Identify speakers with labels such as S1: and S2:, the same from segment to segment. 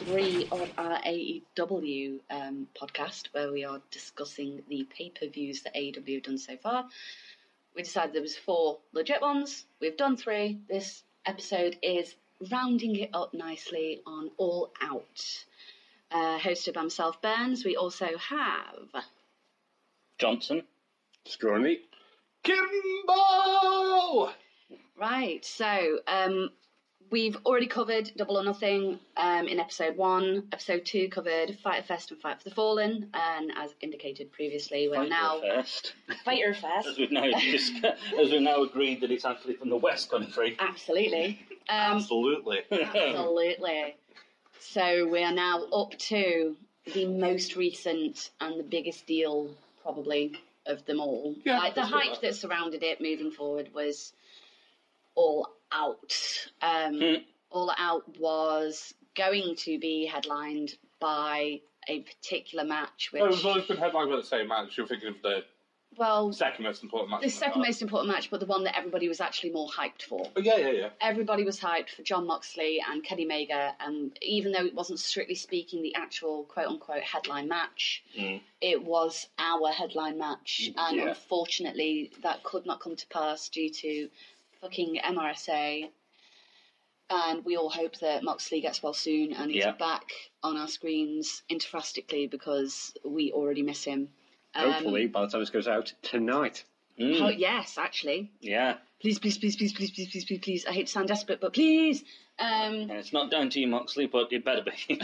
S1: three of our AEW um, podcast, where we are discussing the pay per views that AEW have done so far. We decided there was four legit ones. We've done three. This episode is rounding it up nicely on All Out, uh, hosted by myself, Burns. We also have
S2: Johnson.
S3: Scrawny. Kimbo!
S1: Right, so um, we've already covered Double or Nothing um, in episode one. Episode two covered Fight Fest and Fight for the Fallen, and as indicated previously, we're
S2: Fighter
S1: now
S2: Fest.
S1: Fighter Fest.
S2: As we've now just, as we've now agreed that it's actually from the West Country.
S1: Absolutely. Um,
S3: Absolutely.
S1: Absolutely. So we are now up to the most recent and the biggest deal, probably, of them all.
S3: Yeah,
S1: like the
S3: that's all
S1: hype
S3: right.
S1: that surrounded it moving forward was all out. Um,
S2: Hmm.
S1: All out was going to be headlined by a particular match,
S3: No, it's
S1: which
S3: Oh, always been headlined by the same match. You're thinking of the
S1: well,
S3: second most important match.
S1: the
S3: on
S1: second
S3: card.
S1: most important match, but the one that everybody was actually more hyped for.
S3: Oh, yeah, yeah, yeah.
S1: everybody was hyped for John Moxley and Kenny Mega, and even though it wasn't strictly speaking the actual quote unquote headline match,
S3: Mm.
S1: it was our headline match, and
S2: Yeah.
S1: unfortunately that could not come to pass due to fucking MRSA. And we all hope that Moxley gets well soon and he's
S2: Yeah.
S1: back on our screens interfastically because we already miss him. Um,
S4: Hopefully, by the time this goes out tonight.
S2: Mm,
S1: Oh, yes, actually.
S2: yeah.
S1: Please, please, please, please, please, please, please, please, please. I hate to sound desperate, but please. Um,
S2: And It's not down to you, Moxley, but it better be.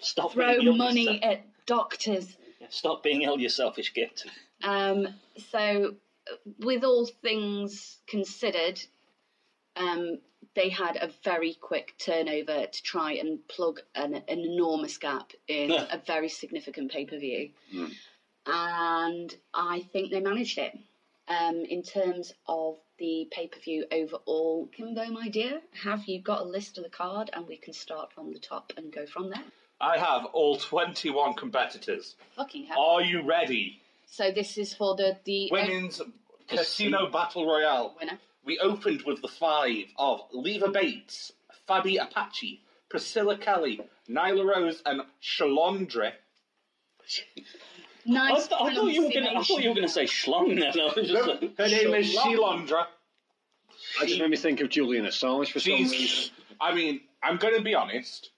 S2: Stop
S1: throw
S2: being ill
S1: money
S2: yourself-
S1: at doctors.
S2: Stop being ill, you selfish git.
S1: Um, so, uh, with all things considered, um, they had a very quick turnover to try and plug an, an enormous gap in
S2: Yeah.
S1: a very significant pay per view.
S4: Mm.
S1: And I think they managed it. Um, in terms of the pay per view overall, Kimbo, my dear, have you got a list of the card and we can start from the top and go from there?
S3: I have all 21 competitors.
S1: Fucking hell.
S3: Are you ready?
S1: So, this is for the, the
S3: Women's Casino Battle Royale.
S1: winner.
S3: We opened with the five of Leva Bates, Fabi Apache, Priscilla Kelly, Nyla Rose, and Shalondra.
S2: I,
S1: Nice.
S2: th- I thought you were going. I thought you were going to
S1: pronunciation.
S2: say schlong. Then I was just like,
S3: Her name is Shalondra.
S4: I just made me think of Julian Assange for some reason.
S3: She's, I mean, I'm going to be honest.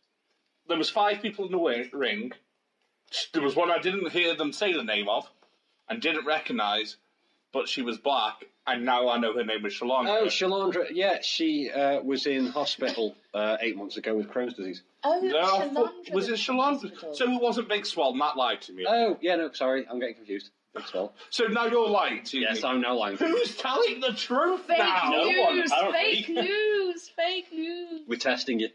S3: There was five people in the wi- ring. There was one I didn't hear them say the name of, and didn't recognise, but she was black, and now I know her name is Shalondra.
S4: Oh, Shalandra. Yeah, she uh, was in hospital uh, eight months ago with Crohn's disease.
S1: Oh,
S3: No, I thought-
S1: Shalondra
S3: was it
S1: that's
S3: Shalondra?
S1: hospital. Uh,
S3: So it wasn't Big Swell. Matt lied to me.
S4: Oh, yeah, no, sorry. I'm getting confused. That's well.
S3: so now you're lying to me.
S4: Yes, I'm now lying.
S3: Who's telling the truth
S1: fake
S3: now?
S1: news,
S2: No one,
S1: fake
S2: apparently.
S1: news, fake news.
S4: We're testing you.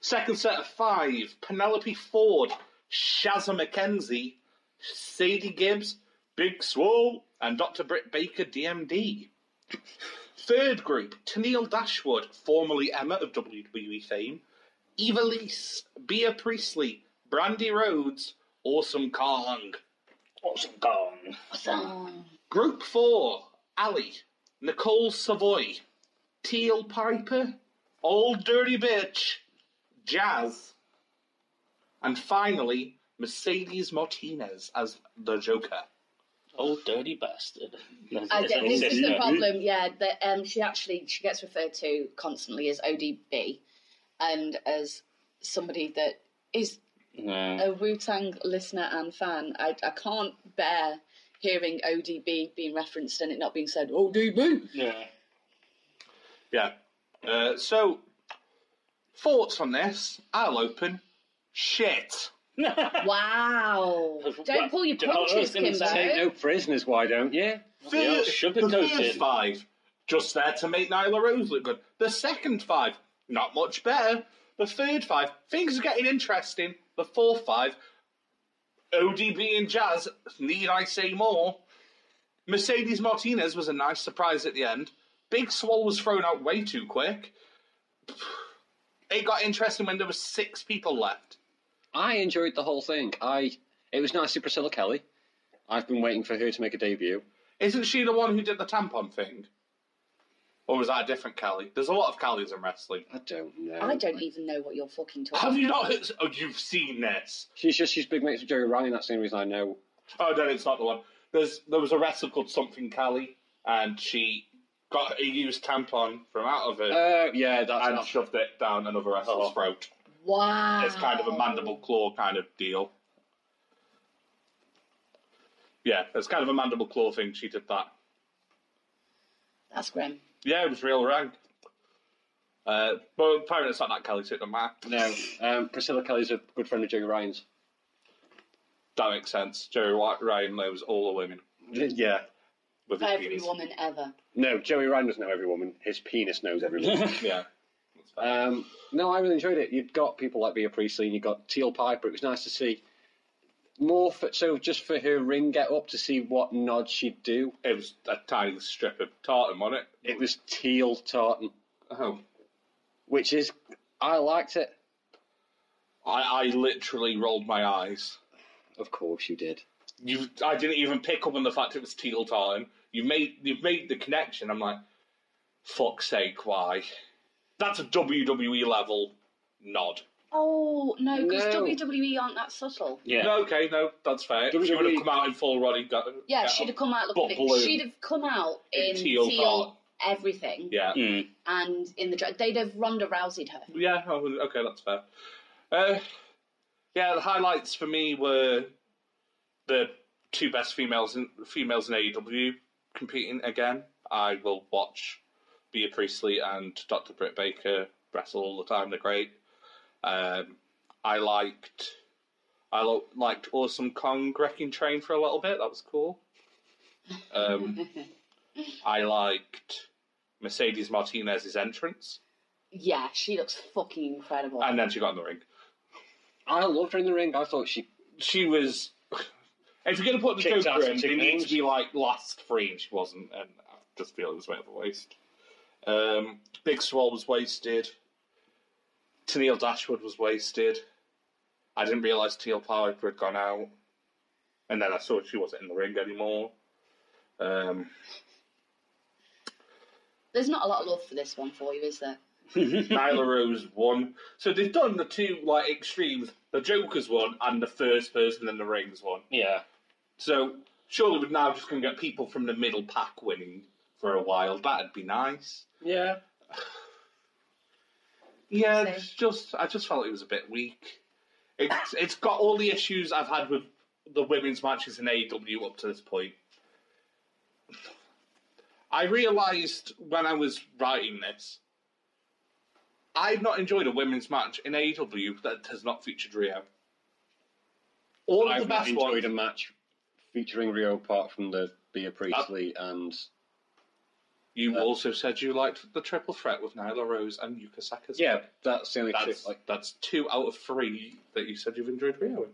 S3: Second set of five Penelope Ford, Shazza McKenzie, Sadie Gibbs, Big Swole, and Dr. Britt Baker, DMD. Third group Tennille Dashwood, formerly Emma of WWE fame, Eva Lise, Bea Priestley, Brandy Rhodes, Awesome Kong.
S2: What's gone?
S3: Group four Ali, Nicole Savoy, Teal Piper, Old Dirty Bitch, Jazz, and finally Mercedes Martinez as the Joker.
S2: Oh, dirty bastard!
S1: I
S2: It's
S1: don't-
S2: only
S1: this is the
S2: sister.
S1: problem. Yeah, that um, she actually she gets referred to constantly as ODB, and as somebody that is
S2: No.
S1: a Wu Tang listener and fan, I, I can't bear hearing ODB being referenced and it not being said ODB.
S2: Yeah.
S3: Yeah. Uh, so, thoughts on this? I'll open. Shit.
S1: Wow! Don't pull your
S2: Do you know what I
S1: punches,
S2: was gonna
S1: Kimbo.
S2: say?
S4: Take no prisoners, why don't you?
S2: Bloody hell,
S3: Thir- the
S2: sugarcoated.
S3: first five, just there to make Nyla Rose look good. The second five, not much better. The third five, things are getting interesting. The fourth five, ODB and Jazz, need I say more? Mercedes Martinez was a nice surprise at the end. Big Swall was thrown out way too quick. It got interesting when there were six people left.
S4: I enjoyed the whole thing. I It was nice to Priscilla Kelly. I've been waiting for her to make a debut.
S3: Isn't she the one who did the tampon thing? Or was that a different Kelly? There's a lot of Kellys in wrestling.
S4: I don't know.
S1: I don't even know what you're fucking talking
S3: Have
S1: about.
S3: you not? Oh, you've seen this.
S4: She's just she's big mates with Joey Ryan. That's the only reason I know.
S3: Oh no, it's not the one. There's there was a wrestler called something Kelly, and she got a used tampon from out of her
S4: Uh, yeah, that's
S3: and
S4: not-
S3: shoved it down another wrestler's
S2: Oh.
S3: throat.
S1: Wow.
S3: It's kind of a
S4: Oh.
S3: mandible claw kind of deal. Yeah, it's kind of a mandible claw thing. She did that.
S1: That's grim.
S3: Yeah, it was real rank. Uh, but apparently it's not that Kelly, so it doesn't matter.
S4: no. Um, Priscilla Kelly's a good friend of Joey Ryan's.
S3: That makes sense. Jerry White Ryan knows all the women
S4: Yeah.
S3: with his
S1: Every
S3: penis.
S1: woman ever.
S4: No, Joey Ryan doesn't know every woman. His penis knows every woman.
S3: Yeah.
S4: um, no, I really enjoyed it. You've got people like Bea Priestley and you've got Teal Piper. It was nice to see more for, so just for her ring get up to see what nod she'd do.
S3: It was a tiny strip of tartan on it.
S4: It was Teal Tartan,
S3: Oh.
S4: which is, I liked it.
S3: I, I literally rolled my eyes.
S4: Of course you did.
S3: You, I didn't even pick up on the fact it was teal tartan. You made you've made the connection. I'm like, fuck's sake, why? That's a WWE level nod.
S1: Oh, no, because
S4: No.
S1: WWE E aren't that subtle.
S2: Yeah.
S3: No, okay, no, that's fair. She would
S4: WWE
S3: have come out in full Roddy. Go,
S1: Yeah,
S3: get
S1: she'd
S3: up.
S1: have come out looking.
S3: But blue.
S1: She'd have come out in,
S3: In teal
S1: teal everything.
S3: Yeah.
S2: Mm.
S1: and in the dress. They'd have Ronda Rousey'd her.
S3: Yeah, I would- okay, that's fair. Uh, yeah, the highlights for me were the two best females in females in AEW competing again. I will watch Bea Priestley and Dr. Britt Baker wrestle all the time. They're great. Um, I liked I lo- liked Awesome Kong Wrecking Train for a little bit. That was cool. Um, I liked Mercedes Martinez's entrance,
S1: Yeah, she looks fucking incredible.
S3: and then she got in the ring.
S4: I loved her in the ring. I thought she
S3: she was. If you're going to put the
S4: Kicked ass
S3: Joker in,
S4: and
S3: they
S4: kicked
S3: need to
S4: names.
S3: be like last three, and she wasn't, and I just feel it was a bit of a waste. Um, Big Swell was wasted. Tennille Dashwood was wasted. I didn't realise Teal Piper had gone out, and then I saw she wasn't in the ring anymore. Um,
S1: There's not a lot of love for this one for you, is there?
S3: Nyla Rose won, so they've done the two like extremes: the Joker's one and the first person in the rings one.
S2: Yeah.
S3: So surely we're now just going to get people from the middle pack winning for a while. That'd be nice.
S4: yeah
S3: Yeah,
S1: Same.
S3: it's just I just felt it was a bit weak. It's it's got all the issues I've had with the women's matches in AEW up to this point. I realised when I was writing this, I've not enjoyed a women's match in AEW that has not featured Rio. All of
S4: I've
S3: the
S4: not
S3: best
S4: enjoyed
S3: ones.
S4: a match featuring Rio apart from the Bea Priestley and
S3: You
S4: Uh,
S3: also said you liked the triple threat with Nyla Rose and Yuka Sakazaki.
S4: yeah, that's the only
S3: that's
S4: two, like
S3: that's two out of three that you said you've enjoyed Rio in.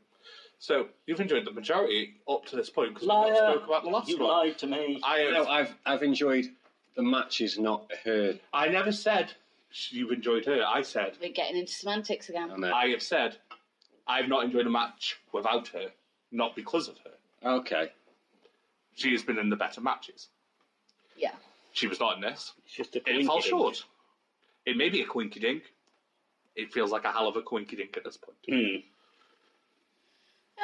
S3: So you've enjoyed the majority up to this point because we
S2: Liar.
S3: spoke about the last
S2: You
S3: one.
S2: lied to me.
S3: I
S4: no, I've I've enjoyed the matches, not her.
S3: I never said you've enjoyed her. I said
S1: We're getting into semantics again.
S4: on there.
S3: I have said I've not enjoyed a match without her, not because of her.
S4: okay,
S3: She has been in the better matches.
S1: Yeah.
S3: She was not in this.
S2: It's just a
S3: It fell
S2: coincidence.
S3: short. It may be a quinky dink. It feels like a hell of a quinky dink at this point.
S2: Mm.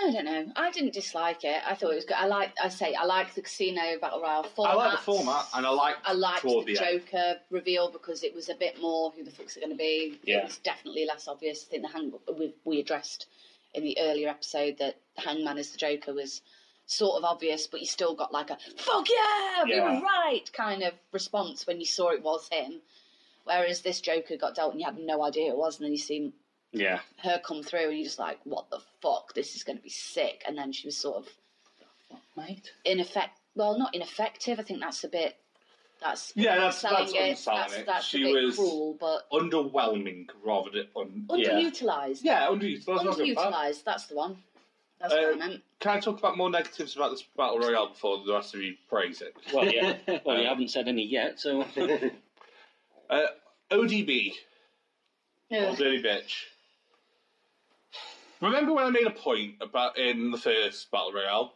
S1: I don't know. I didn't dislike it. I thought it was good. I like. I say I like the casino battle royale format.
S3: I like the format, and I like
S1: I liked
S3: toward
S1: the
S3: the end.
S1: Joker reveal because it was a bit more who the fuck's it going to be.
S2: Yeah.
S1: It was definitely less obvious. I think the hang we, we addressed in the earlier episode that Hangman as the Joker was sort of obvious, but you still got like a "fuck yeah, we
S2: Yeah.
S1: were right" kind of response when you saw it was him. Whereas this Joker got dealt and you had no idea it was, and then you see
S2: Yeah.
S1: her come through and you're just like, "What the fuck? This is going to be sick." And then she was sort of
S2: Mate.
S1: ineffect. Well, not ineffective. I think that's a bit. That's
S3: Yeah, that's-
S1: selling
S3: that's
S1: it.
S3: unselling
S1: That's,
S3: it.
S1: that's
S3: She
S1: a bit
S3: was-
S1: cruel, but
S3: Underwhelming rather than un-
S2: Yeah.
S1: underutilized.
S3: Yeah, underutilized. that's not good.
S1: Underutilized. That's the one. That's
S3: Uh,
S1: what I meant.
S3: Can I talk about more negatives about this battle royale before the rest of you praise it?
S2: Well, yeah. Well, you haven't said any yet, so.
S3: Uh, ODB,
S1: No,
S3: old dirty bitch. Remember when I made a point about in the first battle royale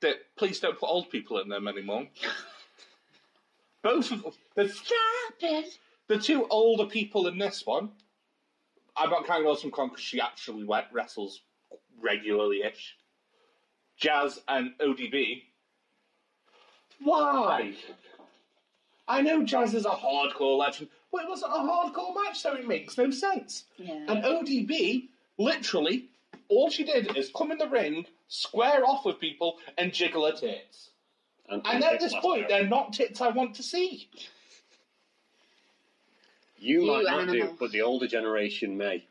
S3: that please don't put old people in them anymore? Both of the,
S1: Stop it!
S3: the two older people in this one. I'm not counting Awesome Kong because she actually wet wrestles regularly ish. Jazz and ODB. Why? I know Jazz is a hardcore legend, but it wasn't a hardcore match, so it makes no sense.
S1: Yeah.
S3: And ODB, literally, all she did is come in the ring, square off with people, and jiggle her tits. And at this point, they're not tits I want to see.
S4: you,
S1: You
S4: might not do,
S1: animal.
S4: but the older generation may.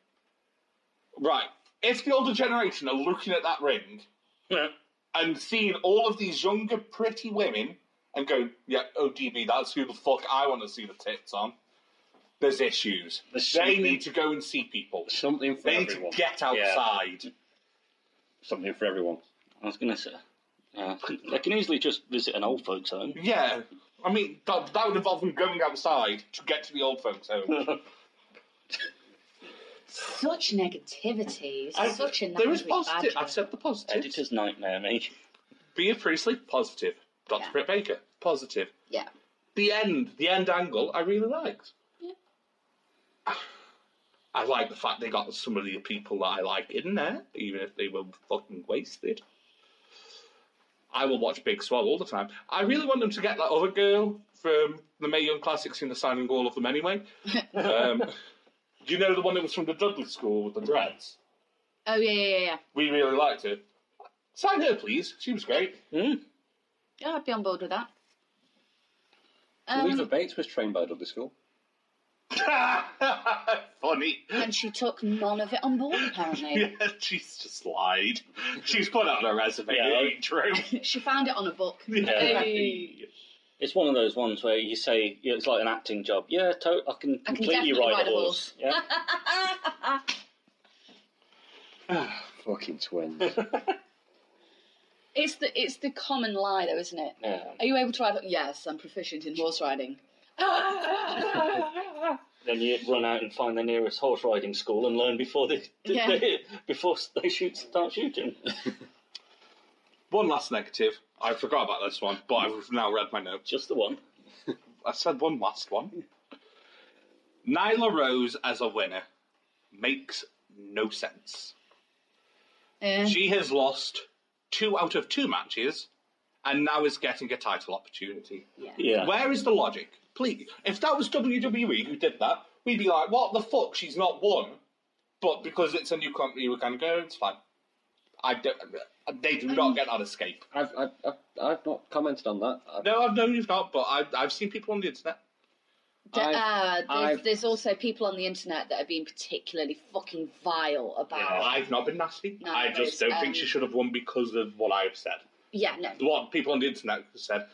S3: Right. If the older generation are looking at that ring and seeing all of these younger, pretty women and going, yeah, ODB, that's who the fuck I want to see the tits on, there's issues.
S4: There's
S3: they
S4: something-
S3: need to go and see people.
S4: Something for
S3: They need to
S4: everyone.
S3: get
S2: Yeah.
S3: outside.
S4: Something for everyone.
S2: I was going to say. Uh, they can easily just visit an old folks' home.
S3: Yeah. I mean, that, that would involve them going outside to get to the old folks' home.
S1: Such negativity.
S3: I-
S1: such a
S3: there is
S1: negative
S3: positive.
S1: badger.
S3: I've said the positive.
S2: Editor's nightmare, me.
S3: Be a Priestley, positive. Dr.
S1: Yeah.
S3: Britt Baker, positive.
S1: Yeah.
S3: The end, the end angle, I really liked.
S1: Yeah.
S3: I like the fact they got some of the people that I like in there, even if they were fucking wasted. I will watch Big Swell all the time. I really want them to get that other girl from the May Young Classics in the signing all of them anyway. um, do you know the one that was from the Dudley School with the dreads?
S1: Oh yeah, yeah, yeah, yeah.
S3: We really liked her. Sign her, please. She was great.
S1: Yeah, I'd be on board with that.
S4: Luther
S1: Um,
S4: Bates was trained by Dudley School.
S3: Funny.
S1: and she took none of it on board apparently.
S3: Yeah, she's just lied. She's put out her resume.
S2: Yeah.
S3: It ain't true.
S1: she found it on a book.
S3: Yeah.
S1: Hey.
S2: It's one of those ones where you say yeah, it's like an acting job. Yeah, to- I can
S1: I can
S2: completely
S1: definitely
S2: ride,
S1: ride
S2: a
S1: a
S2: horse. Yeah.
S4: Fucking twins.
S1: it's the it's the common lie though, isn't it?
S2: yeah.
S1: Are you able to ride? a- Yes, I'm proficient in horse riding.
S2: Then you run out and find the nearest horse riding school and learn before they,
S1: Yeah.
S2: they before they shoot start shooting.
S3: one last negative. I forgot about this one, but I've now read my notes.
S2: Just the one.
S3: I said one last one. Nyla Rose as a winner makes no sense.
S1: Eh,
S3: She has lost two out of two matches and now is getting a title opportunity.
S1: yeah.
S2: Yeah.
S3: Where is the logic? Please. If that was WWE who did that, we'd be like, what the fuck? She's not won. But because it's a new company, we're kind of go, it's fine. I don't, they do not get that escape.
S4: I've, I've, I've, I've not commented on that. I've,
S3: No, I've known you've not, but I've, I've seen people on the internet.
S1: D-
S4: I've-
S1: ah, there's,
S4: I've-
S1: there's also people on the internet that are being particularly fucking vile about.
S3: I've not been nasty.
S1: No,
S3: I
S1: it's,
S3: just don't
S1: um,
S3: think she should have won because of what I've said.
S1: Yeah, no.
S3: What people on the internet said,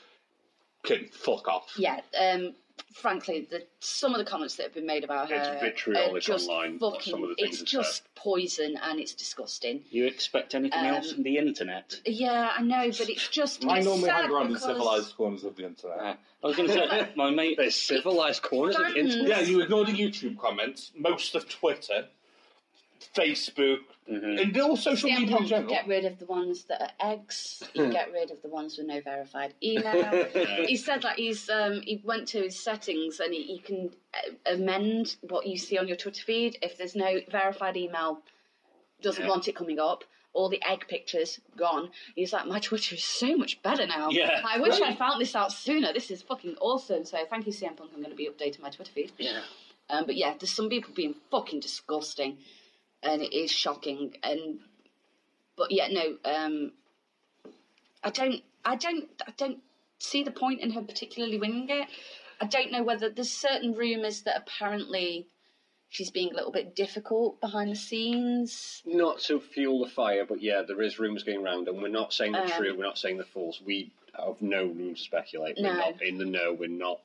S3: can fuck off.
S1: Yeah, um, frankly, the, some of the comments that have been made about
S4: It's
S1: her are
S4: vitriolic
S1: just
S4: online, like
S1: fucking.
S4: some of the things
S1: it's
S4: it's
S1: just poison and it's disgusting.
S2: You expect anything
S1: Um,
S2: else from the internet?
S1: Yeah, I know, but it's just.
S3: I
S1: it's
S3: normally
S1: sad
S3: hang around in
S1: because
S3: civilized corners of the internet.
S2: Uh, I was going to say my mate.
S4: There's civilized corners of the internet.
S3: Yeah, you ignore the YouTube comments, most of Twitter, Facebook, and all social
S1: Stamp
S3: media in
S1: on,
S3: general.
S1: Get rid of the ones that are eggs. You get rid of the ones with no verified email. he said that he's um, he went to his settings and he, he can uh, amend what you see on your Twitter feed if there's no verified email. Doesn't want it coming up. All the egg pictures gone. He's like, my Twitter is so much better now.
S2: Yeah.
S1: I wish I
S3: Right.
S1: found this out sooner. This is fucking awesome. So thank you, CM Punk. I'm going to be updating my Twitter feed.
S2: Yeah.
S1: Um, but yeah, there's some people being fucking disgusting, and it is shocking. And but yeah, no, um, I don't, I don't, I don't see the point in her particularly winning it. I don't know whether there's certain rumours that apparently she's being a little bit difficult behind the scenes.
S4: Not to fuel the fire, but yeah, there is rumours going round, and we're not saying the
S1: Um,
S4: true, we're not saying the false. We have no room to speculate.
S1: No.
S4: We're not in the know. We're not.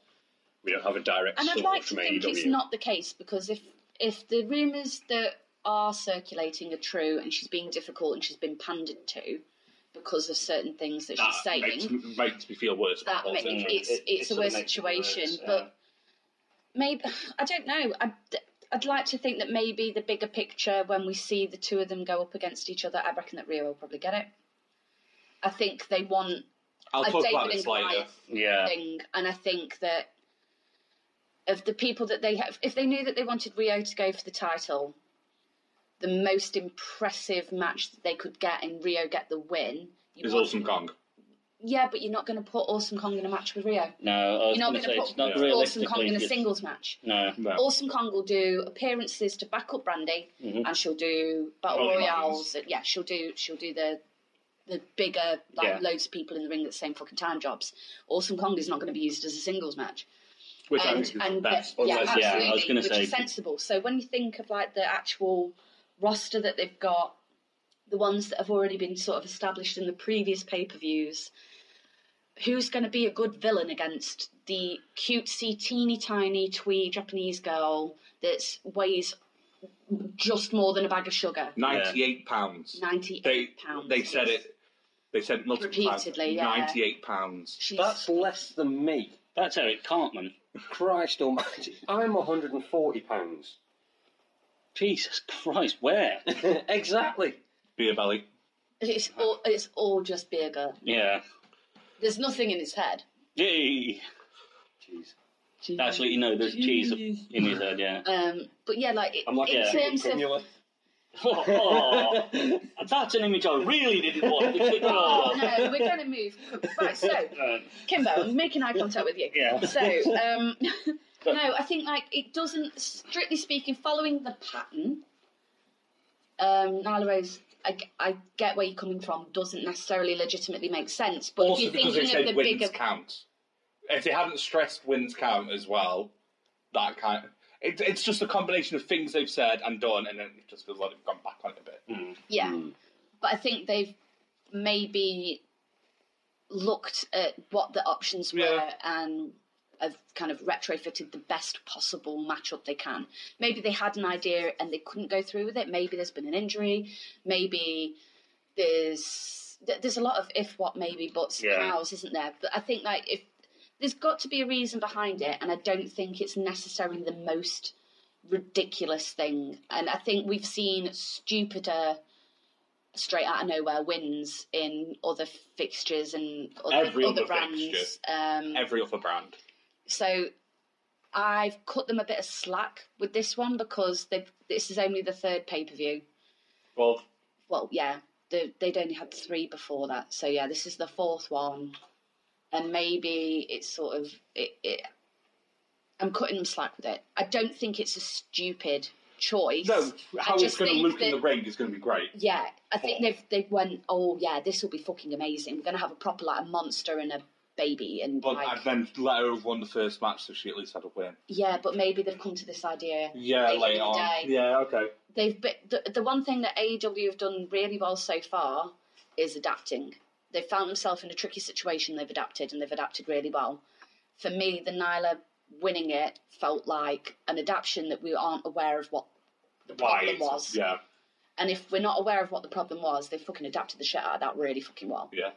S4: We don't have a E direct
S1: And I'd
S4: source
S1: like to
S4: from
S1: think
S4: AEW.
S1: it's not the case because if if the rumours that are circulating are true and she's being difficult and she's been pandered to because of certain things that,
S3: That
S1: she's saying,
S3: makes, me- makes me feel worse.
S1: That
S3: about
S1: makes-
S3: it.
S1: it's- it's a
S2: sort of
S1: worse
S2: makes it
S1: situation,
S2: worse,
S1: but- maybe I don't know. I'd, I'd like to think that maybe the bigger picture, when we see the two of them go up against each other, I reckon that Rio will probably get it. I think they want
S3: I'll
S1: a
S3: talk
S1: David
S3: about
S1: and
S3: this later.
S1: Goliath
S2: Yeah.
S1: thing, and I think that of the people that they have, if they knew that they wanted Rio to go for the title, the most impressive match that they could get and Rio get the win. You
S3: Is
S1: want-
S3: Awesome Kong.
S1: Yeah, but you're not going to put Awesome Kong in a match with Rio.
S2: No, I was
S1: You're not going
S2: going to say
S1: to
S2: it's
S1: put
S2: not
S1: Awesome
S2: realistically.
S1: Kong in a
S2: it's-
S1: singles match.
S2: No.
S3: No.
S1: Awesome Kong will do appearances to back up Brandy,
S2: Mhm.
S1: and she'll do battle
S3: Battle
S1: royales. Yeah, she'll do she'll do the the bigger like
S2: Yeah.
S1: loads of people in the ring at the same fucking time jobs. Awesome Kong is not going to be used as a singles match,
S3: Which I
S1: and
S3: think is
S1: and
S3: the best.
S1: the- yeah,
S2: unless-
S1: absolutely,
S2: yeah, I was gonna
S1: which
S2: say-
S1: is sensible. So when you think of like the actual roster that they've got, the ones that have already been sort of established in the previous pay per views. Who's going to be a good villain against the cutesy, teeny tiny, twee Japanese girl that weighs just more than a bag of sugar?
S3: 98 pounds.
S1: 98
S3: They
S1: pounds.
S3: they said it. They said it multiple
S1: Repeatedly,
S3: times.
S1: yeah.
S3: 98 pounds.
S1: She's,
S4: That's less than me.
S2: That's Eric Cartman.
S4: Christ almighty. I'm 140 pounds.
S2: Jesus Christ, where?
S4: exactly.
S3: Beer belly.
S1: it's, all, it's all just beer gut.
S2: yeah.
S1: There's nothing in his head.
S2: Yay.
S4: Jeez.
S2: Actually, no, there's cheese in his head, yeah.
S1: Um, but yeah, like it,
S4: I'm like
S1: in
S2: yeah,
S4: a
S1: terms of
S4: cumula.
S2: Oh, that's an image I really didn't want.
S1: Oh,
S2: Oh.
S1: no, we're going to move. Right, so,
S2: Uh,
S1: Kimbo, I'm making eye contact with you.
S2: Yeah.
S1: So, um, no, I think, like, it doesn't, strictly speaking, following the pattern, um, Nyla Rose, I, g- I get where you're coming from, doesn't necessarily legitimately make sense. But
S3: Also
S1: if you're
S3: because they
S1: thinking
S3: said
S1: of the
S3: wins
S1: bigger.
S3: count. If they hadn't stressed wins count as well, that kind. It, it's just a combination of things they've said and done, and then it just feels like they've gone back on it a bit.
S1: Yeah. But I think they've maybe looked at what the options were
S3: Yeah.
S1: and have kind of retrofitted the best possible matchup they can. Maybe they had an idea and they couldn't go through with it. Maybe there's been an injury. Maybe there's th- there's a lot of if what maybe buts
S2: Yeah.
S1: hows isn't there? But I think like if there's got to be a reason behind it, and I don't think it's necessarily the most ridiculous thing. And I think we've seen stupider straight out of nowhere wins in other fixtures and other,
S3: Every
S1: other
S3: other
S1: brands.
S3: fixture.
S1: Um,
S3: Every other brand.
S1: so I've cut them a bit of slack with this one because they this is only the third pay per view.
S3: Well,
S1: Well, yeah, they, they'd only had three before that. So yeah, this is the fourth one, and maybe it's sort of it. it I'm cutting them slack with it. I don't think it's a stupid choice.
S3: no, how
S1: I
S3: it's
S1: just
S3: going to
S1: think
S3: look in
S1: that-
S3: the ring is going to be great.
S1: yeah, I think they've they went. Oh yeah, this will be fucking amazing. We're gonna have a proper like a monster and a baby and
S3: But
S1: like
S3: I've then let her have won the first match, so she at least had a win.
S1: yeah. But maybe they've come to this idea.
S3: Yeah,
S1: Later in
S3: later
S1: the
S3: on.
S1: day.
S3: Yeah, okay.
S1: They've but the the one thing that AEW have done really well so far is adapting. They found themselves in a tricky situation. They've adapted and they've adapted really well. For me, the Nyla winning it felt like an adaptation that we aren't aware of what the
S3: Why?
S1: problem was.
S3: Yeah,
S1: And if we're not aware of what the problem was, they fucking adapted the shit out of that really fucking well.
S3: yeah.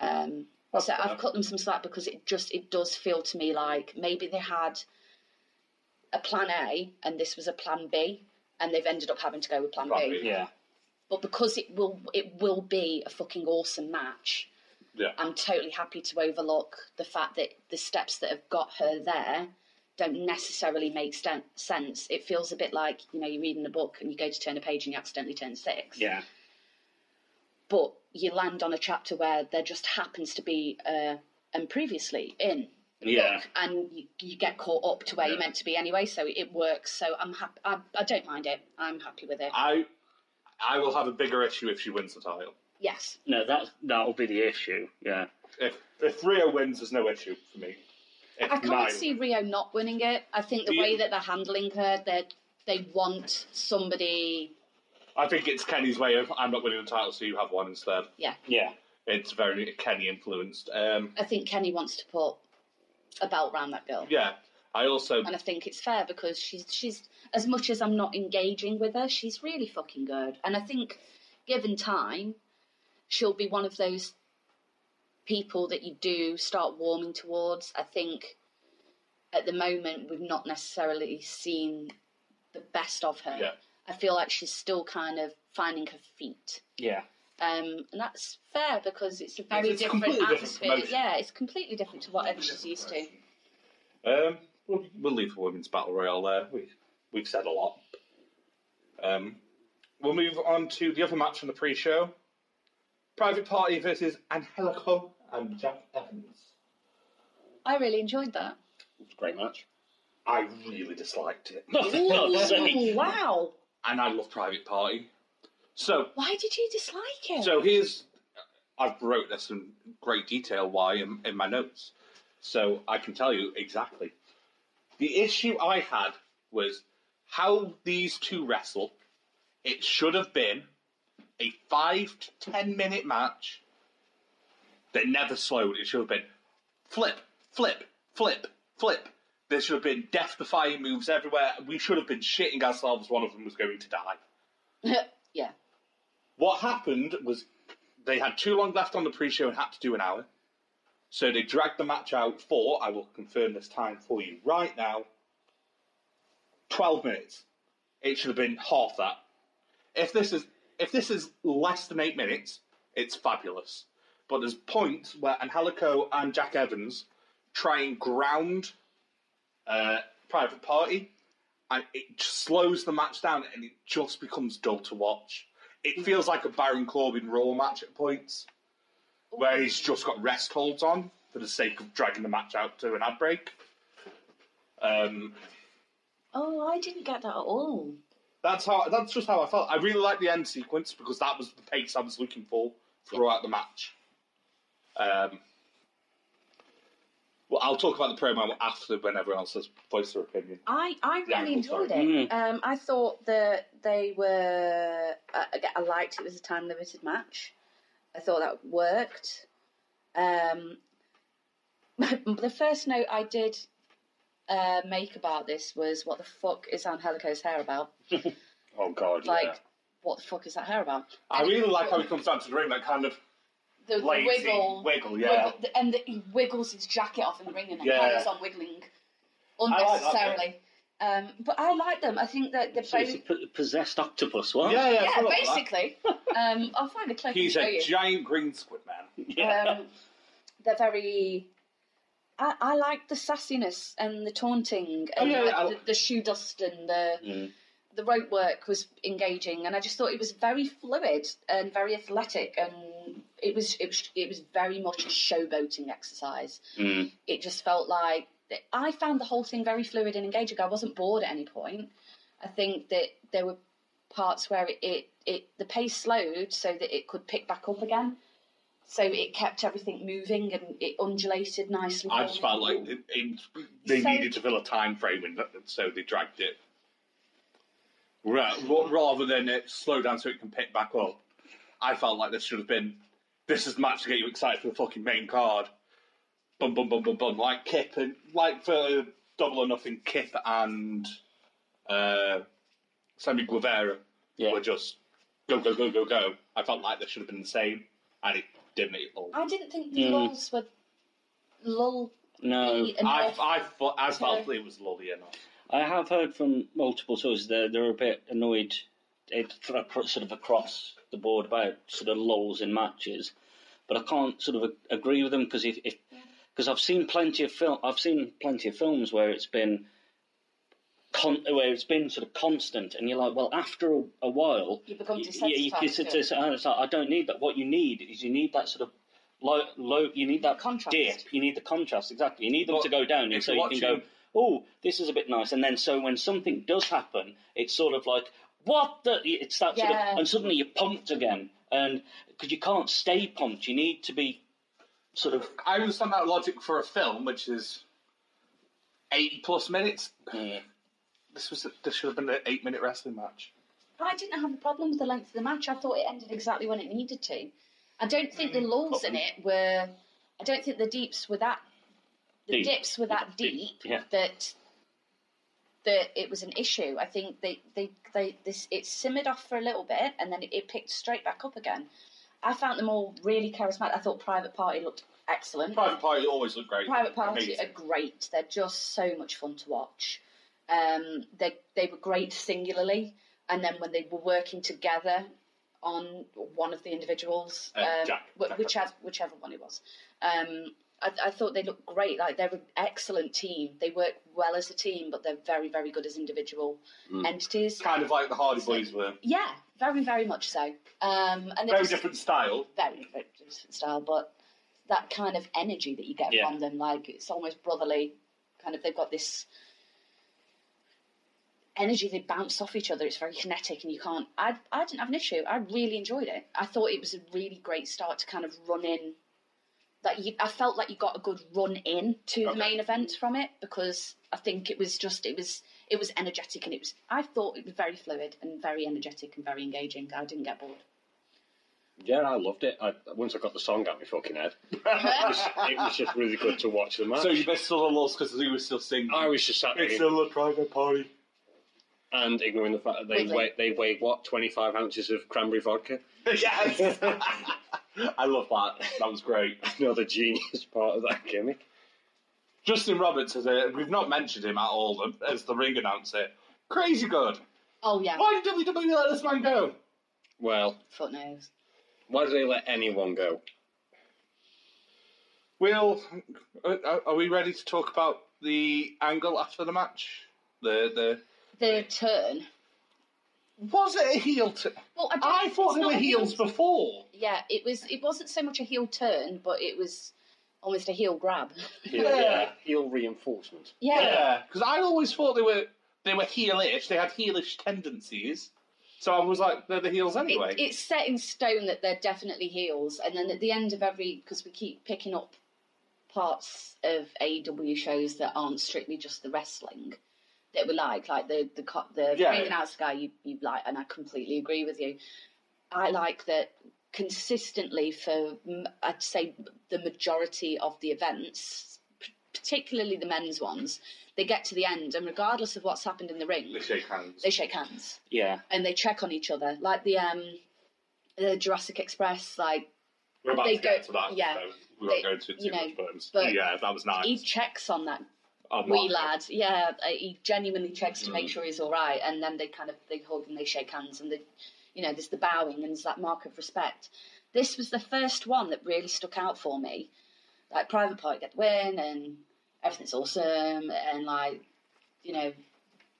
S1: Um,
S3: That's
S1: so
S3: fair.
S1: I've cut them some slack because it just it does feel to me like maybe they had a plan A and this was a plan B, and they've ended up having to go with plan,
S3: Plan
S1: B.
S3: B.
S2: yeah.
S1: But because it will it will be a fucking awesome match,
S3: Yeah.
S1: I'm totally happy to overlook the fact that the steps that have got her there don't necessarily make sten- sense. It feels a bit like you know you're reading a book and you go to turn a page and you accidentally turn six
S2: Yeah.
S1: but you land on a chapter where there just happens to be uh, and previously in
S2: Yeah.
S1: and you, you get caught up to where you're
S3: Yeah.
S1: meant to be anyway so it works so i'm happy I, I don't mind it i'm happy with it
S3: I, I will have a bigger issue if she wins the title.
S1: yes
S2: No, that that'll be the issue. Yeah.
S3: If if Rio wins, there's no issue for me. If
S1: i can't
S3: Nyla-
S1: see rio not winning it i think the
S3: Do you-
S1: way that they're handling her they they want somebody
S3: I think it's Kenny's way of I'm not winning the title, so you have one instead.
S2: Yeah.
S3: It's very Kenny influenced. Um,
S1: i think kenny wants to put a belt round that girl
S3: yeah, I also
S1: and I think it's fair because she's she's as much as I'm not engaging with her, she's really fucking good. And I think, given time, she'll be one of those people that you do start warming towards. I think at the moment we've not necessarily seen the best of her.
S3: Yeah.
S1: I feel like she's still kind of finding her feet
S2: Yeah.
S1: Um, and that's fair because it's a very
S3: It's a
S1: different
S3: completely different
S1: atmosphere.
S3: promotion.
S1: yeah, it's completely different to whatever she's used to.
S3: Um, we'll, we'll leave the women's battle royale there. We, we've said a lot. Um, we'll move on to the other match from the pre-show: Private Party versus Angelico and Jack Evans.
S1: I really enjoyed that.
S4: Great match.
S3: I really disliked it,
S2: Oh, for God's sake.
S1: Ooh, wow.
S3: and I love Private Party. So,
S1: Why did you dislike it?
S3: so here's I wrote this in great detail why in, in my notes, so I can tell you exactly. The issue I had was how these two wrestle. It should have been a five to ten minute match. They never slowed. It should have been flip, flip, flip, flip. There should have been death defying moves everywhere. We should have been shitting ourselves. One of them was going to die.
S1: yeah.
S3: What happened was they had too long left on the pre-show and had to do an hour. So they dragged the match out for, I will confirm this time for you right now, 12 minutes. It should have been half that. If this is if this is less than 8 minutes, it's fabulous. But there's points where Angelico and Jack Evans try and ground uh, Private Party and it just slows the match down and it just becomes dull to watch. It feels like a Baron Corbin Raw match at points, where he's just got rest holds on for the sake of dragging the match out to an ad break. Um,
S1: Oh, I didn't get that at all.
S3: that's how. That's just how I felt. I really liked the end sequence because that was the pace I was looking for throughout the match. Um, well, I'll talk about the promo after when everyone else has voiced their opinion.
S1: I, I
S3: Yeah,
S1: really
S3: I'm
S1: enjoyed
S2: sorry.
S1: it. Um, I thought that they were. I, I- I liked it was a time limited match. I thought that worked. Um, the first note I did uh, make about this was what the fuck is Angelico's hair about?
S4: Oh God,
S1: Like,
S4: yeah.
S1: what the fuck is that hair about?
S3: I really like how he comes down to the ring, that kind of
S1: The the
S3: lazy
S1: wiggle.
S3: wiggle yeah.
S1: wiggle- the- and that he wiggles his jacket off in the ring and then
S3: Yeah.
S1: carries on wiggling
S3: that bit.
S1: unnecessarily. um, but I like them. I think that they're
S2: So it's a
S1: both.
S2: p- possessed octopus, what?
S3: Yeah, yeah,
S1: Yeah,
S3: follow up with that.
S1: basically. um, I'll find a clip
S3: He's
S1: and show
S3: a
S1: you.
S3: giant green squid man.
S2: Yeah.
S1: Um, they're very. I, I like the sassiness and the taunting
S3: Oh,
S1: and
S3: yeah,
S1: the,
S3: yeah, I-
S1: the, the shoe dust and the
S2: Mm.
S1: the rope work was engaging, and I just thought it was very fluid and very athletic, and it was it was, it was very much a showboating exercise.
S2: Mm.
S1: It just felt like I found the whole thing very fluid and engaging. I wasn't bored at any point. I think that there were parts where it, it, it the pace slowed so that it could pick back up again. So it kept everything moving and it undulated nicely.
S3: I just felt like it, it, they
S1: So-
S3: needed to fill a time frame, in, that- so they dragged it. Ra- ra- Rather than it slow down so it can pick back up, I felt like this should have been this is the match to get you excited for the fucking main card. Bum bum bum bum bum, like Kip and like for Double or Nothing, Kip and uh, Sammy Guevara
S2: Yeah.
S3: were just go go go go go. I felt like this should have been the same, and it didn't. It all
S1: I didn't think the
S2: Mm.
S1: lulls were lull.
S2: No.
S3: I, I, thought, I felt
S1: Okay.
S3: it was lolly enough.
S2: I have heard from multiple sources that they're a bit annoyed, it, sort of across the board about sort of lulls in matches, but I can't sort of a- agree with them because if because I've seen plenty of film, I've seen plenty of films where it's been. Con- where it's been sort of constant, and you're like, well, after a, a while,
S1: You become
S2: y- y- you
S1: desensitized
S2: get
S1: to it.
S2: to- and it's like, I don't need that. What you need is you need that sort of low, low. You need that
S1: Contrast.
S2: dip. You need the contrast exactly. You need them
S3: But
S2: to go down, and
S3: if
S2: so
S3: you're
S2: you can go,
S3: watching-
S2: oh, this is a bit nice. And then so when something does happen, it's sort of like, what the? It's that sort
S1: Yeah.
S2: of, and suddenly you're pumped again, and because you can't stay pumped, you need to be sort of.
S3: I understand that logic for a film, which is eighty plus minutes.
S2: Yeah.
S3: This was this should have been an eight minute wrestling match.
S1: I didn't have a problem with the length of the match. I thought it ended exactly when it needed to. I don't think
S2: Mm-hmm.
S1: the lulls in it were. I don't think the deeps were that. The
S2: Deep.
S1: dips were that deep
S2: yeah.
S1: that that it was an issue. I think they, they, they this it simmered off for a little bit and then it, it picked straight back up again. I found them all really charismatic. I thought Private Party looked excellent.
S3: Private Party always looked great.
S1: Private Party uh,
S3: Amazing.
S1: are great. They're just so much fun to watch. Um, they they were great singularly, and then when they were working together, on one of the individuals,
S3: Uh,
S1: um,
S3: Jack.
S1: wh-
S3: Jack
S1: whichever whichever one it was. Um, I, I thought they looked great. Like they're an excellent team. They work well as a team, but they're very very good as individual
S3: Mm.
S1: entities.
S3: Kind of like the Hardy Boys were.
S1: Yeah, very very much so. Um, and they're
S3: Very
S1: just
S3: different style.
S1: very different style, but that kind of energy that you get
S2: Yeah.
S1: from them, like it's almost brotherly. Kind of, they've got this energy. They bounce off each other. It's very kinetic, and you can't. I I didn't have an issue. I really enjoyed it. I thought it was a really great start to kind of run in. That you, I felt like you got a good run in to the
S3: Okay.
S1: main event from it because I think it was just it was it was energetic and it was I thought it was very fluid and very energetic and very engaging. I didn't get bored.
S4: Yeah, I loved it. I, once I got the song out my fucking head, it was, it was just really good to watch the match.
S3: So you best still lost because he was still singing.
S4: I was just sat
S3: It's
S4: there
S3: still a private party.
S4: and ignoring the fact that they
S1: Wiggly.
S4: weigh, they weigh what twenty five ounces of cranberry vodka.
S3: yes. I love that. That was great.
S4: Another genius part of that gimmick.
S3: Justin Roberts, as a, we've not mentioned him at all as the ring announcer. Crazy good.
S1: Oh yeah,
S3: Why did WWE let this man go?
S4: Well,
S1: foot knows.
S4: why do they let anyone go?
S3: Will, uh, are are we ready to talk about the angle after the match? The the
S1: the turn.
S3: was it a heel? T-
S1: Well, I, don't
S3: I
S1: it's
S3: thought they
S1: not
S3: were
S1: a heel-
S3: heels before.
S1: Yeah, it was. It wasn't so much a heel turn, but it was almost a heel grab.
S4: Heel,
S3: Yeah.
S4: heel reinforcement.
S1: Yeah,
S3: Yeah, because I always thought they were they were heelish. They had heelish tendencies. So I was like, they're the heels
S1: It-
S3: anyway.
S1: it's set in stone that they're definitely heels, and then at the end of every, because we keep picking up parts of AEW shows that aren't strictly just the wrestling that we like, like the the co- the
S3: Yeah.
S1: ring announcer guy you you like, and I completely agree with you. I like that consistently for mm, I'd say the majority of the events, p- particularly the men's ones, they get to the end, and regardless of what's happened in the ring,
S3: they shake hands.
S1: they shake hands
S2: Yeah.
S1: and they check on each other, like the um, the Jurassic Express. Like
S3: We're about
S1: they
S3: to get
S1: go-
S3: to that.
S1: yeah.
S3: so we won't
S1: They-
S3: go into it too
S1: you know,
S3: much, but, it was-
S1: but
S3: yeah, that was nice.
S1: he checks on that
S3: I'm
S1: wee
S3: like-
S1: lad. Yeah, uh, he genuinely checks to make sure he's all right, and then they kind of they hug and they shake hands and they, you know, there's the bowing and there's that mark of respect. This was the first one that really stuck out for me. Like Private Party get the win and everything's awesome and like you know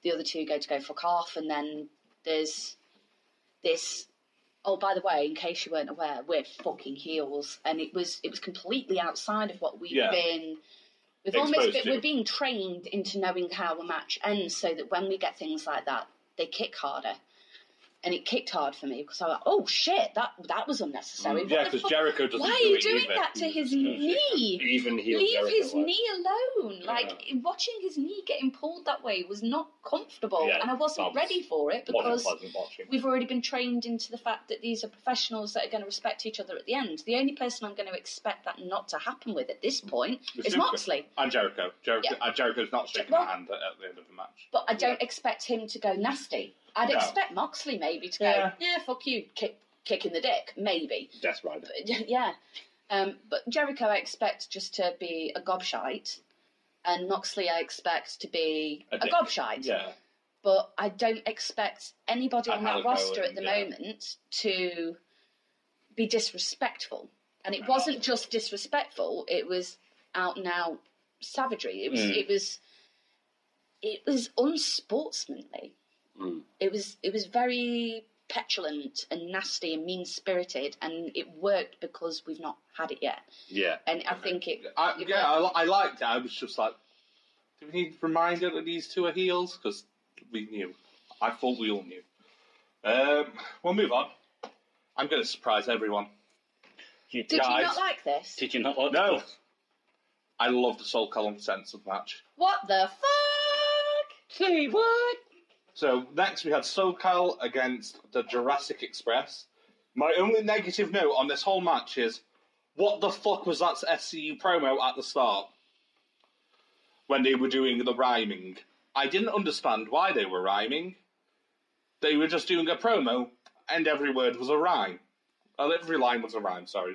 S1: the other two go to go fuck off and then there's this oh by the way in case you weren't aware we're fucking heels and it was it was completely outside of what we've
S3: Yeah.
S1: been we've
S3: Exposed
S1: almost been,
S3: to.
S1: we're being trained into knowing how a match ends so that when we get things like that they kick harder and it kicked hard for me because I was like, "Oh shit, that that was unnecessary." What
S3: Mm, Yeah,
S1: the
S3: because
S1: fuck-
S3: Jericho doesn't.
S1: Why
S3: do
S1: are you
S3: it
S1: doing
S3: either.
S1: that to his
S3: Yeah.
S1: knee?
S4: Even heel
S1: Leave
S4: Jericho
S1: his
S4: likes-
S1: knee alone. Like watching his knee getting pulled that way was not comfortable,
S3: Yeah,
S1: and I wasn't
S3: that was-
S1: ready for it because
S3: wasn't pleasant watching.
S1: we've already been trained into the fact that these are professionals that are going to respect each other at the end. The only person I'm going to expect that not to happen with at this point
S3: The
S1: is
S3: Super-
S1: Moxley.
S3: And Jericho. Jericho
S1: Yeah.
S3: uh, Jericho's not shaking
S1: Well-
S3: my hand at, at the end of the match.
S1: But I don't expect him to go nasty. I'd
S3: No.
S1: expect Moxley maybe to go,
S3: Yeah.
S1: yeah, fuck you, kick, kick in the dick, maybe.
S4: Death Rider.
S1: yeah. Um, but Jericho, I expect just to be a gobshite, and Moxley, I expect to be
S3: A
S1: a,
S3: dick.
S1: gobshite.
S3: Yeah.
S1: But I don't expect anybody on
S3: And
S1: that
S3: Halifax,
S1: roster at the
S3: yeah.
S1: moment to be disrespectful. And it wasn't just disrespectful; it was out and out savagery. It was,
S3: Hmm.
S1: it was, it was unsportsmanly.
S3: Hmm.
S1: It was, it was very petulant and nasty and mean spirited, and it worked because we've not had it yet.
S4: Yeah.
S1: And I think it.
S3: I,
S1: it
S3: yeah,
S1: worked.
S3: I, li- I liked it. I was just like, do we need a reminder that these two are heels? Because we knew. I thought we all knew. Um, we'll move on. I'm going to surprise everyone.
S2: You
S1: Did you
S3: guys-
S1: not like this?
S2: Did you not like
S3: No.
S2: that?
S3: I love the Soul Column sense of match.
S1: What the fuck?
S4: Say what?
S3: So next we had SoCal against the Jurassic Express. My only negative note on this whole match is, what the fuck was that SCU promo at the start? When they were doing the rhyming, I didn't understand why they were rhyming. They were just doing a promo, and every word was a rhyme. Well, every line was a rhyme. Sorry.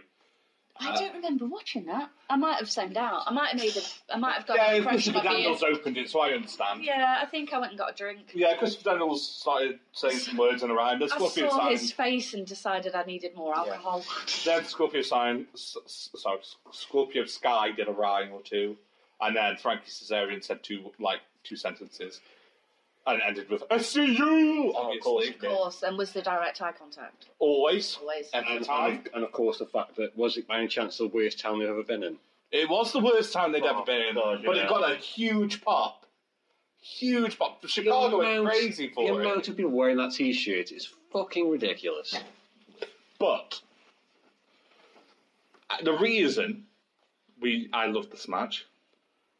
S1: I don't remember watching that. I might have zoned out. I might have made a. I might have got
S3: yeah,
S1: a fresh
S3: Christopher
S1: copy
S3: Daniels
S1: of-
S3: opened it, so I understand. Yeah,
S1: Yeah, I think I went and got a drink.
S3: Christopher Daniels started saying some words in a rhyme. Then
S1: I
S3: Scorpio
S1: saw
S3: signed.
S1: his face and decided I needed more alcohol.
S3: Then Scorpio signed. s- s- Sorry, Scorpio Sky did a rhyme or two, and then Frankie Caesarian said two like two sentences, and ended with "I see you."
S2: Oh,
S3: Obviously,
S2: of course
S1: Of course, and was the direct eye contact
S3: always.
S1: always?
S3: And then
S4: And, and,
S3: I-
S4: of- and of course, the fact that was it by any chance the worst town they've ever been in?
S3: It was the worst town they'd
S2: Oh,
S3: ever been in,
S2: God,
S3: but
S2: yeah.
S3: it got a huge pop. Huge pop. Chicago
S4: The
S3: went
S4: amount-
S3: crazy
S4: The
S3: for it.
S4: amount of people wearing that T-shirt is fucking ridiculous.
S3: But uh, the reason we I love this match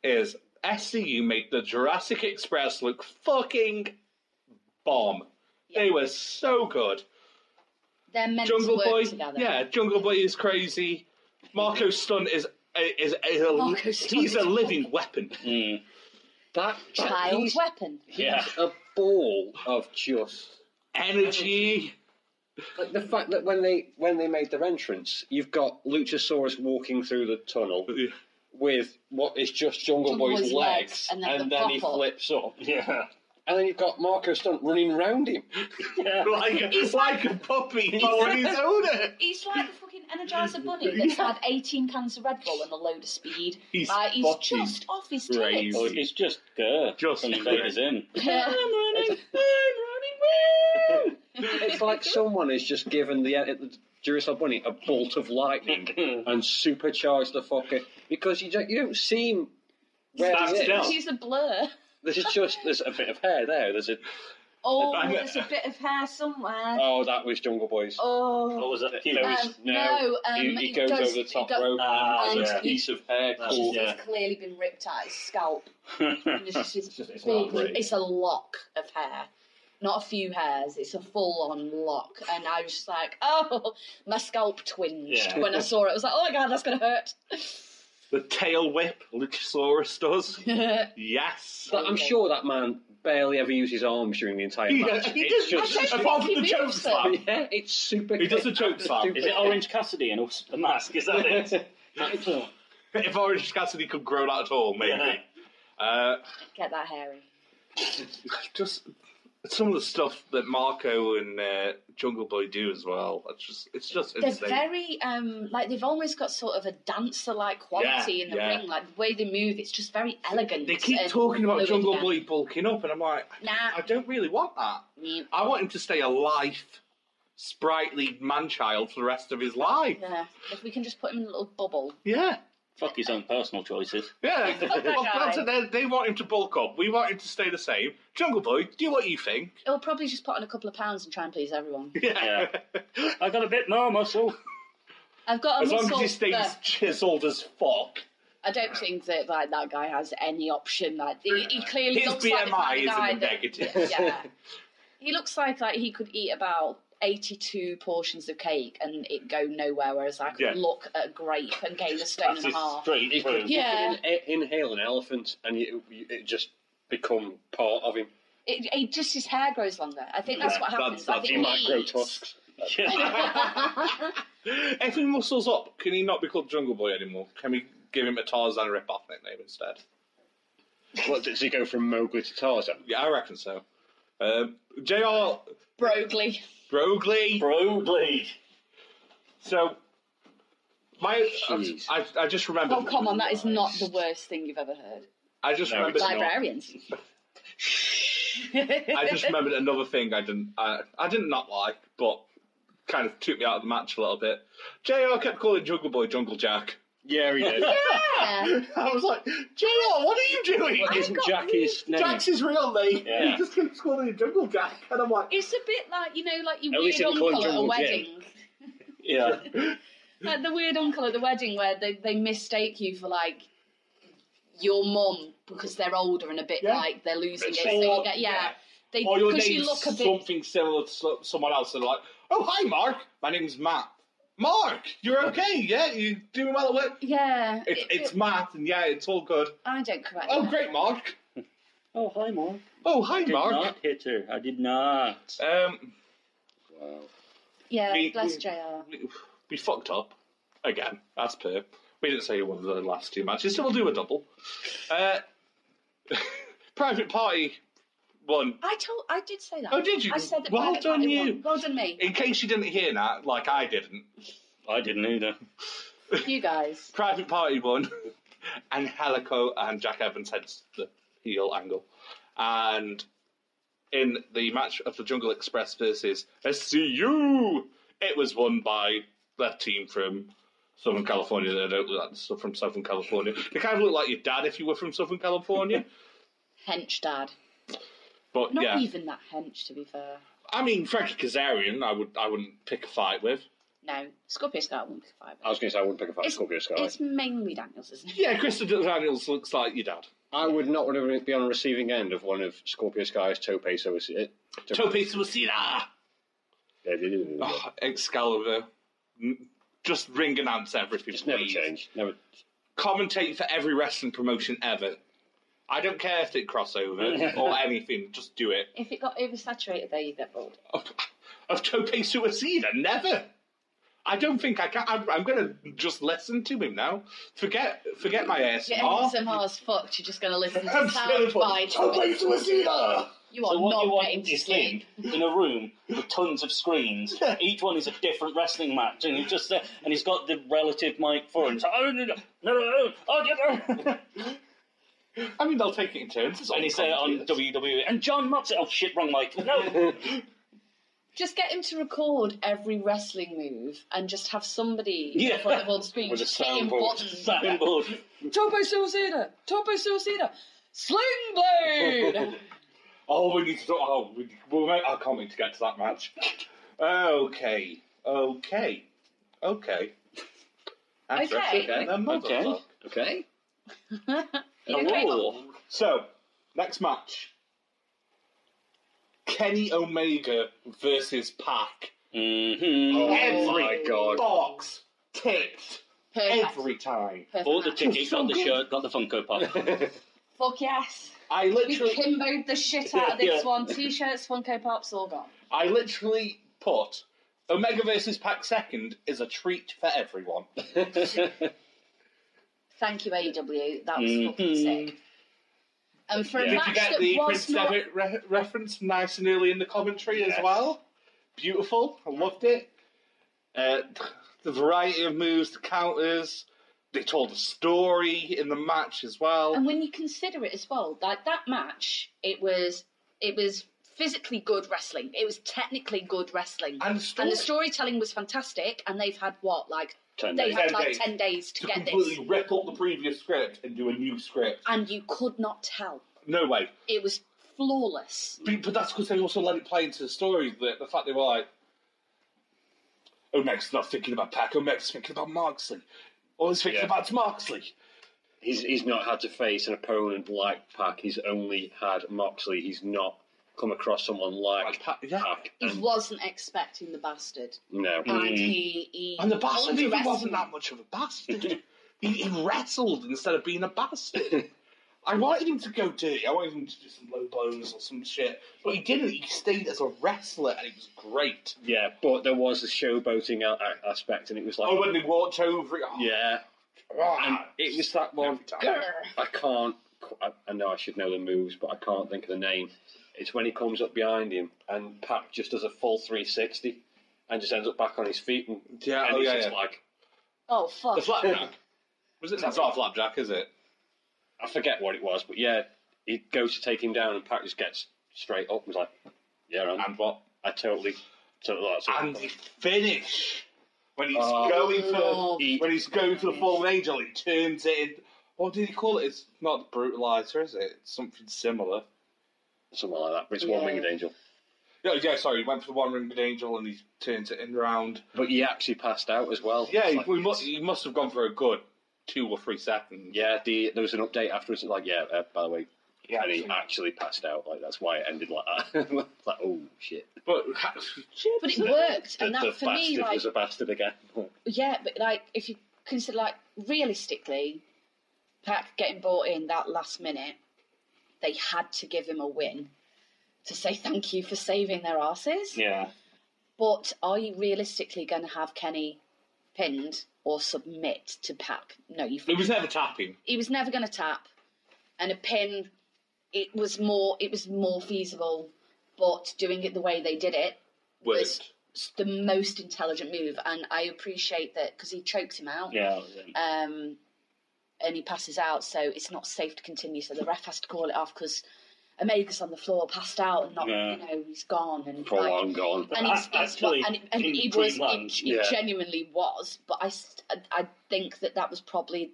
S3: is SCU made the Jurassic Express look fucking bomb. They were so good.
S1: They're meant
S3: Jungle
S1: to work
S3: Boy,
S1: together.
S3: yeah, Jungle Boy is crazy. Marco Stunt is is, is a,
S1: Marco Stunt
S3: he's a
S1: is-
S3: living weapon.
S2: Mm.
S4: That
S1: Child's
S4: he's,
S1: weapon.
S2: Yeah.
S4: a ball of just
S3: Energy.
S4: like the fact that when they when they made their entrance, you've got Luchasaurus walking through the tunnel with what is just Jungle,
S1: Jungle
S4: Boy's,
S1: Boy's
S4: legs,
S1: legs, and then the
S4: he
S1: pop-up.
S4: flips up,
S2: Yeah.
S4: and then you've got Marco Stunt running round him.
S2: Yeah.
S3: Like a, like a puppy following his owner.
S1: He's like a fucking energizer bunny that's had 18 cans of Red Bull and a load of speed.
S3: He's
S1: Like, he's
S3: fucking
S1: just off his
S3: crazy.
S1: tits.
S2: Oh, it's just Gurr
S3: Just
S2: from
S3: Gurr.
S2: Invaders In.
S1: Yeah.
S2: running.
S4: It's like someone has just given the, the Jerusalem Bunny a bolt of lightning and supercharged the fucker because you don't you don't seem. Where
S3: Stand
S4: he is.
S3: still.
S1: He's a blur.
S4: There's just there's a bit of hair there. There's a
S1: Oh,
S3: If I-
S1: there's a bit of hair somewhere.
S4: oh that was Jungle Boys.
S2: What
S1: Oh.
S2: was that?
S4: There
S1: Um,
S4: was no,
S1: no, um,
S4: he, he
S1: it
S4: goes,
S1: goes-
S4: over the top
S1: it go-
S4: rope
S2: Ah,
S4: and there's
S2: yeah.
S4: a piece of hair
S2: That's
S4: caught
S1: Just,
S2: Yeah.
S1: It's clearly been ripped out his scalp. And it's just it's
S2: it's
S4: Oh,
S1: big,
S2: not great.
S1: it's a lock of hair. Not a few hairs, it's a full on lock. And I was just like, oh, my scalp twinged
S2: Yeah.
S1: when I saw it. I was like, oh my god, that's going to
S3: The tail whip Luchasaurus does.
S1: hurt.
S3: Yes.
S4: But I'm sure that man barely ever uses his arms during the entire
S3: He,
S4: match.
S3: does- he
S4: It's
S3: does
S1: I
S4: just,
S1: don't
S3: apart
S1: think
S3: from the
S1: he
S3: choke
S1: moves
S3: slam.
S4: yeah, it's super.
S3: He does the choke
S4: It's
S3: slam.
S4: super-
S2: Is it Orange Cassidy and Us the Mask? Is that it?
S3: If Orange Cassidy could grow that at all, maybe. Uh,
S1: Get that hairy.
S3: just some of the stuff that Marco and uh, Jungle Boy do as well. It's just it's just
S1: They're
S3: insane.
S1: very, um, like, they've always got sort of a dancer like quality
S3: Yeah,
S1: in the
S3: yeah.
S1: ring. Like, the way they move, it's just very elegant.
S3: They keep
S1: and
S3: talking about
S1: fluid
S3: Jungle
S1: again.
S3: Boy bulking up, and I'm like, I
S1: Nah.
S3: don't really want that.
S1: mm,
S3: I want him to stay a lithe, sprightly man child for the rest of his life.
S1: Yeah. If we can just put him in a little bubble.
S3: Yeah.
S2: Fuck his own personal choices.
S3: Yeah,
S1: Fuck that
S3: well,
S1: guy.
S3: that's it, they, they want him to bulk up. We want him to stay the same. Jungle Boy, do what you think.
S1: It'll probably just put on a couple of pounds and try and please everyone.
S3: Yeah.
S2: I got a bit more muscle.
S1: I've got a
S3: as long as
S1: muscle
S3: he stays
S1: that-
S3: chiseled as fuck.
S1: I don't think that like that guy has any option. Like he, he clearly
S3: His
S1: looks like the
S3: BMI
S1: kind
S3: is
S1: of guy
S3: in the
S1: that,
S3: negative.
S1: yeah, he looks like like he could eat about eighty-two portions of cake and it go nowhere. Whereas I could
S3: Yeah.
S1: look at a grape and gain a stone and a half.
S2: straight through.
S1: Yeah.
S4: You can in- inhale an elephant and you, you, it just become part of him.
S1: It, it just his hair grows longer. I think that's
S3: Yeah,
S1: what happens.
S3: that's-
S1: I
S3: that's-
S1: think
S4: He might
S1: he
S4: grow
S1: eats.
S4: tusks.
S2: Yeah.
S3: if he muscles up, can he not be called Jungle Boy anymore? Can we give him a Tarzan rip-off nickname instead?
S4: What does he go from Mowgli to Tarzan?
S3: Yeah, I reckon so. Um, J.R.
S1: Broglie.
S3: Broglie.
S2: Broglie.
S3: so, my, I,
S4: Jeez.
S3: I, I just remember.
S1: Oh come on, that is not the worst thing you've ever heard.
S3: I just
S4: No,
S3: remembered.
S4: it's not.
S1: Librarians.
S3: I just remembered another thing I didn't I, I didn't not like, but kind of took me out of the match a little bit. JR kept calling Jungle Boy Jungle Jack.
S4: Yeah, he did.
S1: Yeah.
S3: I was like, JR, what are you doing?
S1: I-
S4: Isn't Jackie's name?
S3: Jack's his real name.
S2: Yeah.
S3: He just keeps calling him Jungle Jack, and I'm like,
S1: It's a bit like you know, like your
S4: At least
S1: weird
S4: it didn't call him
S1: uncle at a
S4: Jungle Jim.
S1: wedding.
S2: Yeah.
S1: like the weird uncle at the wedding where they, they mistake you for like your mum because they're older and a bit
S3: Yeah.
S1: like they're losing it.
S3: Bit
S1: So you
S3: sore,
S1: get,
S3: yeah.
S1: yeah, they
S3: or your
S1: because
S3: name's
S1: you look a bit.
S3: something similar to so- someone else, and like, oh hi Mark, my name's Matt. Mark, you're okay, yeah, you're doing well at work.
S1: Yeah,
S3: It's
S1: it-
S3: it's
S1: it-
S3: Matt, and yeah, it's all good.
S1: I don't correct.
S3: Oh
S1: that.
S3: great, Mark.
S2: Oh, hi, Mark.
S3: Oh hi,
S2: Did
S3: Mark.
S2: not hit her. I did not.
S3: Um,
S4: Wow.
S1: Yeah,
S3: we-
S1: bless
S3: we-
S1: Jr.
S3: we, we fucked up. again, as per. We didn't say who won the last two matches, so we'll do a double. Uh, Private Party won.
S1: I told, I did say that.
S3: Oh, did you?
S1: I said that.
S3: Well
S1: Private
S3: done
S1: Party won.
S3: you.
S1: Well done me.
S3: In case you didn't hear that, like I didn't,
S2: I didn't either.
S1: You guys.
S3: Private Party won, and Helico and Jack Evans heads the heel angle. And in the match of the Jungle Express versus SCU, it was won by that team from Southern California. They don't look like the stuff from Southern California. They kind of look like your dad if you were from Southern California.
S1: Hench dad.
S3: But
S1: Not
S3: yeah,
S1: even that hench, to be fair.
S3: I mean Frankie Kazarian, I would I wouldn't pick a fight with.
S1: No, Scorpio Scarlet won't be five.
S3: Oh,
S4: I was going to say I wouldn't pick a fight with
S1: It's,
S4: Scorpio Sky.
S1: it's mainly Daniels, isn't it?
S3: Yeah, Krista Daniels looks like your dad.
S4: I would not want to be on the receiving end of one of Scorpio Sky's tope suicide.
S3: Tope Suicida! Oh, Excalibur. Mm, Just ring announce everything.
S4: Just never
S3: please.
S4: change. Never.
S3: Commentate for every wrestling promotion ever. I don't care if it crossover or anything, just do it.
S1: If it got oversaturated there, you'd get bored.
S3: Of, of Tope Suicida, never! I don't think I can. I'm, I'm going to just listen to him now. Forget forget my
S1: Your
S3: ASMR.
S1: ASMR's fucked, you're just going to listen to
S3: I'm just gonna
S1: sound
S3: put
S1: bites.
S3: Tope Suicida!
S1: You are
S2: so what
S1: not
S2: you want
S1: getting to
S2: is
S1: sleep.
S2: him in a room with tons of screens. Each one is a different wrestling match, and he's just there, and he's got the relative mic for him. So, oh, no, no, no, no, oh, no, no.
S3: I mean, they'll take it in turns. it's all
S2: and he's there on
S3: commentators.
S2: WWE. And John Moxley. Oh shit, wrong mic. No.
S1: Just get him to record every wrestling move and just have somebody
S2: Yeah.
S1: in front of on screen
S4: With a
S1: just hitting
S4: soundboard.
S1: buttons.
S2: Soundboard.
S1: Topo Suicida! Topo Suicida! Sling Blade!
S3: Oh, we need to. Oh, we, we'll make our comment to get to that match. Okay, okay, okay. That's
S1: Okay.
S3: okay. then,
S2: Okay.
S3: motherfucker.
S4: Okay.
S1: You okay, Bob?
S2: Whoa.
S3: So, next match: Kenny Omega versus Pac.
S2: Mhm.
S4: Oh
S3: Every
S4: my god.
S3: box ticked
S1: Perfect.
S3: every time.
S1: Perfect.
S2: Bought the ticket,
S3: so
S2: got the
S3: good.
S2: shirt, got the Funko Pop.
S1: Fuck yes.
S3: I
S1: We
S3: literally,
S1: kimboed the shit out of this
S2: Yeah.
S1: one. T-shirts, Funko Pops, all gone.
S3: I literally put Omega versus Pac second is a treat for everyone.
S1: Thank you, AEW. That was fucking
S2: Mhm.
S1: sick. And for a
S3: Mm-hmm. Did
S1: match
S3: you get
S1: that
S3: the
S1: was
S3: Prince
S1: not...
S3: Devitt re- reference nice and early in the commentary as
S2: Yes.
S3: well? Beautiful. I loved it. Uh, the variety of moves, the counters. They told a story in the match as well.
S1: And when you consider it as well, like that match, it was it was physically good wrestling. It was technically good wrestling.
S3: And the
S1: And
S3: story
S1: the storytelling was fantastic, and they've had what, like
S2: Ten
S1: they've
S2: days.
S1: had
S3: Ten
S1: like
S3: days
S1: ten days to,
S3: to
S1: get
S3: completely
S1: this,
S3: rip up the previous script and do a new script.
S1: and you could not tell.
S3: No way.
S1: It was flawless.
S3: But, but that's because they also let it play into the story. The, the fact they were like, Omeg's not thinking about Pac, Omeg's thinking about Moxley. All he's thinking
S4: Yeah.
S3: about is Moxley.
S4: He's he's not had to face an opponent like Pac. He's only had Moxley. He's not come across someone
S3: Like
S4: like, like
S3: Pac, yeah.
S4: Pac.
S1: He
S4: And
S1: wasn't expecting the bastard,
S4: no.
S1: and he, he
S3: Mm. And the
S1: all
S3: bastard
S1: the
S3: even
S1: rest-
S3: wasn't that much of a bastard. he, he wrestled instead of being a bastard. I wanted him to go dirty. I wanted him to do some low blows or some shit, but he didn't. He stayed as a wrestler, and it was great.
S4: Yeah, but there was the showboating a- a- aspect, and it was like,
S3: Oh, when they walked over, it, oh,
S4: yeah,
S3: ah,
S4: and it was that one.
S3: every time.
S4: I can't. qu- I, I know I should know the moves, but I can't think of the name. It's when he comes up behind him and Pac just does a full 360 and just ends up back on his feet, and,
S3: Yeah,
S4: and
S3: oh
S4: he's
S3: yeah,
S4: just
S3: yeah.
S4: like,
S1: Oh fuck!
S3: the flapjack. Was it? That's not a flapjack, is it?
S4: I forget what it was, but yeah, he goes to take him down, and Pac just gets straight up and was like, yeah, I'm,
S3: And what?
S4: I totally. totally that's what
S3: And the finish when he's
S4: Oh.
S3: going for
S4: He-
S3: when he's going for the full angel, he turns it. In, what did he call it? It's not brutalizer, is it? It's something similar.
S4: something like that. But it's
S1: Yeah.
S4: one winged angel.
S3: Yeah, yeah, sorry, he went for the one ringed angel and he turns it in round.
S4: But he actually passed out as well.
S3: Yeah,
S4: It's
S3: he,
S4: like-
S3: we must, he must have gone for a good two or three seconds.
S4: Yeah, the, there was an update afterwards. Like, yeah, uh, by the way,
S3: yeah.
S4: and he actually passed out. Like that's why it ended like that. It's like, oh shit.
S3: But
S1: But it worked, and
S4: The- the
S1: that for me,
S4: bastard
S1: like,
S4: was a bastard again.
S1: yeah, but like if you consider like realistically, Pac getting bought in that last minute, they had to give him a win to say thank you for saving their asses.
S2: Yeah.
S1: But are you realistically going to have Kenny pinned or submit to Pap. No, you.
S3: It was never tapping.
S1: He was never going to tap, and a pin. It was more. It was more feasible, but doing it the way they did it was
S3: Worked.
S1: the most intelligent move, and I appreciate that because he chokes him out.
S2: Yeah, that was it.
S1: um, and he passes out, so it's not safe to continue. So the ref has to call it off because Omega's on the floor, passed out, and not
S2: Yeah.
S1: you know he's gone and
S4: For a
S1: like-
S4: long gone.
S1: And he's,
S2: That-
S1: he's- well, and, and
S2: actually,
S1: he
S2: in
S1: was, he,
S2: Greenland,
S1: he
S4: yeah.
S1: genuinely was, but I, s- I- I think that that was probably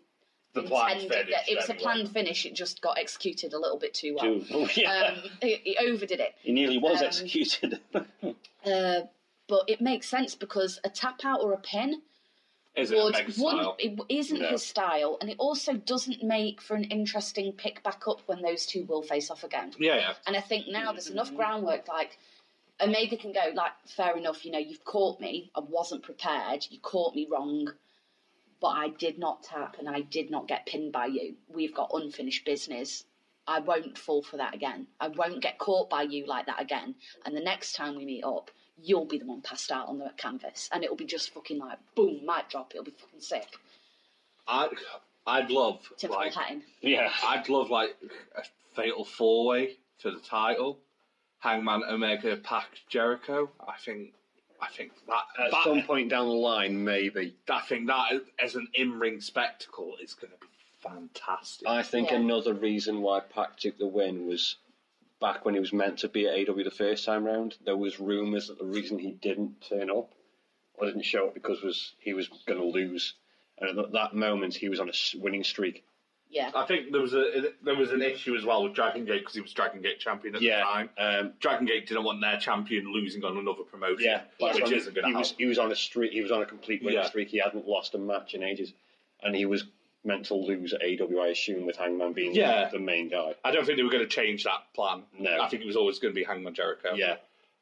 S3: The planned
S1: intended.
S3: finish.
S1: that it was
S3: anyway.
S1: a planned finish. It just got executed a little bit too well.
S2: Too- oh, yeah.
S1: Um, he, he overdid it.
S2: he nearly was
S1: um,
S2: executed.
S1: Uh, but it makes sense because a tap out or a pin
S3: Is it
S1: would,
S3: Omega
S1: wouldn't,
S3: style?
S1: it isn't
S4: No.
S1: his style, and it also doesn't make for an interesting pick back up when those two will face off again.
S3: Yeah, yeah.
S1: And I think now there's
S3: Mm-hmm.
S1: enough groundwork, like Omega can go, like, fair enough, you know, you've caught me, I wasn't prepared, you caught me wrong, but I did not tap and I did not get pinned by you. We've got unfinished business. I won't fall for that again. I won't get caught by you like that again. And the next time we meet up, you'll be the one passed out on the canvas, and it'll be just fucking like boom, mic drop. It'll be fucking sick.
S3: I, I'd love
S1: Typical
S3: like
S1: Hatton.
S2: yeah.
S3: I'd love like a fatal four way for the title. Hangman Omega Pac Jericho. I think I think that,
S4: At
S3: that
S4: some point down the line, maybe.
S3: I think that as an in ring spectacle is going to be fantastic.
S4: I think
S1: Yeah.
S4: another reason why Pac took the win was back when he was meant to be at AW the first time round. There was rumours that the reason he didn't turn up or didn't show up because was he was going to lose, and at that moment he was on a s- winning streak.
S1: Yeah,
S3: I think there was a there was an issue as well with Dragon Gate because he was Dragon Gate champion at the time.
S4: um,
S3: Dragon Gate didn't want their champion losing on another promotion,
S4: yeah,
S1: Yeah.
S3: which isn't going
S4: he
S3: to
S4: was
S3: happen.
S4: he was on a streak. He was on a complete winning
S3: Yeah.
S4: streak. He hadn't lost a match in ages, and he was meant to lose at AW. I assume with Hangman being
S3: Yeah.
S4: the main guy.
S3: I don't think they were going to change that plan.
S4: No.
S3: I think it was always going to be Hangman Jericho.
S4: Yeah,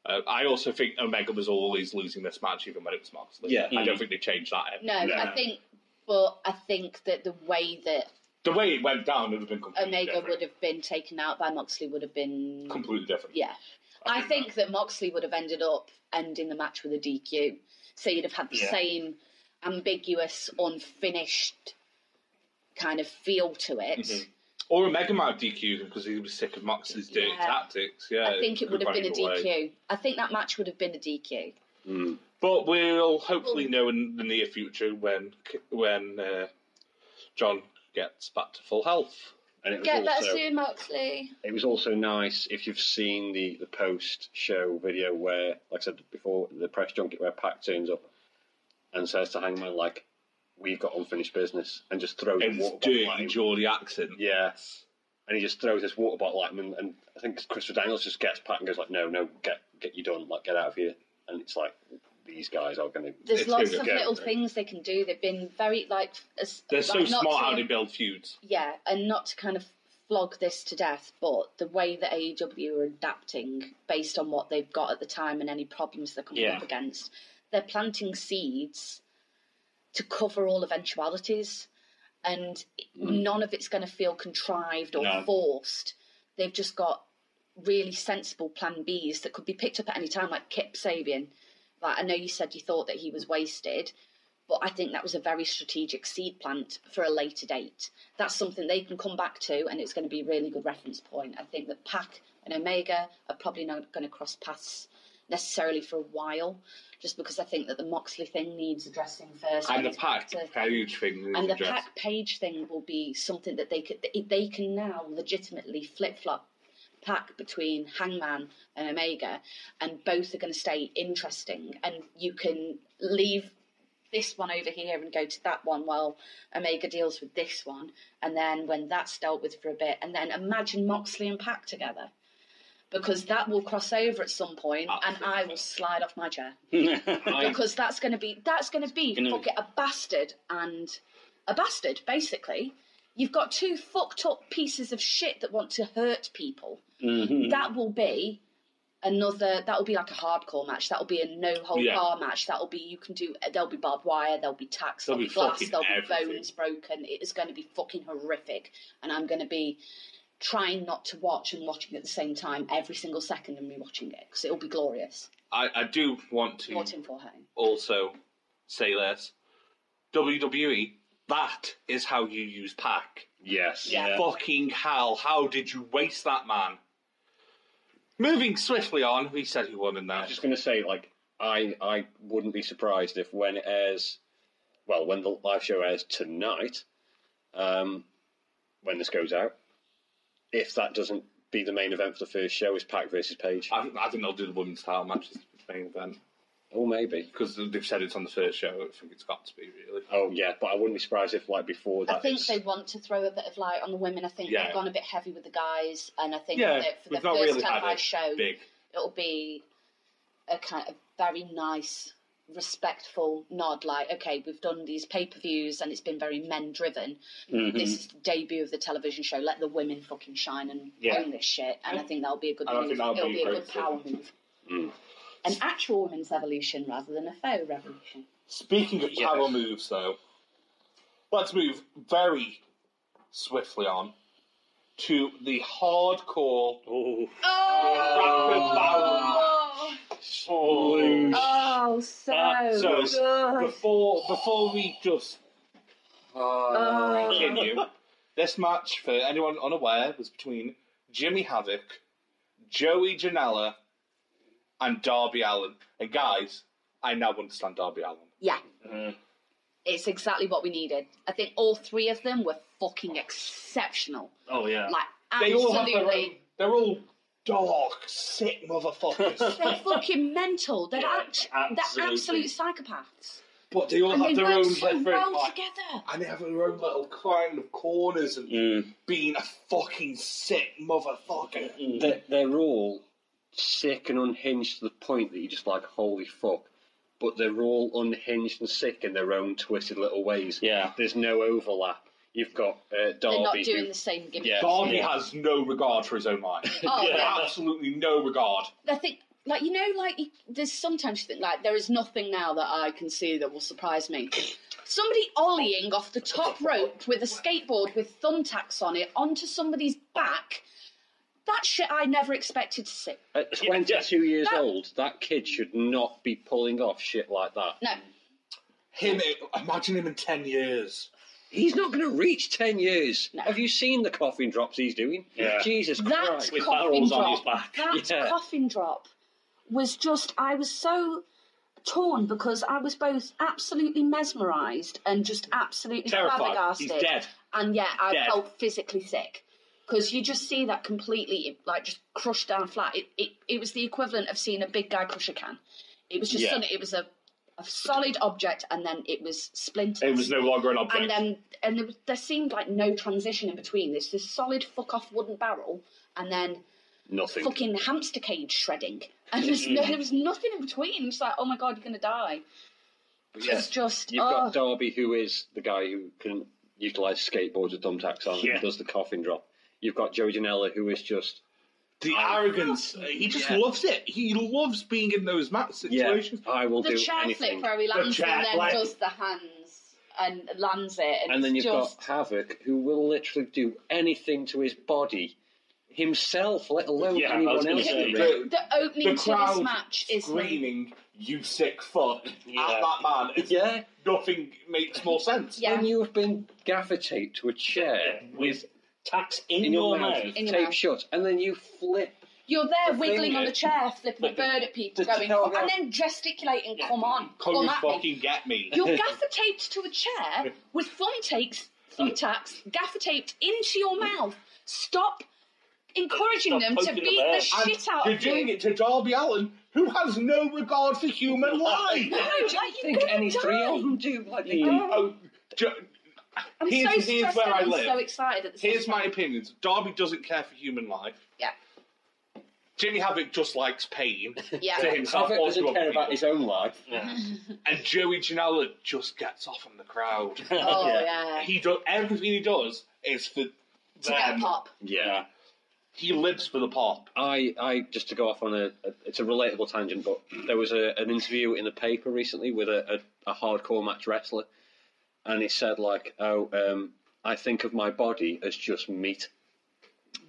S3: Uh, I also think Omega was always losing this match, even when it was Moxley.
S4: Yeah.
S3: I don't think they changed that. ever.
S1: Mm. no,
S4: No.
S1: I think, but I think that the way that
S3: The way it went down would have been completely
S1: Omega
S3: different.
S1: would have been taken out by Moxley would have been
S3: completely different.
S1: yeah. I think that Moxley would have ended up ending the match with a DQ, so you'd have had the
S2: Yeah.
S1: same ambiguous, unfinished kind of feel to it.
S3: Or Omega might have DQ'd him because he was sick of Moxley's dirty
S1: Yeah.
S3: tactics. Yeah,
S1: I think it would
S3: could
S1: have
S3: run
S1: been a
S3: either way.
S1: DQ. I think that match would have been a DQ.
S3: But we'll hopefully know in the near future when when uh, John gets back to full health.
S4: and it was
S1: Get better
S4: also
S1: soon, Moxley.
S4: it was also nice if you've seen the, the post show video where, like I said before, the press junket where Pac turns up and says to Hangman like, "We've got unfinished business," and just throws a
S3: And
S4: water
S3: it's
S4: bottle
S3: dirty
S4: at him.
S3: Geordie accent.
S4: Yes. And he just throws this water bottle at him, and, and I think Christopher Daniels just gets Pat and goes like, "No, no, get get you done, like get out of here." And it's like these guys are going to.
S1: There's
S3: It's
S1: lots
S3: gonna
S1: of
S3: go,
S1: little
S3: though.
S1: things they can do. They've been very like as,
S3: They're
S1: like,
S3: so
S1: not
S3: smart how
S1: to-
S3: they build feuds.
S1: yeah, and not to kind of flog this to death, but the way that AEW are adapting based on what they've got at the time and any problems they're coming
S2: Yeah.
S1: up against, they're planting seeds to cover all eventualities, and none of it's going to feel contrived or
S2: Hmm. No.
S1: forced. They've just got really sensible plan Bs that could be picked up at any time, like Kip Sabian. Like I know you said you thought that he was wasted, but I think that was a very strategic seed plant for a later date. That's something they can come back to, and it's going to be a really good reference point. I think that Pac and Omega are probably not going to cross paths necessarily for a while, just because I think that the Moxley thing needs addressing first.
S3: And the
S1: It's
S3: pack,
S1: to-
S3: huge thing.
S1: and the
S3: address.
S1: pack page thing will be something that they could they can now legitimately flip flop pack between Hangman and Omega, and both are going to stay interesting. And you can leave this one over here and go to that one while Omega deals with this one, and then when that's dealt with for a bit, and then imagine Moxley and Pack together. Because that will cross over at some point, and I will slide off my chair
S2: Mm-hmm.
S1: because that's going to be that's going to be
S2: Gonna-
S1: forget a bastard and a bastard basically you've got two fucked up pieces of shit that want to hurt people
S3: Mm-hmm.
S1: that will be another that will be like a hardcore match that'll be a no hold
S3: Yeah.
S1: bar match that'll be you can do there'll be barbed wire there'll be tacks there'll,
S3: There'll
S1: be
S3: be
S1: glass
S3: fucking
S1: there'll
S3: everything.
S1: be bones broken it is going to be fucking horrific and i'm going to be trying not to watch and watching at the same time every single second and rewatching it because it'll be glorious
S3: I, I do want to
S1: Martin Forhane.
S3: also say this. WWE, E, that is how you use Pac.
S4: Yes.
S1: Yeah.
S3: Fucking hell, how did you waste that man? Moving swiftly on, he said he won in
S4: I
S3: that.
S4: was just going to say, like, I I wouldn't be surprised if when it airs, well, when the live show airs tonight, um, when this goes out, if that doesn't be the main event for the first show is Pac versus Page.
S3: I, think- I think they'll do the women's title match as the main event
S4: Or maybe.
S3: because they've said it's on the first show. I think it's got to be really.
S4: Oh yeah, but I wouldn't be surprised if like before that.
S1: I think
S4: is-
S1: they want to throw a bit of light on the women. I think
S3: Yeah.
S1: they've gone a bit heavy with the guys, and I think
S3: Yeah,
S1: that for the
S3: we've not
S1: first
S3: really had a
S1: televised show,
S3: big.
S1: it'll be a kind of very nice, respectful nod. Like, okay, we've done these pay per views, and it's been very men driven.
S3: Mm-hmm.
S1: This is the debut of the television show. Let the women fucking shine and
S2: Yeah.
S1: own this shit. And I think that'll be a good.
S3: And I
S1: move.
S3: think that'll
S1: It'll
S3: be Mm.
S1: be a
S3: very
S1: good power
S3: good.
S1: move. An actual women's evolution rather than a faux revolution.
S3: Speaking of
S2: Yeah.
S3: power moves, though, let's move very swiftly on to the hardcore
S2: Oh,
S3: rapid battle.
S1: Oh,
S3: Oh.
S1: oh so,
S2: Uh,
S3: so it's-
S1: good.
S3: Before, before we just
S1: Oh.
S3: continue, Ah. this match, for anyone unaware, was between Jimmy Havoc, Joey Janela, and Darby Allen. And guys, I now understand Darby Allen.
S1: Yeah.
S3: Mm-hmm.
S2: Mm.
S1: It's exactly what we needed. I think all three of them were fucking exceptional.
S2: oh yeah.
S1: Like,
S3: They all have their own.
S1: absolutely.
S3: They're all dark, sick motherfuckers.
S1: They're fucking mental. They're,
S2: Yeah,
S1: act- they're absolute
S2: absolutely.
S1: psychopaths.
S3: But they all
S1: And
S3: have
S1: they
S3: their
S1: work
S3: own
S1: so
S3: different,
S1: well
S3: like,
S1: together.
S3: and they have their own little kind of corners and
S2: Mm.
S3: being a fucking sick motherfucker.
S4: they're, they're all sick and unhinged to the point that you're just like, holy fuck. But they're all unhinged and sick in their own twisted little ways.
S2: Yeah.
S4: There's no overlap. You've got uh,
S1: They're not
S4: Darby.
S1: doing
S4: who-
S1: the same gimmick.
S4: Yeah.
S3: Darby has no regard for his own life.
S1: Oh, yeah.
S3: Absolutely no regard.
S1: I think, like you know, like you, there's sometimes you think like there is nothing now that I can see that will surprise me. Somebody ollieing off the top rope with a skateboard with thumbtacks on it onto somebody's back. That shit I never expected to see.
S4: At 22 years
S1: That-
S4: old, that kid should not be pulling off shit like that.
S1: No,
S3: Him, imagine him in ten years.
S4: He's not going to reach 10 years.
S1: No.
S4: Have you seen the coughing drops he's doing?
S2: Yeah.
S4: Jesus
S1: that
S4: Christ.
S2: With
S1: coffin
S2: barrels
S1: drop.
S2: on his back.
S1: That
S4: Yeah.
S1: coffin drop was just. I was so torn because I was both absolutely mesmerised and just absolutely
S3: Terrified.
S1: flabbergasted.
S3: He's dead.
S1: and yeah, I
S3: Dead.
S1: felt physically sick because you just see that completely like just crushed down flat. It, it it was the equivalent of seeing a big guy crush a can. It was just
S2: Yeah.
S1: sudden- it was a, a solid object, and then it was splintered.
S3: It was no longer an object.
S1: and then and there, was- there seemed like no transition in between. There's this solid fuck off wooden barrel, and then
S4: Nothing.
S1: fucking hamster cage shredding, and there's
S4: Mm.
S1: no, there was nothing in between. It's like oh my god, you're gonna die.
S4: Yeah.
S1: It's just
S4: You've
S1: oh.
S4: got Darby, who is the guy who can utilise skateboards with thumbtacks on
S2: Yeah.
S4: and does the coffin drop. You've got Joey Janela, who is just
S3: the
S4: I-
S3: arrogance. He just
S4: Yeah.
S3: loves it. He loves being in those match
S4: yeah,
S3: situations.
S4: I will
S1: the
S4: do
S1: chair flip
S4: anything.
S1: where he lands
S3: chair
S1: and then
S3: flip.
S1: does the hands and lands it, and,
S4: And then
S1: it's
S4: you've
S1: just
S4: got Havoc, who will literally do anything to his body himself, let alone
S2: Yeah, I
S4: anyone
S2: was
S4: else.
S2: gonna
S4: in the
S2: say.
S4: ring.
S3: The-
S1: the opening
S3: the
S1: to this
S3: crowd
S1: match is
S3: screaming, "You sick fuck!" at
S2: Yeah.
S3: that man. It's,
S4: Yeah.
S3: nothing makes more sense.
S1: Yeah.
S4: When you have been gaffer taped to a chair
S2: With tax in,
S4: in your mouth,
S1: In your
S4: tape
S1: mouth.
S4: shut, and then you flip.
S1: you're there
S4: the
S1: wiggling
S4: thing
S1: on the
S4: is-
S1: chair, flipping a bird at people,
S4: the
S1: going
S4: telegraph-
S1: and then gesticulating, "Come on,
S3: Come
S1: come
S3: and
S1: at me."
S3: fucking get me.
S1: You're gaffer taped to a chair with thumb takes, thumbtacks, gaffer taped into your mouth. Stop encouraging
S2: Stop
S1: them to
S2: poking them
S1: beat the
S2: out.
S3: And
S1: shit out
S3: you're
S1: of
S3: doing
S1: you.
S3: it to Darby Allen, who has no regard for human life.
S1: No, like,
S4: I
S1: you're
S4: think
S1: gonna
S4: any
S1: die.
S4: three of them do. Like
S2: Hmm.
S4: they do.
S3: Oh, Jo-
S1: I'm
S3: Here's-
S1: so
S3: here's
S1: stressed
S3: where
S1: out
S3: I
S1: and
S3: live.
S1: so excited at the same
S3: here's my
S1: time.
S3: opinions. Darby doesn't care for human life.
S1: Yeah,
S3: Jimmy Havoc just likes pain
S1: yeah.
S3: to himself
S4: Havoc
S3: or
S4: doesn't
S3: to other
S4: care about
S3: people.
S4: his own life.
S2: Yeah.
S3: and Joey Janela just gets off on the crowd.
S1: Oh
S2: Yeah.
S1: yeah.
S3: he does everything he does is for
S1: to get a
S3: them.
S1: pop.
S2: Yeah.
S3: He lives for the pop.
S4: I, I just to go off on a, a it's a relatable tangent, but there was a, an interview in the paper recently with a, a, a hardcore match wrestler, and he said like, "Oh, um, I think of my body as just meat.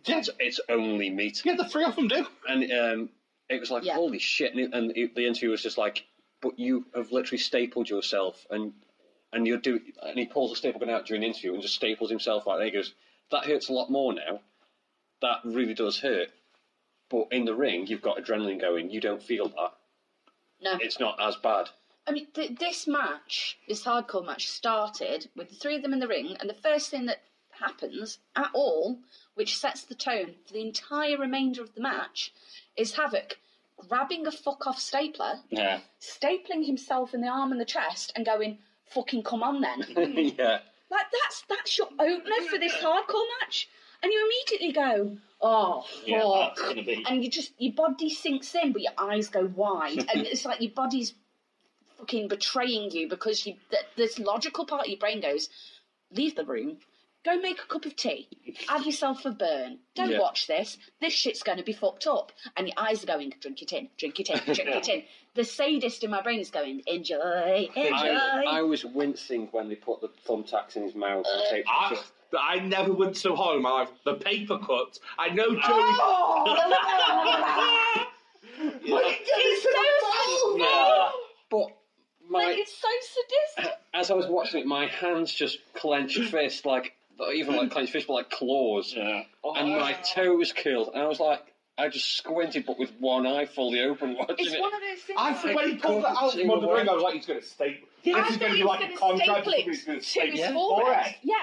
S3: Yeah,
S4: It's, it's only meat."
S3: yeah the three of them do.
S4: And um, it was like,
S1: Yeah.
S4: "Holy shit!" And, it, and it, the interview was just like, "But you have literally stapled yourself and and you do, and he pulls a staple gun out during the interview and just staples himself like there. He goes, "That hurts a lot more now. That really does hurt." But in the ring, you've got adrenaline going. You don't feel that.
S1: No.
S4: It's not as bad.
S1: I mean, th- this match, this hardcore match, started with the three of them in the ring, and the first thing that happens at all, which sets the tone for the entire remainder of the match, is Havoc grabbing a fuck off stapler,
S2: Yeah.
S1: stapling himself in the arm and the chest, and going, fucking come on then.
S4: yeah.
S1: Like that's that's your opener for this hardcore match, and you immediately go, "Oh
S2: Yeah,
S1: fuck!"
S2: that's gonna be-
S1: And you just your body sinks in, but your eyes go wide, and it's like your body's fucking betraying you because you th- this logical part of your brain goes, "Leave the room." Go make a cup of tea. Have yourself a burn. Don't
S4: Yeah.
S1: watch this. This shit's going to be fucked up. And your eyes are going, drink it in, drink it in, drink it in. The sadist in my brain is going, enjoy, enjoy.
S4: I, I was wincing when they put the thumbtacks in his mouth and taped
S3: I,
S4: it. to-
S3: I never went so hard in my life. The paper cut. I know Joey.
S1: Oh! It's so
S2: Yeah.
S4: But my,
S1: It's so sadistic.
S4: as I was watching it, my hands just clenched fist, like not even like clenched fist, but like claws,
S2: Yeah.
S4: and my
S1: Oh.
S4: toes curled, and I was like, I just squinted, but with one eye fully open, watching
S1: It's
S4: it.
S1: one of those things.
S3: I think when he pulled that out from under the ring, I was like, he's going to staple.
S1: I
S3: this is
S1: thought
S3: going to
S1: he
S3: be
S1: was
S3: like a
S1: gonna
S3: contract.
S1: staple it
S3: He's going to
S1: to
S3: staple
S1: his
S3: his
S1: forehead.
S3: forehead.
S1: Yeah.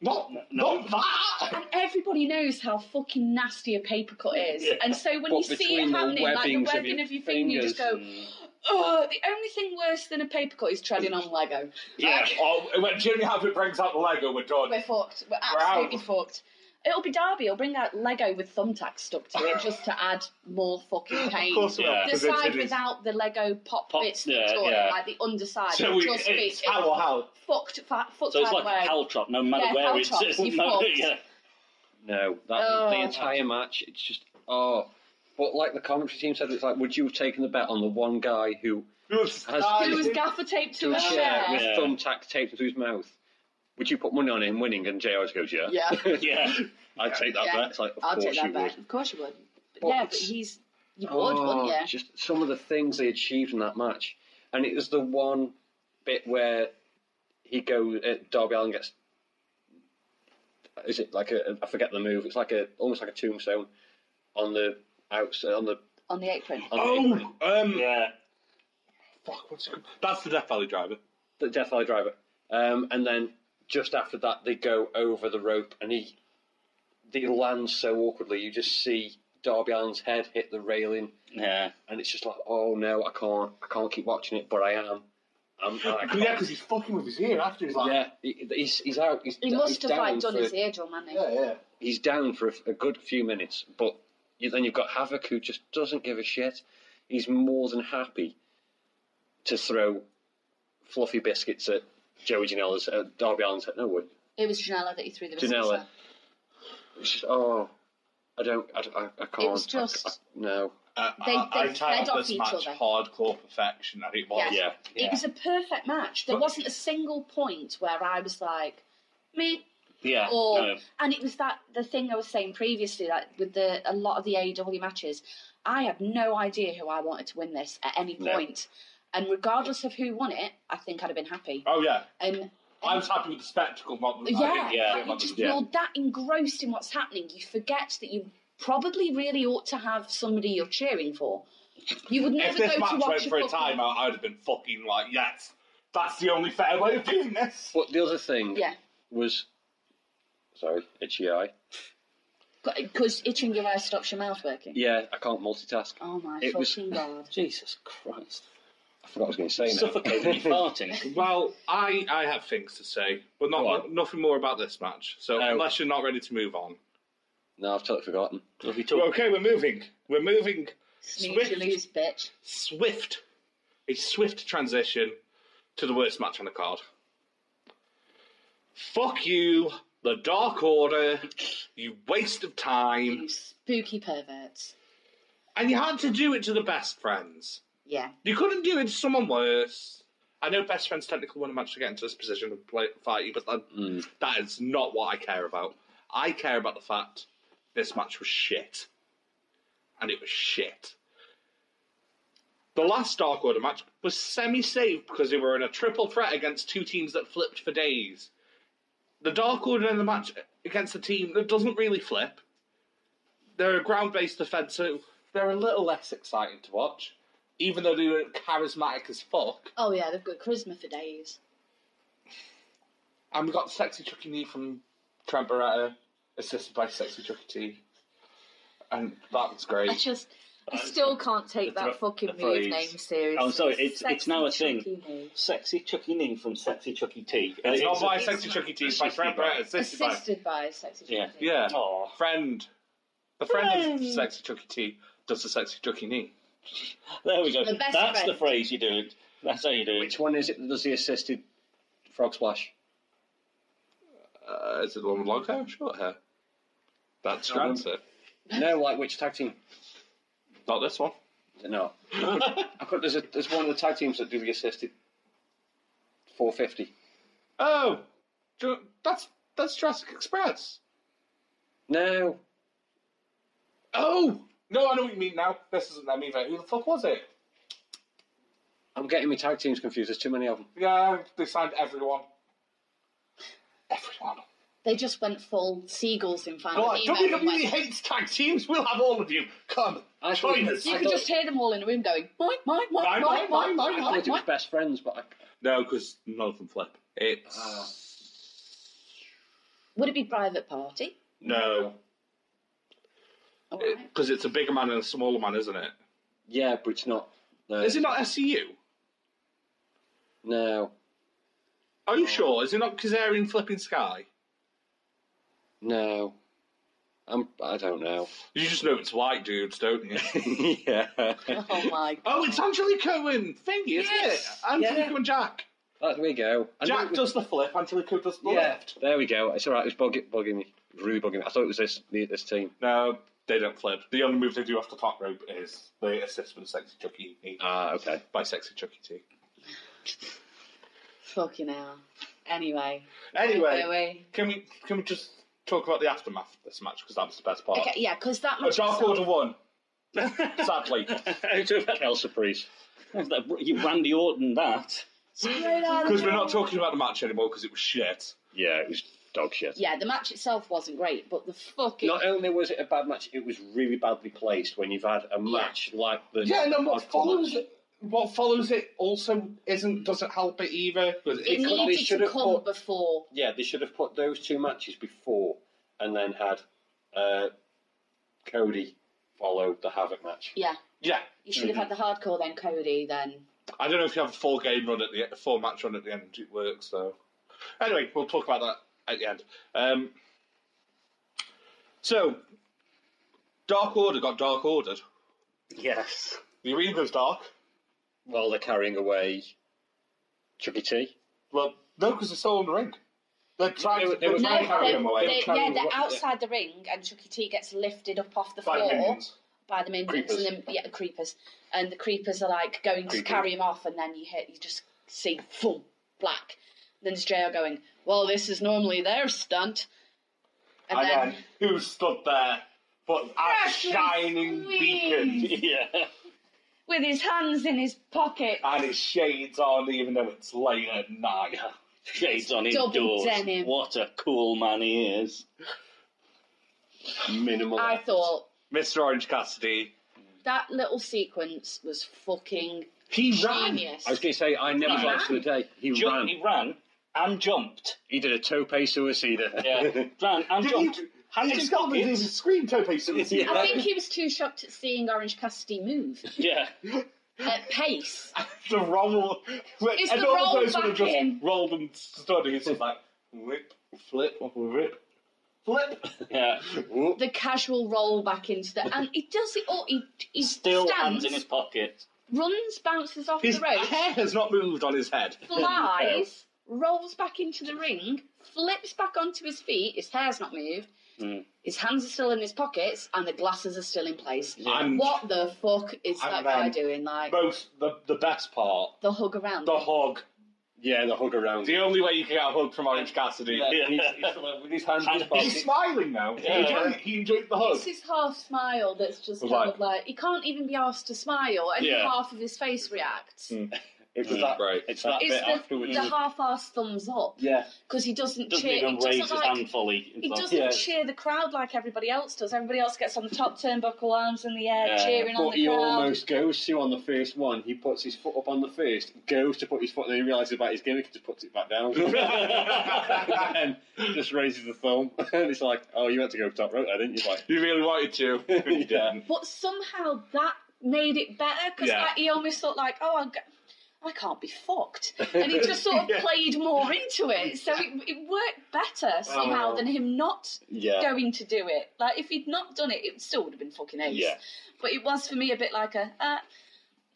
S3: Not, not that.
S1: And everybody knows how fucking nasty a paper cut is.
S3: Yeah.
S1: And so when
S4: But
S1: you see it
S4: between the
S1: happening, like the
S4: webbings of
S1: webbing
S4: your
S1: of your finger, you just go,
S2: Mm.
S1: oh, the only thing worse than a paper cut is treading on Lego.
S3: Yeah.
S1: Like,
S3: Or when Jimmy Havoc brings out the Lego, we're done.
S1: We're fucked. We're absolutely
S3: out.
S1: fucked. It'll be Derby. He'll bring out Lego with thumbtacks stuck to it just to add more fucking pain.
S3: Of course we are,
S2: Yeah.
S1: the
S3: 'cause it's-
S1: side
S3: it is.
S1: without the Lego pop,
S2: Pop,
S1: bits, yeah,
S2: yeah,
S1: toy,
S2: yeah.
S1: like the underside.
S3: So we,
S1: just be-
S3: it's how or how.
S1: fucked, fa- fucked
S2: So it's
S1: out
S2: like
S1: way.
S2: a pal trap, no matter
S1: Yeah,
S2: where
S1: pal
S2: it's.
S1: trap,
S2: it's
S1: you've
S2: no,
S1: fucked.
S2: yeah.
S4: No, that
S1: Oh.
S4: the entire match. It's just oh. But like the commentary team said, it's like, would you have taken the bet on the one guy who
S1: Who was gaffer taped to a
S4: was
S1: chair?
S4: with
S2: Yeah.
S4: thumbtacks taped into his mouth? Would you put money on him winning? And Jr. always goes, yeah.
S1: Yeah.
S2: Yeah.
S4: I'd take that
S1: Yeah.
S4: bet. It's like, of
S1: I'll
S4: course
S1: take
S4: you
S1: that
S4: would.
S1: back. Of course you would. But
S4: But
S1: yeah, but
S4: it's-
S1: he's you would,
S4: Oh,
S1: wouldn't you?
S4: just some of the things they achieved in that match, and it was the one bit where he goes, uh, Darby Allen gets. Is it like a? I forget the move. It's like a almost like a tombstone on the outside on the.
S1: On the apron.
S4: On the,
S3: Oh, um,
S2: Yeah.
S3: fuck, what's it called? That's the Death Valley driver.
S4: the Death Valley Driver, um, and then just after that they go over the rope and he, they land so awkwardly. You just see Darby Allen's head hit the railing,
S2: Yeah.
S4: and it's just like, oh no, I can't, I can't keep watching it, but I am. I'm, I
S3: Yeah, 'cause yeah,
S4: can't.
S3: because he's fucking with his ear after. He's like,
S4: Yeah, he, he's, he's out. He's,
S1: He must
S4: he's
S1: have like
S4: down
S1: done
S4: for,
S1: his eardrum, hadn't he?
S3: yeah, yeah.
S4: He's down for a, a good few minutes, but you, then you've got Havoc who just doesn't give a shit. He's more than happy to throw fluffy biscuits at Joey Janela's, at Darby Allen's head. No, wait.
S1: It was Janella that he threw the wrist
S4: Janela. It's just, oh, I don't, I, don't- I, I can't.
S1: It was
S4: I-
S1: just-
S4: I- no.
S3: Uh,
S1: They-
S3: I, I
S1: they
S3: titled
S1: fed off
S3: this
S1: each
S3: match
S1: other.
S3: Hardcore Perfection, and it was.
S1: Yeah.
S4: Yeah.
S1: It was a perfect match. There
S3: Oh, But-
S1: wasn't a single point where I was like, me
S2: Yeah.
S1: or
S2: no.
S1: and it was that the thing I was saying previously, like with the a lot of the AEW matches, I had no idea who I wanted to win this at any
S4: No.
S1: point. And regardless of who won it, I think I'd have been happy.
S3: Oh, yeah.
S1: And
S3: I was happy with the spectacle. Not, I
S1: Yeah,
S3: didn't
S2: yeah.
S3: care
S1: you
S3: about
S1: just
S3: the-
S1: you're that engrossed in what's happening, you forget that you probably really ought to have somebody you're cheering for. You would
S3: If
S1: never
S3: this
S1: go to
S3: match went
S1: watch a
S3: for a
S1: football-
S3: timeout, I would have been fucking like, yes, that's the only fair way of doing this.
S4: But the other thing
S1: Yeah,
S4: was, sorry, itchy eye.
S1: because itching your eye stops your mouth working.
S4: Yeah, I can't multitask.
S1: Oh my
S4: It was-
S1: fucking god!
S2: Jesus Christ.
S4: I forgot what I was going to say now.
S2: Suffocating you farting.
S3: Well, I, I have things to say, but
S4: Go
S3: not
S4: on.
S3: nothing more about this match. So
S4: No.
S3: unless you're not ready to move on,
S4: no, I've totally forgotten.
S2: If you talk,
S3: okay, we're moving. We're moving
S1: Snooze, you
S3: Swift.
S1: lose, bitch.
S3: swift, a swift transition to the worst match on the card. Fuck you, the Dark Order, you waste of time,
S1: You spooky perverts.
S3: and you had to do it to the best friends.
S1: Yeah.
S3: You couldn't do it to someone worse. I know best friends technically wouldn't manage to get into this position and play, fight you, but that, that is not what I care about. I care about the fact this match was shit. And it was shit. The last Dark Order match was semi safe because they were in a triple threat against two teams that flipped for days. The Dark Order in the match against a team that doesn't really flip. They're a ground based defence, so they're a little less exciting to watch, even though they were charismatic as fuck.
S1: Oh yeah, they've got charisma for days.
S3: And we got Sexy Chucky Knee from Trent Barretta, assisted by Sexy Chucky T. And that was
S1: I
S3: great.
S1: just, I
S2: That's
S1: still
S2: the-
S1: can't take
S2: the
S1: that
S2: thro-
S1: fucking
S2: the
S1: move
S2: phrase. Oh,
S1: name seriously.
S2: I'm sorry, it's- it's now a thing.
S1: Sexy Chucky Knee.
S2: Sexy Chucky Knee from Sexy Chucky T.
S3: It's not by
S1: it's-
S3: Sexy Chucky T, it's by Trent
S2: Assisted by-
S3: Barretta, assisted by.
S1: Assisted by Sexy Chucky
S2: Yeah.
S1: Knee.
S3: Yeah.
S2: Aw.
S3: friend, the friend,
S2: Friend.
S3: of Sexy Chucky T does the Sexy Chucky E. knee.
S2: There we go.
S1: The best
S2: That's the
S1: friend.
S2: phrase you do. it. That's how you do it.
S4: Which one is it that does the assisted frog splash?
S3: Uh, is it the one with long hair or short hair? That's
S4: That one.
S3: Grancer.
S4: No, like which tag team?
S3: Not this one.
S4: No. I could, there's, a, there's one of the tag teams that do the assisted 450.
S3: Oh, Ju- that's that's Jurassic Express.
S4: No.
S3: Oh no, I know what you mean now. This isn't them either. Who the fuck was it?
S4: I'm getting my tag teams confused. There's too many of them.
S3: Yeah, they signed everyone. Everyone.
S1: They just went full seagulls in
S3: They're
S1: Final
S3: like,
S1: Email and
S3: WWE
S1: went-
S3: E hates tag teams. We'll have all of you. Come,
S4: I
S3: join
S4: thought-
S3: us.
S1: You
S4: I
S1: could
S4: thought-
S1: just hear them all in a room going, mine, mine, mine,
S3: Mine,
S1: mine,
S3: mine,
S1: mine,
S3: mine,
S1: mine,
S4: I thought
S1: mine,
S4: it was
S1: mine.
S4: best friends, but I,
S3: No, because none of them flip. It's
S4: Ah.
S1: Would it be private party?
S3: no,
S1: All right.
S3: because it's a bigger man and a smaller man, isn't it?
S4: yeah, but it's not. No.
S3: Is it not E SCU?
S4: No.
S3: Are you sure? Is it not Kazarian flipping Sky?
S4: No. I'm, I don't know.
S3: You just know it's white dudes, don't you?
S4: yeah.
S1: Oh my god.
S3: oh, it's Angelique Cohen thingy, isn't
S4: Yes.
S3: it? Angelique
S4: Yeah.
S3: and Jack.
S4: There we go. I know it
S3: Jack
S4: was-
S3: does the flip, Angelique does the
S4: Yeah.
S3: left.
S4: There we go. It's all right. It's bugging, bugging me. It was Really bugging me. I thought it was this the- this team.
S3: No, they don't flip. The only move they do off the top rope is they assist with Sexy Chucky T
S4: Ah, okay.
S3: by Sexy Chucky T.
S1: Fucking hell. Anyway.
S3: Anyway,
S1: Anyway.
S3: can we can we just talk about the aftermath of this match because that was the best part.
S1: Okay, yeah, because that
S3: A
S1: much.
S3: Dark Order won, sadly.
S4: Hell surprise.
S2: You Randy Orton that.
S3: Because we're not talking about the match anymore because it was shit.
S4: Yeah, it was dog shit.
S1: Yeah, the match itself wasn't great, but the fucking.
S4: Not only was it a bad match, it was really badly placed when you've had a match like the.
S3: Yeah, and then what
S4: hardcore
S3: follows
S4: match.
S3: it, what follows it also isn't doesn't help it either. 'cause
S1: it
S3: It,
S4: could- they
S1: needed
S4: should
S1: to
S4: have
S1: come
S4: put-
S1: before.
S4: Yeah, they should have put those two matches before and then had uh, Cody follow the Havoc match.
S1: Yeah.
S3: yeah,
S1: You should
S4: Mm-hmm.
S1: have had the hardcore, then Cody, then.
S3: I don't know if you have a full game run at the a full match run at the end. It works though. Anyway, we'll talk about that at the end. Um, so, Dark Order got Dark Ordered.
S2: Yes.
S3: The arena was dark.
S4: While they're carrying away Chucky T.
S3: Well, no, because they're still in the ring. They're trying
S4: They were-
S3: to
S4: they were
S3: they're trying to
S4: trying
S3: carry
S1: they,
S3: him away.
S1: they-
S4: They're
S1: yeah,
S4: carrying
S1: they're
S4: away, yeah.
S1: outside the ring, and Chucky T gets lifted up off the
S3: Five
S1: floor
S3: minions.
S1: by the minions
S4: Creepers.
S1: and the yeah, the creepers, and the creepers are like going
S4: Creepy.
S1: to carry him off, and then you hit, you just see full black. Then there's JR going, "Well, this is normally their stunt," and
S3: And
S1: then
S3: then who stood there? But a
S1: Precious
S3: shining beacon.
S1: Louise.
S2: Yeah.
S1: with his hands in his pocket,
S3: And his shades on, even though it's late at night.
S2: Shades on
S1: Double
S2: indoors.
S1: denim.
S2: What a cool man he is.
S4: Minimal.
S1: I thought
S3: Mr. Orange Cassidy.
S1: that little sequence was fucking
S3: He
S1: genius.
S4: I was going to say, I never
S2: He
S4: thought to the
S1: ran.
S4: day. He
S2: Ju-
S4: ran.
S2: He ran and jumped.
S4: He did a tope suicida.
S2: Yeah. ran and
S3: Did
S2: jumped.
S3: he-
S2: Hands in
S3: He's got the
S2: pockets.
S3: screen tope suicide.
S1: I think he was too shocked at seeing Orange Cassidy move
S2: Yeah.
S1: at pace.
S3: The roll.
S1: It's
S3: and
S1: the
S3: all
S1: roll
S3: those would
S1: back
S3: have just
S1: in.
S3: rolled and stood. He's just like, whip, flip, rip, flip.
S2: Yeah.
S1: the casual roll back into the and he does it all. He he
S2: Still hands
S1: stands,
S2: in his pocket.
S1: runs, bounces off
S3: His
S1: the rope,
S3: hair has not moved on his head.
S1: flies, rolls back into the ring, flips back onto his feet. His hair's not moved.
S2: Mm.
S1: His hands are still in his pockets, and the glasses are still in place.
S3: And
S1: What the fuck is
S3: And
S1: that guy
S3: then-
S1: doing? Like
S3: most, the, the best part,
S1: the hug around.
S3: the hog.
S4: Yeah, the hug around.
S3: The only way you can get a hug from Orange Cassidy.
S4: Yeah, he's, he's sort of- with his hands in his
S3: He's
S4: pocket.
S3: smiling now. He,
S4: Yeah.
S3: enjoyed, he enjoyed the hug.
S1: It's his half smile that's just
S3: Right.
S1: kind of like he can't even be asked to smile, and
S2: Yeah.
S1: half of his face reacts.
S3: Mm.
S4: It was that.
S3: Right.
S2: It's that bit
S1: It's the,
S2: afterwards.
S1: the half-assed thumbs up
S4: Yeah,
S1: because he doesn't,
S2: doesn't
S1: cheer.
S2: even
S1: he
S2: raise
S1: doesn't
S2: his
S1: like,
S2: hand fully.
S1: He
S2: It's
S1: doesn't
S2: like-
S4: Yeah.
S1: cheer the crowd like everybody else does. Everybody else gets on the top turnbuckle, arms in the air,
S2: Yeah,
S1: cheering on
S4: but
S1: the
S4: he
S1: crowd.
S4: almost goes to on the first one. He puts his foot up on the first, goes to put his foot, then he realizes about his gimmick and just puts it back down. and just raises the thumb, and it's like, oh, you had to go top rope, there, didn't you? Like,
S3: You really wanted to. but you
S4: Yeah.
S3: didn't.
S1: But somehow that made it better because
S3: Yeah.
S1: he almost thought like, oh, I'll go- I can't be fucked, and he just sort of
S3: Yeah.
S1: played more into it. So it, it worked better somehow
S3: Oh.
S1: than him not
S4: yeah,
S1: going to do it. Like if he'd not done it, it still would have been fucking ace.
S4: yeah,
S1: But it was for me a bit like a. Uh,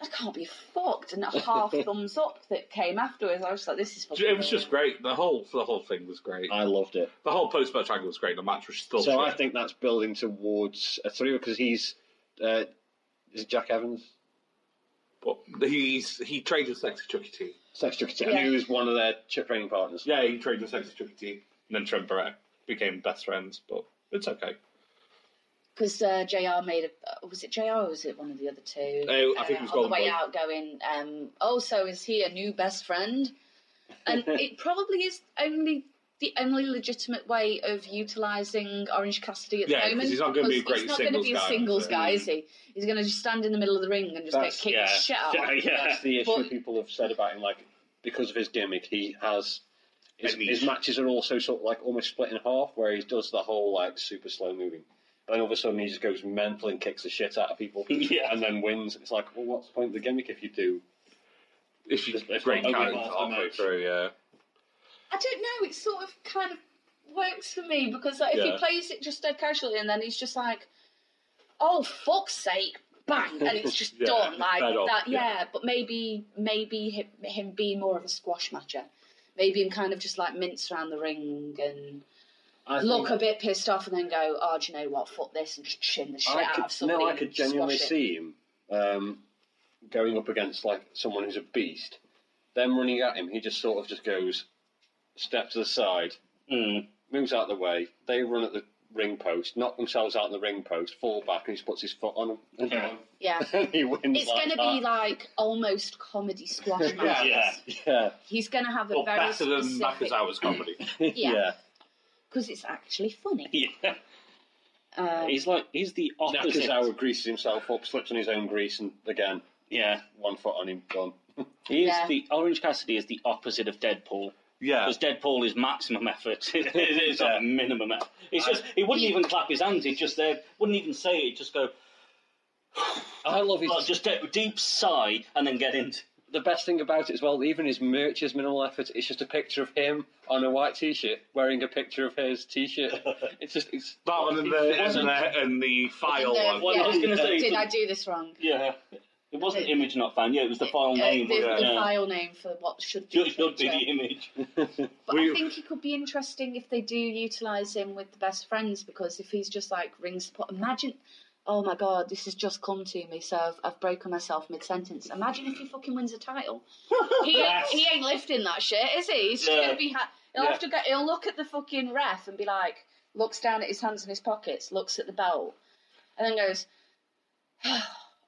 S1: I can't be fucked, and a half thumbs up that came afterwards. I was like, "This is." Fucking
S3: It was just
S1: brilliant.
S3: great. The whole the whole thing was great.
S4: I loved it.
S3: The whole post match angle was great. The match was still.
S4: So I
S3: shit.
S4: think that's building towards a three because he's uh, is it Jack Evans?
S3: But he's he trained with Sexy Chucky T.
S4: Sex Jockey,
S1: Yeah.
S4: who's one of their ch- training partners.
S3: Yeah, he trained with Sexy Chucky T. And then Trent Barrett became best friends, but it's okay.
S1: because uh, Jr. made a was it Jr. or was it one of the other two?
S3: Uh, I think it was
S1: uh, on the
S3: Golden
S1: way
S3: Boy.
S1: out, going. Um, oh, so is he a new best friend? And it probably is only the only legitimate way of utilizing Orange Cassidy at
S3: Yeah, 'cause
S1: the moment.
S3: he's not gonna be a
S1: because
S3: great
S1: He's not gonna
S3: singles
S1: be a
S3: guy,
S1: singles
S3: is he?
S1: guy, is he? He's going to just stand in the middle of the ring and just
S4: That's-
S1: get kicked
S2: yeah.
S1: the shit out.
S2: Yeah,
S1: of him.
S2: yeah.
S4: That's the issue
S1: But-
S4: people have said about him. Like because of his gimmick, he has his,
S3: A niche.
S4: his matches are also sort of like almost split in half, where he does the whole like super slow moving. And then all of a sudden he just goes mental and kicks the shit out of people,
S2: Yeah.
S4: and then wins. It's like, well, what's the point of the gimmick if you do?
S3: If you
S4: It's- it's
S3: great
S4: not
S3: character
S4: over half the
S3: halfway
S4: match.
S3: through, yeah.
S1: I don't know. It sort of kind of works for me because like, if
S3: Yeah.
S1: he plays it just dead casually and then he's just like, "Oh fuck's sake!" Bang, and it's just
S3: Yeah,
S1: done
S3: it's
S1: like
S3: fed up,
S1: that.
S3: yeah.
S1: Yeah. but maybe maybe him, him be more of a squash matcher. Maybe him kind of just like mince around the ring and
S4: I
S1: look
S4: think-
S1: a bit pissed off and then go, "Oh, do you know what? Fuck this!" and just chin the shit
S4: I
S1: out
S4: could,
S1: of somebody.
S4: No, I
S1: and
S4: could genuinely
S1: squash it.
S4: see him um, going up against like someone who's a beast. Them running at him, he just sort of just goes, step to the side, Hmm.
S2: Mm.
S4: moves out of the way. They run at the ring post, knock themselves out of the ring post, fall back, and he just puts his foot on them. And
S2: Yeah.
S1: Yeah.
S4: he wins.
S1: It's
S4: like
S1: going to
S4: that.
S1: be like almost comedy squash
S3: Yeah.
S1: matches.
S2: Yeah.
S4: yeah,
S1: He's going to have a
S3: Or
S1: very
S3: better than
S1: specific
S3: Nakazawa's comedy.
S1: Yeah.
S4: yeah.
S1: because it's actually funny.
S2: Yeah.
S1: Um,
S2: He's like he's the opposite.
S4: Nakazawa greases himself up, slips on his own grease, and again,
S2: Yeah.
S4: one foot on him, gone.
S2: He is
S1: Yeah.
S2: the Orange Cassidy is the opposite of Deadpool
S3: yeah.
S2: because Deadpool is maximum effort. it is
S4: Yeah.
S2: a minimum effort. It's just he wouldn't even clap his hands. He just there wouldn't even say it. He'd Just go
S4: I love his
S2: oh, just de- deep sigh and then get into.
S4: the best thing about it as well, even his merch is minimal effort. It's just a picture of him on a white t-shirt wearing a picture of his t-shirt. It's just it's
S3: That one and
S2: It
S3: the, and
S2: wasn't-
S3: the, and the file
S1: Yeah,
S3: one.
S2: Well, I was
S1: yeah.
S2: gonna say-
S1: Did I do this wrong?
S2: Yeah. It wasn't
S1: It-
S2: image not found. Yeah, it was the file
S1: Uh,
S2: name.
S1: the,
S2: yeah.
S1: the file name for what should be.
S2: Should,
S1: the
S2: should be
S1: picture.
S2: the image.
S1: But
S3: We-
S1: I think it could be interesting if they do utilise him with the best friends because if he's just like ring support, imagine. Oh my god, this has just come to me, so I've, I've broken myself mid sentence. Imagine if he fucking wins a title. He,
S2: Yes.
S1: he ain't lifting that shit, is he? He's just
S2: No.
S1: gonna be. Ha- he'll
S2: Yeah.
S1: have to go. He'll look at the fucking ref and be like, looks down at his hands in his pockets, looks at the belt, and then goes, and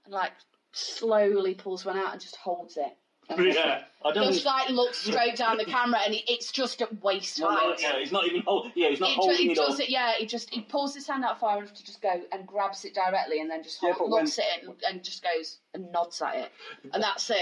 S1: like slowly pulls one out and just holds it.
S3: Yeah.
S2: I don't.
S1: Just like looks straight down the camera and he, it's just at waist
S2: Well, no,
S1: height.
S2: yeah, he's not even hold, Yeah, he's not
S1: He, ju-
S2: holding
S1: he
S2: it up.
S1: does it, yeah. He just he pulls his hand out far enough to just go and grabs it directly, and then just
S4: Yeah,
S1: hold,
S4: but
S1: looks at it and, and just goes and nods at it, and that's it.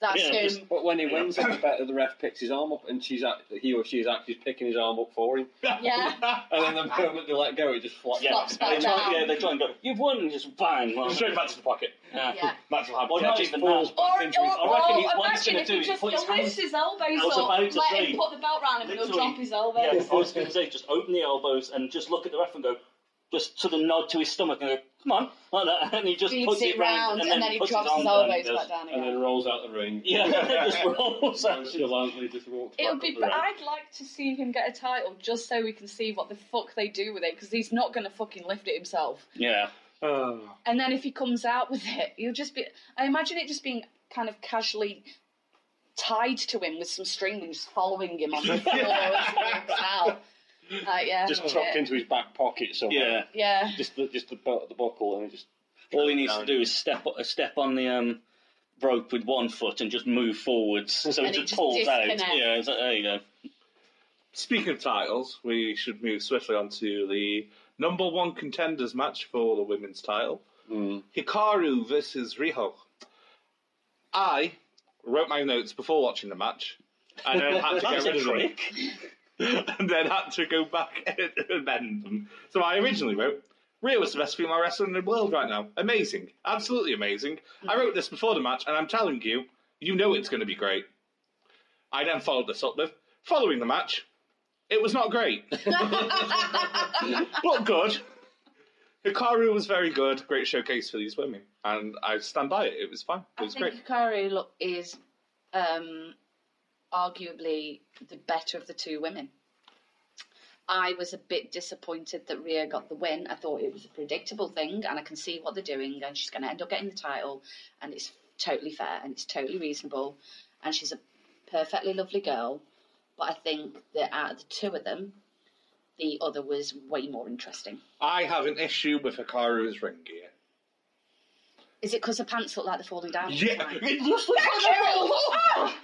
S1: That's
S2: Yeah,
S1: him.
S2: just-
S4: but when he wins, it's better the ref picks his arm up and she's act, he or she is actually picking his arm up for him.
S1: Yeah.
S4: And then the moment they let go, it just flops.
S2: Yeah,
S1: Flops back
S2: they try,
S1: down.
S2: yeah, they try and go. You've won, and just bang. Well,
S3: Straight back to the pocket.
S1: Yeah.
S3: That's what
S2: Well,
S3: happened.
S2: not
S4: just
S2: even
S4: falls
S2: that.
S1: Or,
S4: back
S1: or,
S4: into
S2: I
S4: his-
S2: reckon
S1: or
S2: he- what he's
S1: imagine
S2: gonna
S1: if
S2: do
S1: he
S2: is
S1: just
S2: put his
S1: he'll lift
S2: hands-
S1: his elbows
S2: I was
S1: up,
S2: about to
S1: let
S2: say.
S1: him put the belt round him, and he'll
S2: Literally.
S1: drop his elbows.
S2: Yeah, I was going to say, just open the elbows and just look at the ref and go, just sort of nod to his stomach and go, come on, like that. And he just
S1: Beats
S2: puts
S1: it round, and then he
S2: puts
S1: drops his
S2: arm down,
S1: elbows back
S2: just-
S1: down
S4: and
S1: again.
S4: then rolls out the ring.
S2: Yeah, just rolls
S4: So
S2: out.
S4: Shalantly just walks
S1: It
S4: back
S1: would be.
S4: up the
S1: But
S4: ring.
S1: I'd like to see him get a title just so we can see what the fuck they do with it because he's not going to fucking lift it himself.
S2: Yeah.
S3: Oh.
S1: And then if he comes out with it, you'll just be. I imagine it just being kind of casually
S5: tied to him with some string and just following him on the floor as he walks out. Like, yeah,
S4: Just
S5: that's it.
S4: tucked into his back pocket somewhere.
S2: Yeah.
S5: Yeah,
S4: Just the just the belt of the buckle and it just
S2: All he needs to do is step step on the um, rope with one foot and just move forwards. So
S5: And
S2: it
S5: it
S2: just,
S5: just
S2: pulls out.
S5: disconnects.
S2: Yeah, it's like, there you go.
S3: Speaking of titles, we should move swiftly on to the number one contenders match for the women's title
S2: Hmm.
S3: Hikaru versus Riho. I wrote my notes before watching the match and then had to
S2: That's a
S3: get rid of them.
S2: trick.
S3: and then had to go back and amend them. So I originally wrote, Rhea was the best female wrestler in the world right now. Amazing. Absolutely amazing.
S2: Hmm.
S3: I wrote this before the match, and I'm telling you, you know it's going to be great. I then followed this up with, following the match, it was not great. but good. Hikaru was very good. Great showcase for these women. And I stand by it. It was fine. It
S1: I
S3: was
S1: think
S3: great.
S1: Hikaru look, is um, arguably the better of the two women. I was a bit disappointed that Rhea got the win. I thought it was a predictable thing, and I can see what they're doing, and she's going to end up getting the title, and it's totally fair and it's totally reasonable, and she's a perfectly lovely girl. But I think that out of the two of them, the other was way more interesting.
S3: I have an issue with Hikaru's ring gear.
S1: Is it because her pants look like they're falling down? all the
S3: Yeah,
S1: time?
S3: it just looks like a little
S1: Ah!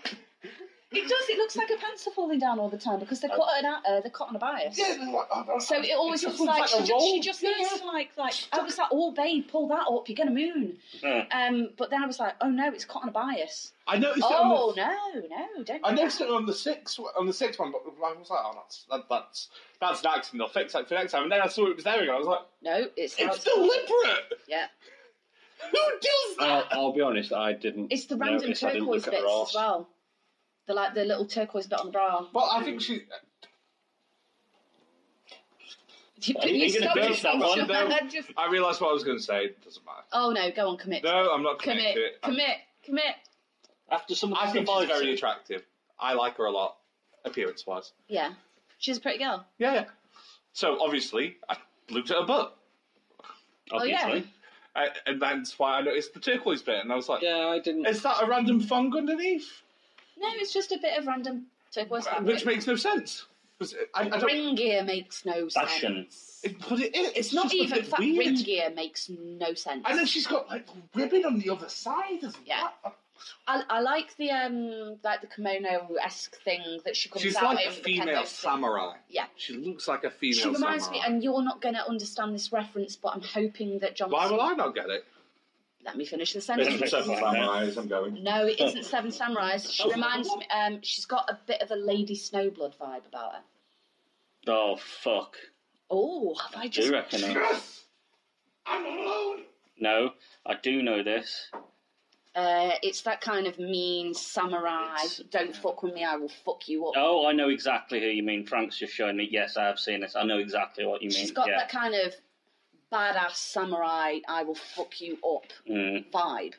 S1: It does. It looks like her pants are falling down all the time because they're caught in a, uh, they're caught on a bias. So it always
S3: just
S1: looks like,
S3: looks like a
S1: she, just,
S3: roll.
S1: she just needs to like like. I was like, oh babe, pull that up. You're gonna moon.
S2: Yeah.
S1: Um, but then I was like, oh no, it's caught on a bias.
S3: I noticed it on the
S1: Oh no, no, don't.
S3: I noticed it on the sixth on the sixth one, but I was like, oh, that's that, that's that's an accident. I'll fix that for next time. And then I saw it was there again. I was like,
S1: No, it's not.
S3: it's deliberate.
S1: Yeah,
S3: Who does that?
S4: I'll, I'll be honest, I didn't.
S1: it's the random
S4: notice. I didn't
S1: turquoise
S4: look at
S1: bits
S4: her arse.
S1: as well. The like the little turquoise bit on the bra.
S3: Well, I think she.
S1: You,
S2: Are you gonna
S1: stop
S2: finish
S1: yourself,
S2: that one?
S1: John?
S3: No.
S1: I'm just-
S3: I realised what I was going to say. It doesn't matter.
S1: Oh no, go on, commit,
S3: No, I'm not
S1: commit,
S3: connected.
S1: commit, commit.
S2: After some of
S3: I
S2: the
S3: think she's
S2: survivors-
S3: very attractive. I like her a lot, appearance wise.
S1: Yeah, she's a pretty girl.
S3: Yeah, yeah. So obviously, I looked at her butt,
S2: obviously.
S1: Oh, yeah.
S3: I, and that's why I noticed the turquoise bit, and I was like,
S4: Yeah, I didn't.
S3: is that a random thong underneath? Uh,
S1: No, it's just a bit of random turquoise
S3: Which
S1: fabric.
S3: makes no sense. 'Cause uh, I, I don't,
S1: Ring gear makes no
S2: Fashion.
S1: sense.
S3: It- But it is. It's,
S1: It's not
S3: just a
S1: even
S3: bit
S1: fat
S3: weird.
S1: ring gear makes no sense.
S3: And then she's got like ribbon on the other side as
S1: Yeah.
S3: well.
S1: I, I like the um like the kimono esque thing that she comes
S3: She's
S1: out
S3: like a
S1: in with the kendo
S3: female
S1: stick.
S3: samurai.
S1: Yeah.
S3: She looks like a female
S1: She reminds
S3: samurai.
S1: me, and you're not going to understand this reference, but I'm hoping that John.
S3: Why will I not get it?
S1: Let me finish the
S2: Isn't
S1: sentence.
S2: it Seven Samurais,
S3: I'm going.
S1: No, it isn't Seven Samurais. She reminds me. Um, she's got a bit of a Lady Snowblood vibe about her.
S2: Oh fuck!
S1: Oh, have I
S2: Do
S1: just?
S2: you reckon? I-
S3: Yes! I'm alone!
S2: No, I do know this.
S1: Uh, it's that kind of mean samurai.
S2: It's-
S1: Don't fuck with me, I will fuck you up.
S2: Oh, I know exactly who you mean. Frank's just showing me. Yes, I have seen this. I know exactly what you mean.
S1: She's got
S2: yeah.
S1: that kind of badass samurai, I will fuck you up
S2: Mm.
S1: vibe.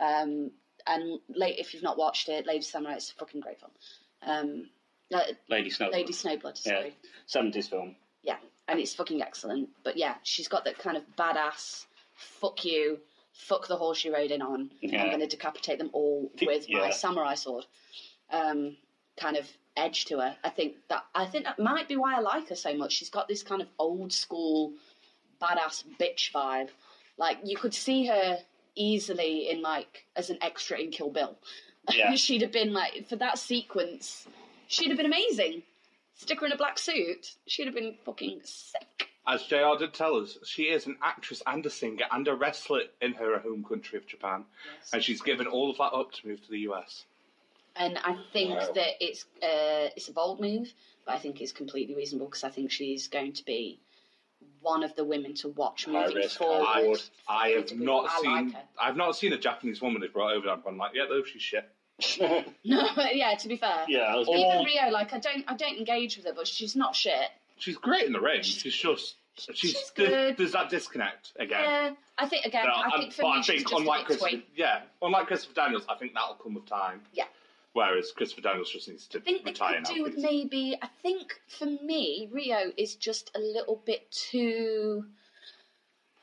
S1: Um, and late, if you've not watched it, Lady Samurai, it's a fucking great film. Um, uh,
S2: Lady Snow.
S1: Lady Snowblood, sorry.
S2: Seventies film.
S1: Yeah. and it's fucking excellent. But yeah, she's got that kind of badass, fuck you, fuck the horse you rode in on.
S2: Yeah.
S1: I'm going to decapitate them all with
S2: Yeah.
S1: my samurai sword. Um, kind of edge to her. I think that I think that might be why I like her so much. She's got this kind of old school badass bitch vibe. Like you could see her easily in like as an extra in Kill Bill.
S2: Yeah.
S1: she'd have been like for that sequence, she'd have been amazing. Stick her in a black suit, she'd have been fucking sick.
S3: As JR did tell us, she is an actress and a singer and a wrestler in her home country of Japan. And she's given all of that up to move to the US.
S1: And I think
S4: Wow.
S1: that it's uh, it's a bold move, but I think it's completely reasonable because I think she's going to be one of the women to watch
S4: High
S1: moving
S4: risk, high
S1: forward.
S3: I,
S4: Lord.
S3: Oh, I have
S1: People,
S3: not
S1: I like
S3: seen
S1: her.
S3: I've not seen a Japanese woman who've brought over that one like, yeah, though she's shit.
S1: No, yeah. To be fair,
S2: yeah. I was
S3: Or-
S1: even Rio, like I don't, I don't engage with her, but she's not shit.
S3: She's great in the ring. She's just she's,
S1: she's
S3: there-
S1: good.
S3: There's that disconnect again.
S1: Yeah, I think again,
S3: No,
S1: I
S3: I'm-
S1: think for
S3: but
S1: me,
S3: um, I
S1: she's
S3: think
S1: just a
S3: unlike
S1: bit
S3: Christopher,
S1: twee.
S3: yeah, unlike Christopher Daniels, I think that'll come with time.
S1: Yeah.
S3: Whereas Christopher Daniels just needs to
S1: I think they
S3: retire
S1: could
S3: now.
S1: do with
S3: please.
S1: maybe. I think for me, Rio is just a little bit too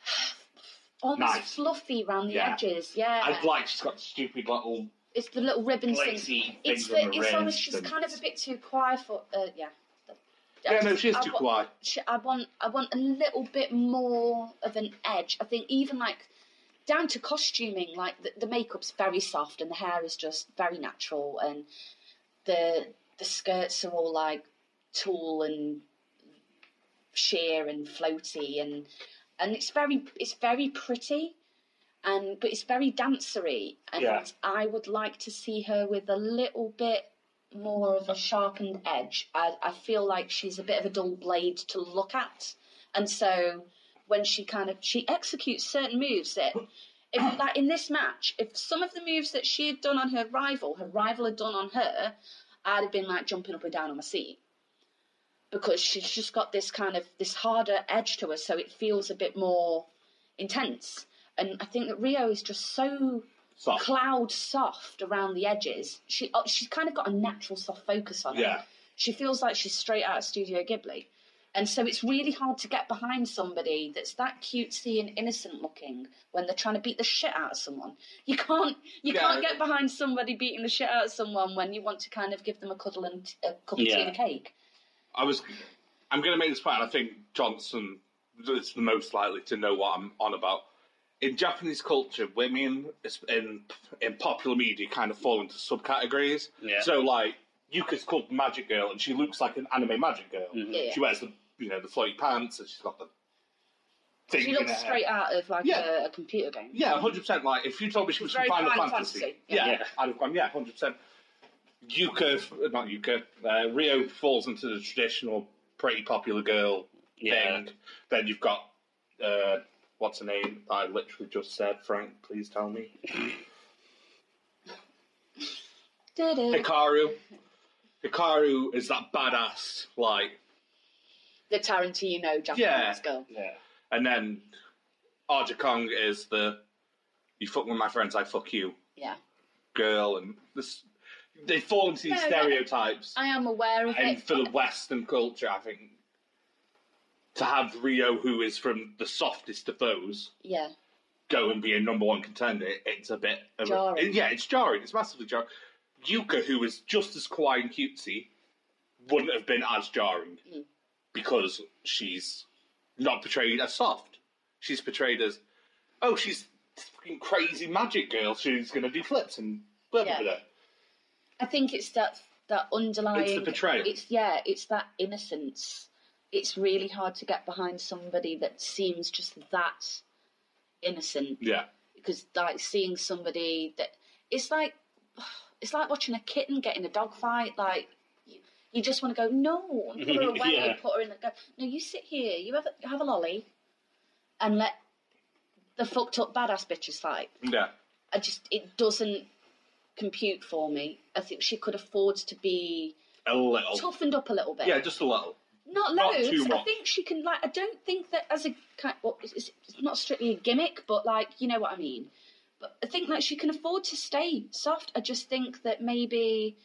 S1: almost
S3: Nice.
S1: fluffy around the
S3: Yeah.
S1: edges. Yeah,
S3: I'd like she's got stupid little
S1: It's the little ribbon thing.
S6: lazy things
S1: It's for,
S6: on the
S1: it's honest.
S6: wrist.
S1: She's
S6: and-
S1: kind of a bit too quiet for. Uh, yeah. I
S3: Yeah, no,
S1: just-
S3: she is
S1: I
S3: too
S1: wa-
S3: quiet.
S1: sh- I want I want a little bit more of an edge. I think even like down to costuming, like the, the makeup's very soft and the hair is just very natural, and the the skirts are all like tall and sheer and floaty, and and it's very it's very pretty. And but it's very dancery, and
S6: Yeah.
S1: I would like to see her with a little bit more of a sharpened edge. I, I feel like she's a bit of a dull blade to look at, and so when she kind of she executes certain moves that, if, like in this match, if some of the moves that she had done on her rival, her rival had done on her, I'd have been like jumping up and down on my seat because she's just got this kind of this harder edge to her, so it feels a bit more intense. And I think that Rio is just so
S3: Soft.
S1: cloud soft around the edges. She uh, she's kind of got a natural soft focus on her.
S3: Yeah.
S1: She feels like she's straight out of Studio Ghibli. And so it's really hard to get behind somebody that's that cutesy and innocent looking when they're trying to beat the shit out of someone. You can't you
S3: Yeah.
S1: can't get behind somebody beating the shit out of someone when you want to kind of give them a cuddle and a cup of tea
S2: Yeah.
S1: and a cake.
S3: I was. I'm going to make this point. and I think Johnson is the most likely to know what I'm on about. In Japanese culture, women is- in in popular media kind of fall into subcategories.
S2: Yeah.
S3: So like Yuka's called the Magic Girl, and she looks like an anime Magic Girl.
S1: Yeah.
S3: She wears the you know the floaty pants, and she's got the thing
S1: She
S3: in
S1: looks
S3: her hair.
S1: straight out of like
S3: Yeah.
S1: a, a computer game.
S3: Yeah, hundred percent. Like if you told me she was from
S1: Very
S3: Final
S1: Final
S3: Fantasy,
S1: Fantasy,
S3: yeah,
S2: yeah.
S3: I'd have gone. Yeah, hundred percent. Yuka, not Yuka, uh, Rio falls into the traditional pretty popular girl
S2: Yeah.
S3: thing. Then you've got uh, what's her name? I literally just said Frank. Please tell me
S1: Du-du.
S3: Hikaru. Hikaru is that badass like,
S1: The Tarantino Japanese
S3: Yeah.
S1: girl.
S2: Yeah.
S3: and then Arja Kong is the you fuck with my friends, I fuck you
S1: Yeah.
S3: girl, and this they fall into these
S1: No, no.
S3: stereotypes.
S1: I am aware of
S3: and
S1: it.
S3: for the Western culture, I think to have Rio, who is from the softest of those,
S1: Yeah.
S3: go and be a number one contender, it's a bit of a-
S1: Jarring.
S3: yeah, it's jarring. It's massively jarring. Yuka, who was just as quiet and cutesy, wouldn't have been as jarring
S1: Hmm.
S3: because she's not portrayed as soft. She's portrayed as oh, she's this fucking crazy magic girl. She's gonna do flips and blah blah
S1: Yeah.
S3: blah.
S1: I think it's that that underlying.
S3: It's the portrayal.
S1: It's yeah. It's that innocence. It's really hard to get behind somebody that seems just that innocent
S3: Yeah,
S1: because like seeing somebody that it's like it's like watching a kitten get in a dog fight. Like you, you just want to go no and put her away
S2: Yeah.
S1: and put her in the go. No, you sit here. You have a, have a lolly, and let the fucked up badass bitches fight.
S3: yeah.
S1: I just it doesn't compute for me. I think she could afford to be
S3: A little,
S1: toughened up a little bit.
S3: yeah, just a little.
S1: not
S3: not
S1: loads.
S3: too
S1: I
S3: much.
S1: think she can like. I don't think that as a kind. Well, it's, it's it's not strictly a gimmick, but like you know what I mean. But I think like she can afford to stay soft. I just think that maybe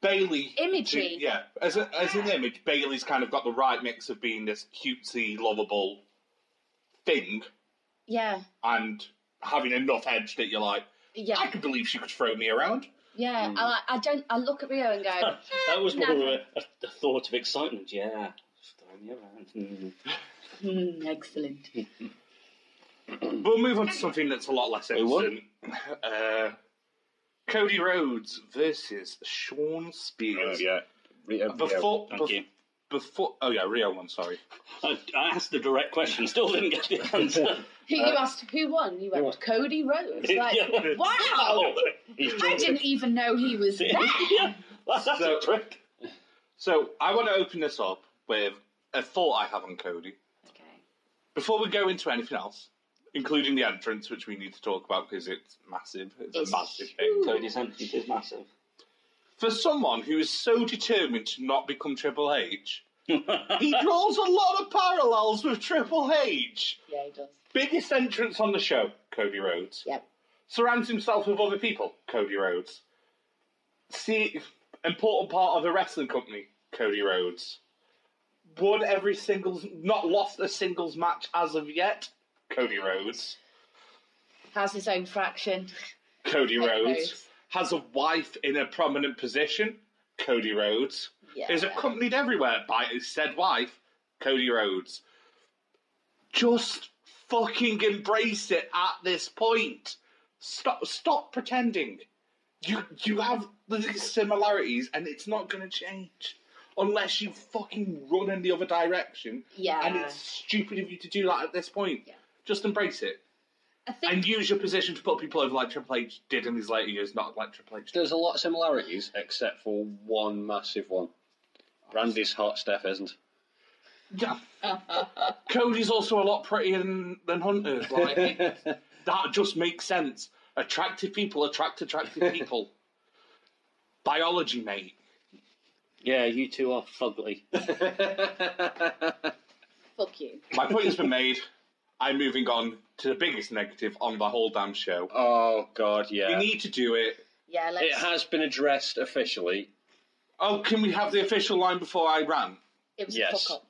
S3: Bailey
S1: Imagery.
S3: Yeah, as a, as an image, Bailey's kind of got the right mix of being this cutesy, lovable thing
S1: yeah,
S3: and having enough edge that you're like, I
S1: yeah,
S3: can believe she could throw me around.
S1: yeah.
S3: Hmm.
S1: I like. I don't. I look at Rio and go.
S2: That was more of
S1: Nothing.
S2: a, a thought of excitement. Yeah. Throwing you around. Mm.
S1: Hmm, excellent.
S3: Uh, We'll move on to something that's a lot less
S4: won?
S3: innocent. Uh, Cody Rhodes versus Sean
S4: Oh,
S3: Spears.
S4: yeah. yeah.
S3: Before,
S2: Thank
S3: bef-
S2: you.
S3: before, oh yeah, Rio one. Sorry,
S2: I, I asked the direct question, still didn't get the answer.
S1: Who you asked? Who won? You went
S4: won?
S1: Cody Rhodes. Like,
S2: Yeah. Oh.
S1: wow!
S2: He's
S1: I didn't even know he was there.
S2: yeah, that's, that's
S3: So-
S2: a trick.
S3: so I want to open this up with a thought I have on Cody.
S1: Okay.
S3: Before we go into anything else, including the entrance, which we need to talk about because it's massive, it's,
S1: It's
S3: a massive thing.
S2: Cody's entrance is massive.
S3: For someone who is so determined to not become Triple H, he draws a lot of parallels with Triple H.
S1: Yeah, he does.
S3: Biggest entrance on the show, Cody Rhodes.
S1: Yep.
S3: Surrounds himself with other people, Cody Rhodes. See, important part of a wrestling company, Cody Rhodes. Won every singles, not lost a singles match as of yet, Cody Rhodes.
S1: Has his own fraction. Cody
S3: Cody Rhodes.
S1: Rhodes.
S3: has a wife in a prominent position, Cody Rhodes,
S1: Yeah.
S3: is accompanied everywhere by his said wife, Cody Rhodes. Just fucking embrace it at this point. Stop stop pretending. You you have these similarities and it's not gonna change. Unless you fucking run in the other direction.
S1: Yeah.
S3: And it's stupid of you to do that at this point.
S1: Yeah.
S3: Just embrace it.
S1: I think
S3: And use your position to put people over like Triple H did in his later years, not like Triple H.
S4: There's a lot of similarities, except for one massive one. Randy's hot, Steph isn't.
S3: Yeah. Cody's also a lot prettier than, than Hunter. Like, it- that just makes sense. Attractive people attract attractive people. Biology, mate.
S2: Yeah, you two are fugly.
S1: fuck you.
S3: My point has been made. I'm moving on to the biggest negative on the whole damn show.
S4: oh God,
S3: We
S4: yeah.
S3: need to do it.
S1: Yeah, let's.
S4: It
S1: It,
S4: has been addressed officially.
S3: Oh, can we have the official line before I rant?
S1: was a
S4: yes.
S1: fuck up.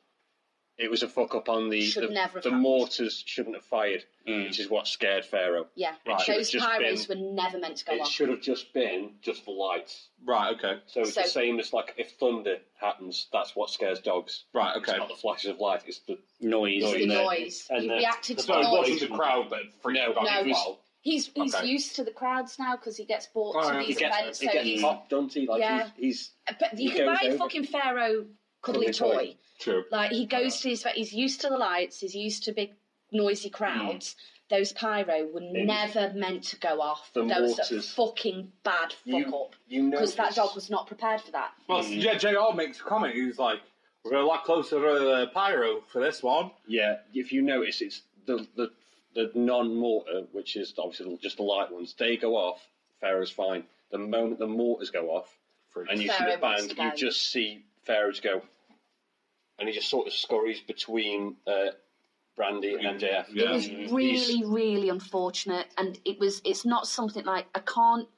S4: It was a fuck up on the
S1: Should
S4: the,
S1: never have
S4: the
S1: happened.
S4: mortars shouldn't have fired, which is what scared Pharaoh.
S1: Yeah,
S4: Mm. Right.
S1: those
S4: Just been-
S1: pyros were never meant to go
S4: It
S1: off.
S4: should have just been just the lights.
S3: Right, okay.
S4: So it's the
S1: So-
S4: same as like if thunder happens, that's what scares dogs.
S3: Right,
S4: It's
S3: okay.
S4: not the flashes of light, it's the
S2: Noise.
S1: It's the
S2: and the-
S1: noise.
S2: and
S1: He
S2: the-
S1: reacted to
S3: So
S1: the
S3: it wasn't
S1: noise.
S3: the crowd that freaked
S4: No,
S3: out
S1: no,
S3: as
S1: he's-
S3: well.
S1: He's he's
S3: Okay.
S1: used to the crowds now because he gets bought
S3: Oh,
S1: to
S3: yeah.
S1: these
S3: He
S4: gets-
S1: events.
S4: he
S1: so
S4: gets
S1: he's,
S4: popped, doesn't he? Like
S1: Yeah.
S4: he's,
S1: but you
S4: he
S1: can
S4: goes
S1: buy
S4: over.
S1: fucking Pharaoh cuddly
S4: Cuddly
S1: toy.
S4: toy.
S3: True.
S1: Like he goes to these, he's used to the lights, he's used to big noisy
S4: Hmm.
S1: crowds. Those pyro were never meant to go off.
S4: The
S1: That was a
S4: mortars.
S1: fucking bad
S4: he's
S1: fuck up.
S4: you know
S1: Because that dog was not prepared for that.
S3: Well, yeah, JR makes a comment. He's like, we're a lot closer to uh, Pyro for this one.
S4: Yeah, if you notice, it's the the, the non mortar, which is obviously just the light ones. They go off, Pharaoh's fine. The moment the mortars go off, and you see
S1: Pharaoh
S4: the
S1: wants
S4: band,
S1: to
S4: you
S1: go.
S4: just see Pharaoh's go, and he just sort of scurries between uh, Brandy and MJF.
S3: Yeah.
S1: It was really, really unfortunate, and it was. It's not something like I can't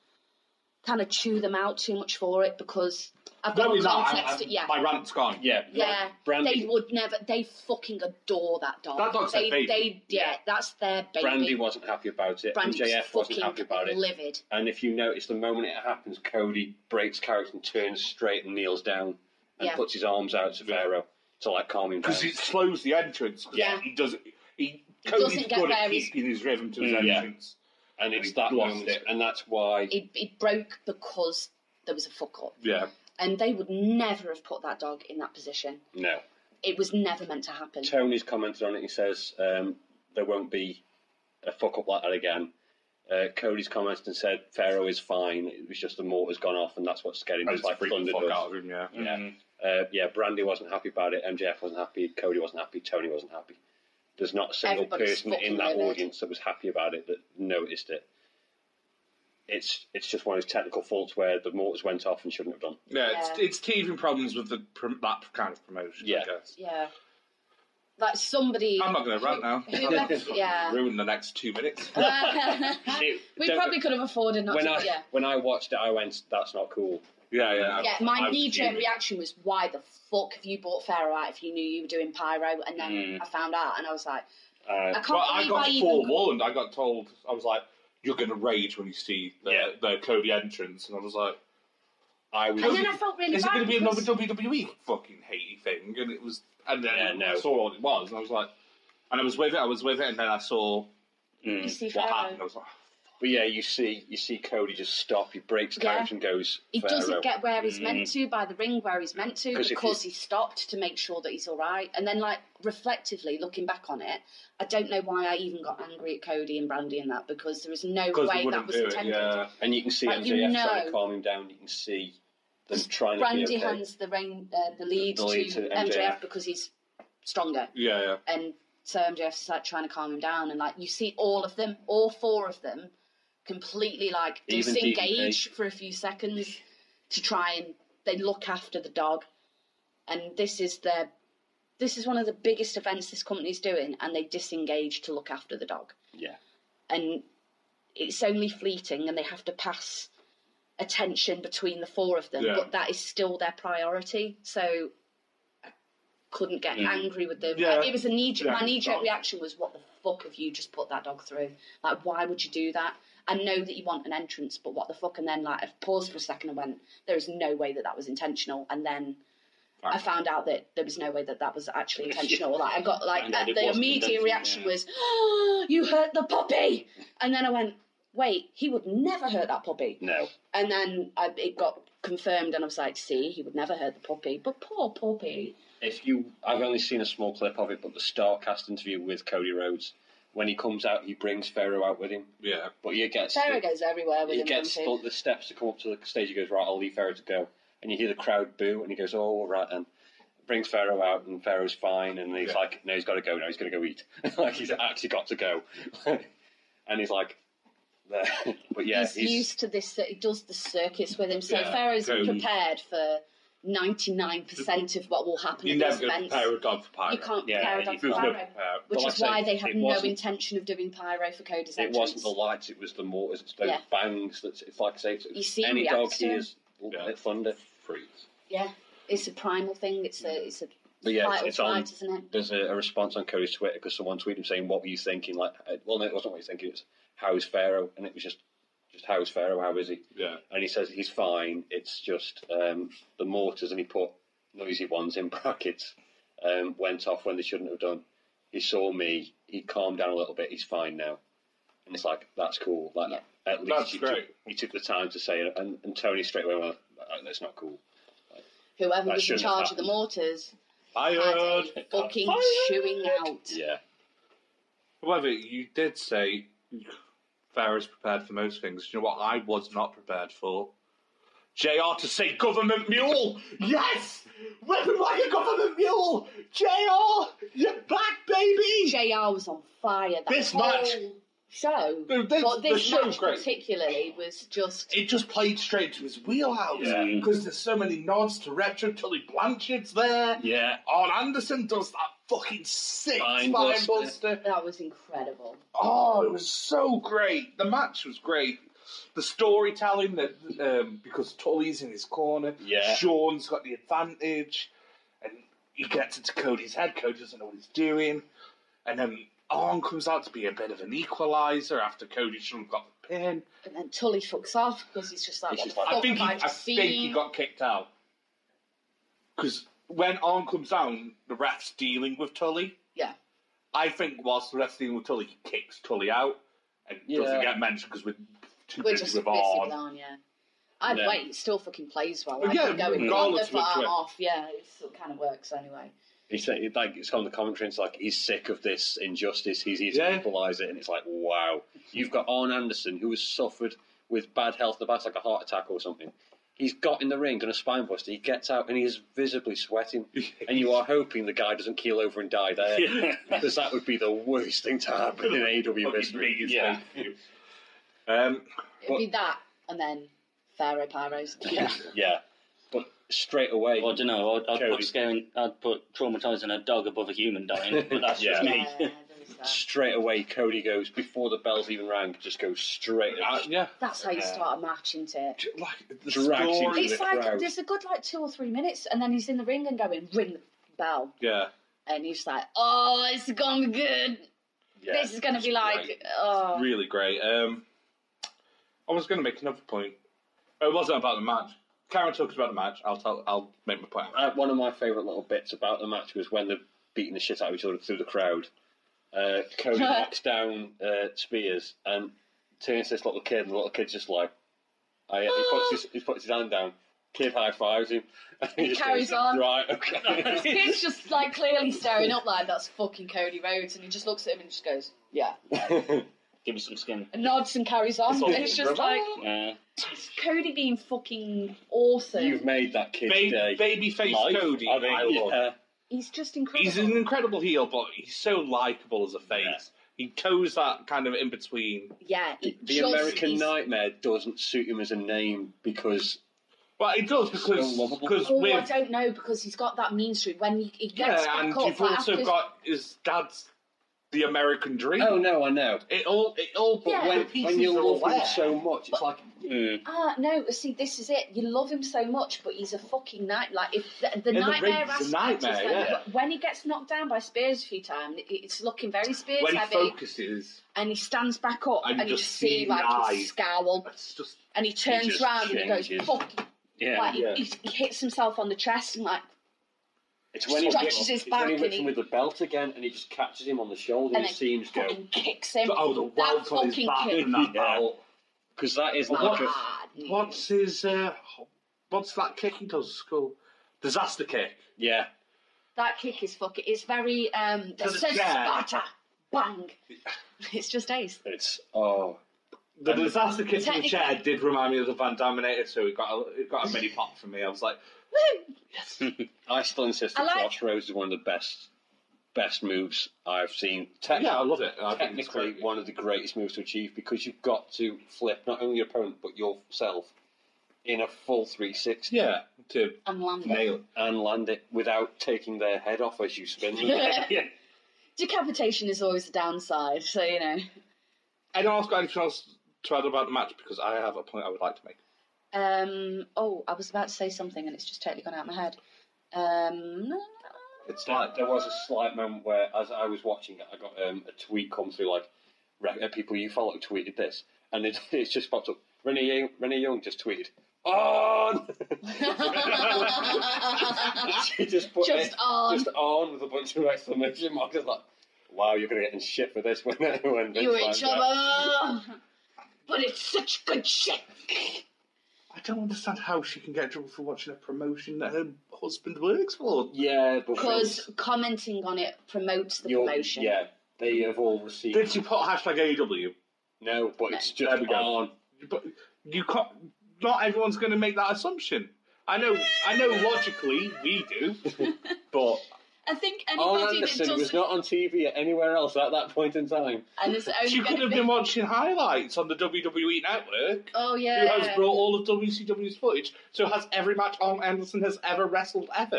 S1: kind of chew them out too much for it because I've got
S3: No,
S1: no,
S3: he's not.
S1: context.
S3: I- I-
S1: yeah,
S3: My rant's gone.
S4: yeah,
S1: yeah.
S4: Brandy,
S1: They would never. They fucking adore that dog.
S3: That dog's
S1: they,
S3: their baby.
S1: They, yeah, that's their baby.
S4: Brandy wasn't happy about it.
S1: Brandy
S4: MJF
S1: was
S4: wasn't
S1: fucking
S4: happy about it.
S1: livid.
S4: And if you notice, the moment it happens, Cody breaks character and turns straight and kneels down and
S1: Yeah.
S4: puts his arms out to Pharaoh to like calm him down.
S3: Because it slows the entrance. 'cause
S1: Yeah.
S3: He doesn't. He,
S1: doesn't
S3: Cody's
S1: get
S3: good at
S1: where he's-
S3: keeping his rhythm to his
S4: Mm, yeah.
S3: entrance.
S4: and it's
S3: We've
S4: that
S3: lost
S4: moment,
S3: it.
S4: and that's why
S1: It, it broke because there was a fuck up,
S3: Yeah.
S1: and they would never have put that dog in that position.
S4: no.
S1: It was never meant to happen.
S4: Tony's commented on it. He says um, there won't be a fuck up like that again. Uh, Cody's commented and said Pharaoh is fine. It was just the mortar's gone off, and that's what scared him.
S3: And
S4: Just
S3: it's
S4: like
S3: freaked
S4: thunder
S3: the fuck
S4: does.
S3: out of him, yeah.
S4: Yeah. Uh, yeah, Brandy wasn't happy about it. MJF wasn't happy. Cody wasn't happy. Tony wasn't happy. There's not a single
S1: Everybody's
S4: person in
S1: fucking
S4: that
S1: livid.
S4: audience that was happy about it that noticed it. It's it's just one of those technical faults where the mortars went off and shouldn't have done.
S3: Yeah, It's,
S1: Yeah.
S3: it's teething problems with the prom- that kind of promotion, I
S4: Yeah.
S3: guess.
S1: Yeah, like somebody.
S3: I'm not going to rant now.
S1: whoever- yeah.
S3: Ruin the next two minutes.
S1: Uh, we
S4: Don't-
S1: probably could have afforded not
S4: when
S1: to.
S4: I
S1: yeah.
S4: when I watched it, I went, "That's not cool."
S3: Yeah, yeah.
S1: Yeah,
S4: I
S1: my
S4: was
S1: knee jerk
S4: fuming.
S1: reaction was, why the fuck have you bought Pharaoh out if you knew you were doing pyro? And then I found out and I was like, I
S4: Uh,
S1: can't
S3: Mm. Well, I
S1: believe
S3: got
S1: I even.
S3: forewarned. I got told, I was like, you're going to rage when you see the,
S4: Yeah.
S3: the Cody entrance. And I was like,
S4: I was
S1: And then I felt really
S3: is it
S1: bad.
S3: going to be
S1: because-
S3: another WWE fucking hatey thing? And it was, and then
S4: Yeah, no.
S3: I saw what it was, and I was like, and I was with it, I was with it, and then I saw
S1: You see
S3: what
S1: Pharaoh.
S3: happened. I was like,
S4: But yeah, you see, you see Cody just stop. He breaks character and goes.
S1: He
S4: Pharaoh.
S1: doesn't get where he's
S3: Mm.
S1: meant to by the ring where he's meant to
S4: 'Cause if
S1: because
S4: you-
S1: he stopped to make sure that he's all right. And then, like reflectively looking back on it, I don't know why I even got angry at Cody and Brandy and that because there is no
S3: because
S1: way
S3: he
S1: that
S3: wouldn't
S1: was
S3: do it.
S1: intended.
S3: Yeah,
S4: and you can see
S1: Like,
S4: MJF
S1: you
S4: trying
S1: know.
S4: to calm him down. You can see them trying to
S1: Brandy
S4: be okay.
S1: hands the rein, uh, the lead
S4: The lead
S1: to,
S4: to
S1: MJF.
S4: MJF.
S1: because he's stronger,
S3: yeah, yeah.
S1: and so MJF is like trying to calm him down, and like you see all of them, all four of them, completely like
S4: Even
S1: disengage for a few seconds to try and they look after the dog, and this is their. This is one of the biggest events this company's doing, and they disengage to look after the dog
S4: Yeah.
S1: and it's only fleeting and they have to pass attention between the four of them
S3: Yeah.
S1: but that is still their priority so i couldn't get
S2: Mm.
S1: angry with them
S3: Yeah.
S1: it was a knee
S3: Yeah,
S1: my knee jerk
S3: well-
S1: reaction was what the fuck have you just put that dog through like why would you do that I know that you want an entrance, but what the fuck? And then like I paused for a second and went, there is no way that that was intentional. And then I found out that there was no way that that was actually intentional. Like I got like
S2: Found out it
S1: the
S2: wasn't
S1: immediate
S2: intentional,
S1: reaction
S2: yeah.
S1: was, oh, you hurt the puppy. And then I went, wait, he would never hurt that puppy.
S4: No.
S1: And then I, it got confirmed, and I was like, see, he would never hurt the puppy. But poor puppy.
S4: If you, I've only seen a small clip of it, but the Starcast interview with Cody Rhodes, when he comes out, he brings Pharaoh out with him.
S3: Yeah.
S4: But you get
S1: Sarah goes everywhere with
S4: he
S1: him.
S4: gets
S1: doesn't
S4: the, the steps to come up to the stage. He goes right, I'll leave Pharaoh to go, and you hear the crowd boo, and he goes, oh, all right, and brings Pharaoh out, and Pharaoh's fine, and he's
S3: Yeah.
S4: like, no, he's got to go now. He's going to go eat. like he's actually got to go, and he's like, there. but yeah,
S1: he's, used to this that he does the circuits with him. So
S3: Yeah,
S1: Pharaoh's
S3: go-
S1: prepared for ninety nine percent of what will happen
S3: You
S1: at
S3: never
S1: the
S3: go to
S1: events.
S3: prepare a dog for pirate.
S1: You can't
S4: Yeah,
S1: prepare a
S4: you
S1: dog for
S3: There's no
S1: pyro,
S3: prepare.
S1: which
S4: Well,
S1: is
S4: like I
S1: why
S4: said,
S1: they had
S4: it
S1: no
S4: wasn't-
S1: intention of doing pyro for Coda's
S4: It
S1: entrance.
S4: wasn't the lights, it was the mortars, it's those
S1: Yeah.
S4: bangs that it's like I say, it's
S1: You see
S4: any dog
S1: reacts to
S4: hears
S3: Yeah.
S4: thunder.
S3: Freeze.
S1: Yeah, it's a primal thing. It's a it's a
S4: But yeah, it's,
S1: vital
S4: it's on.
S1: flight, isn't it?
S4: There's a, a response on Cody's Twitter because someone tweeted him saying, "What were you thinking?" Like, uh, well, no, it wasn't what he's thinking. It's how is Pharaoh, and it was just, just how is Pharaoh? How is he?
S3: Yeah.
S4: And he says he's fine. It's just um, the mortars, and he put noisy ones in brackets. Um, went off when they shouldn't have done. He saw me. He calmed down a little bit. He's fine now. And it's like that's cool. Like at least
S3: That's
S4: you took
S3: great.
S4: he took the time to say it, and, and Tony straight away went, "Oh, "That's not cool."
S1: Whoever was
S4: That
S1: in
S4: shouldn't
S1: charge
S4: have
S1: of the mortars
S3: I
S1: had a
S3: heard.
S1: fucking
S3: Fired.
S1: chewing out.
S4: Yeah,
S3: However, you did say Pharaoh's prepared for most things. Do you know what I was not prepared for? JR to say government mule! Yes! Weapon like a government mule! JR! You're back, baby!
S1: JR was on fire. That
S3: This
S1: whole
S3: match-
S1: show,
S3: The- the-
S1: but
S3: the
S1: this
S3: show's
S1: match
S3: great.
S1: particularly was just
S3: it just played straight to his wheelhouse
S2: Yeah.
S3: because there's so many nods to retro. Tully Blanchard's there.
S2: Yeah.
S3: Arn Anderson does that fucking sick
S4: Spine
S3: spine
S4: buster.
S3: buster.
S1: that was incredible.
S3: Oh, it was so great. The match was great. The storytelling that um, because Tully's in his corner,
S4: Yeah.
S3: Sean's got the advantage, and he gets into Cody's head. Cody doesn't know what he's doing, and then Arn comes out to be a bit of an equalizer after Cody should have got the pin.
S1: And then Tully fucks off because he's just like,
S4: He's
S1: what
S4: just
S1: the
S4: like-
S1: fuck
S3: I think he,
S1: have
S3: I
S1: just
S3: think he
S1: seen?
S3: got kicked out. Because when Arn comes down, the ref's dealing with Tully.
S1: Yeah.
S3: I think whilst the ref's dealing with Tully, he kicks Tully out and doesn't
S4: Yeah.
S3: get mentioned because we're too
S1: We're
S3: busy
S1: just
S3: with
S1: busy with
S3: Arn.
S1: on, yeah. I'd
S4: Yeah.
S1: wait, it still fucking plays well.
S3: Well,
S1: Like,
S3: yeah,
S1: yeah, going on the
S3: regardless which
S1: far
S3: way.
S1: off, yeah, it still kind of works anyway.
S4: he said it- like it's on the commentary. It's like he's sick of this injustice. He's here to
S3: Yeah.
S4: equalise it, and it's like wow, you've got Arn Anderson who has suffered with bad health, the past like a heart attack or something. He's got in the ring and a spine buster. He gets out and he is visibly sweating, and you are hoping the guy doesn't keel over and die there. Because that would be the worst thing to happen in AEW
S3: Fucking
S4: history.
S3: biggest
S2: Yeah.
S3: thing. Um,
S1: It'd be that and then Pharaoh Pyros. Yeah.
S4: Yeah, but straight away,
S2: Well, I don't know. I'd, I'd
S4: Cody.
S2: put scaring, I'd put traumatizing a dog above a human dying, but that's just
S4: Yeah.
S2: me.
S1: there was that.
S4: straight away, Cody goes before the bells even rang. Just goes straight.
S3: uh, yeah.
S1: That's how you
S4: Yeah.
S1: start a match, isn't it?
S3: Like, the
S4: Drags him
S3: story.
S4: to
S1: It's
S4: the
S1: like
S4: crowd.
S1: there's a good like two or three minutes, and then he's in the ring and going ring the bell,
S3: Yeah.
S1: and he's like, "Oh, it's gonna be good.
S4: Yeah.
S1: this is gonna be
S3: it's
S1: like,
S3: great.
S1: oh,
S3: Really great. Um, I was going to make another point. It wasn't about the match. Karen talks about the match. I'll tell. I'll make my point.
S4: Uh, one of my favourite little bits about the match was when they're beating the shit out of each other through the crowd. Uh, Cody knocks down uh, Spears and turns to this little kid, and the little kid's just like, I, he, puts his, he puts his hand down, kid high fives him, and he,
S1: He
S4: just
S1: carries
S4: goes,
S1: on.
S4: Right, okay.
S1: He's just like clearly staring up like that's fucking Cody Rhodes, and he just looks at him and just goes, "Yeah,"
S2: Give me some skin.
S1: and nods and carries on.
S3: all
S1: And it's just like
S2: Yeah.
S1: it's Cody being fucking awesome.
S4: You've made that kid's day.
S3: Baby, babyface
S4: uh, Life,
S3: Cody.
S4: I mean,
S3: I love.
S4: yeah.
S1: He's just incredible.
S3: He's an incredible heel, but he's so likable as a face.
S4: Yeah.
S3: He toes that kind of in between.
S1: yeah, he
S4: The
S1: just
S4: American
S1: is
S4: Nightmare doesn't suit him as a name because
S3: Well, it does because
S4: So lovable.
S3: because
S1: Oh, I
S3: with
S1: don't know because he's got that mean streak. When he, he gets
S3: yeah,
S1: back
S3: and
S1: up,
S3: you've
S1: like,
S3: also
S1: after-
S3: got his dad's the American dream.
S4: Oh no, I know.
S3: It all, it all,
S4: But
S1: Yeah.
S4: when,
S3: pieces
S4: when you
S3: are
S4: love
S3: all
S4: him
S3: there.
S4: so much, it's like
S2: Mm.
S1: Ah, no, see, this is it. You love him so much, but he's a fucking night. Like, if the, the
S3: the
S1: nightmare
S3: ring's a
S1: aspect
S3: nightmare,
S1: is there,
S3: yeah.
S1: but when he gets knocked down by Spears a few times, it- it's looking very Spears
S3: when he
S1: heavy,
S3: focuses,
S1: and he stands back up,
S3: And
S1: and,
S3: you
S1: you
S3: just
S1: just
S3: see
S1: see,
S3: his
S1: like,
S3: eyes.
S1: his scowl,
S3: it's just
S1: and he turns
S4: just
S1: round and he goes,
S4: changes.
S1: fuck,
S2: Yeah.
S1: like,
S3: Yeah.
S1: he, he hits himself on the chest, and like,
S4: it's when he
S1: Stretches
S4: whips-
S1: his
S4: it's when he
S1: back
S4: whips
S1: and
S4: him
S1: he-
S4: with the belt again, and he just catches him on the shoulder.
S1: And
S4: And he
S1: then
S4: seems go
S1: fucking kicks him.
S3: oh, the
S1: that
S3: welt on
S1: fucking
S3: his back
S1: kick. Oh,
S3: from that
S2: Yeah.
S3: battle.
S2: Because that is
S3: What-
S2: not.
S1: Bad news.
S3: What's his? Uh, what's that kick he does? School disaster kick.
S2: Yeah.
S1: That kick is fucking. It's very. um
S3: To the
S1: says
S3: chair.
S1: Sparta. Bang. It's just ace.
S4: It's oh,
S3: The
S4: And the-
S3: disaster kick in the
S1: Technically-
S3: chair did remind me of the Van Daminator, so it got a, it got a mini pop from me. I was like,
S4: I still insist
S1: I
S4: that
S1: like-
S4: Crossroads is one of the best best moves I've seen. Te-
S3: yeah, I love it. I think it's
S4: technically
S3: great.
S4: one of the greatest moves to achieve because you've got to flip not only your opponent but yourself in a full 360
S3: yeah, to
S1: and landed.
S3: nail it.
S4: and land it without taking their head off as you spin them.
S2: yeah.
S1: Decapitation is always a downside, so you know.
S3: Anyone else got anything else to add about the match? Because I have a point I would like to make.
S1: Um, oh, I was about to say something and it's just totally gone out of my head. Um,
S4: It's like there was a slight moment where, as I was watching it, I got um, a tweet come through like, "Re- uh, "People you follow tweeted this," and it, it's just popped up. Renee Young, Renee Young just tweeted, "On!" she just put
S1: Just
S4: it,
S1: on.
S4: just on with a bunch of exclamation marks. It's like, wow, you're gonna get in shit for this when when Vince
S1: you in
S4: finds out.
S1: trouble. But it's such good shit.
S3: I don't understand how she can get in trouble for watching a promotion that her husband works for.
S4: Yeah, but
S1: Because commenting on it promotes the
S4: you're-
S1: promotion.
S4: Yeah, they have all received
S3: Did she put hashtag E AW?
S4: no, but it's
S3: There
S4: just
S3: we go.
S4: on.
S3: But you can't. Not everyone's going to make that assumption. I know. I know. Logically, we do, but
S1: I think
S4: Arn
S1: anybody that
S4: Anderson
S1: doesn't
S4: was not on TV anywhere else at that point in time.
S1: and it's only
S3: she could
S1: gonna
S3: have
S1: be-
S3: been watching highlights on the WWE network.
S1: Oh
S3: who
S1: yeah.
S3: has brought all of WCW's footage, so has every match Arn Anderson has ever wrestled ever.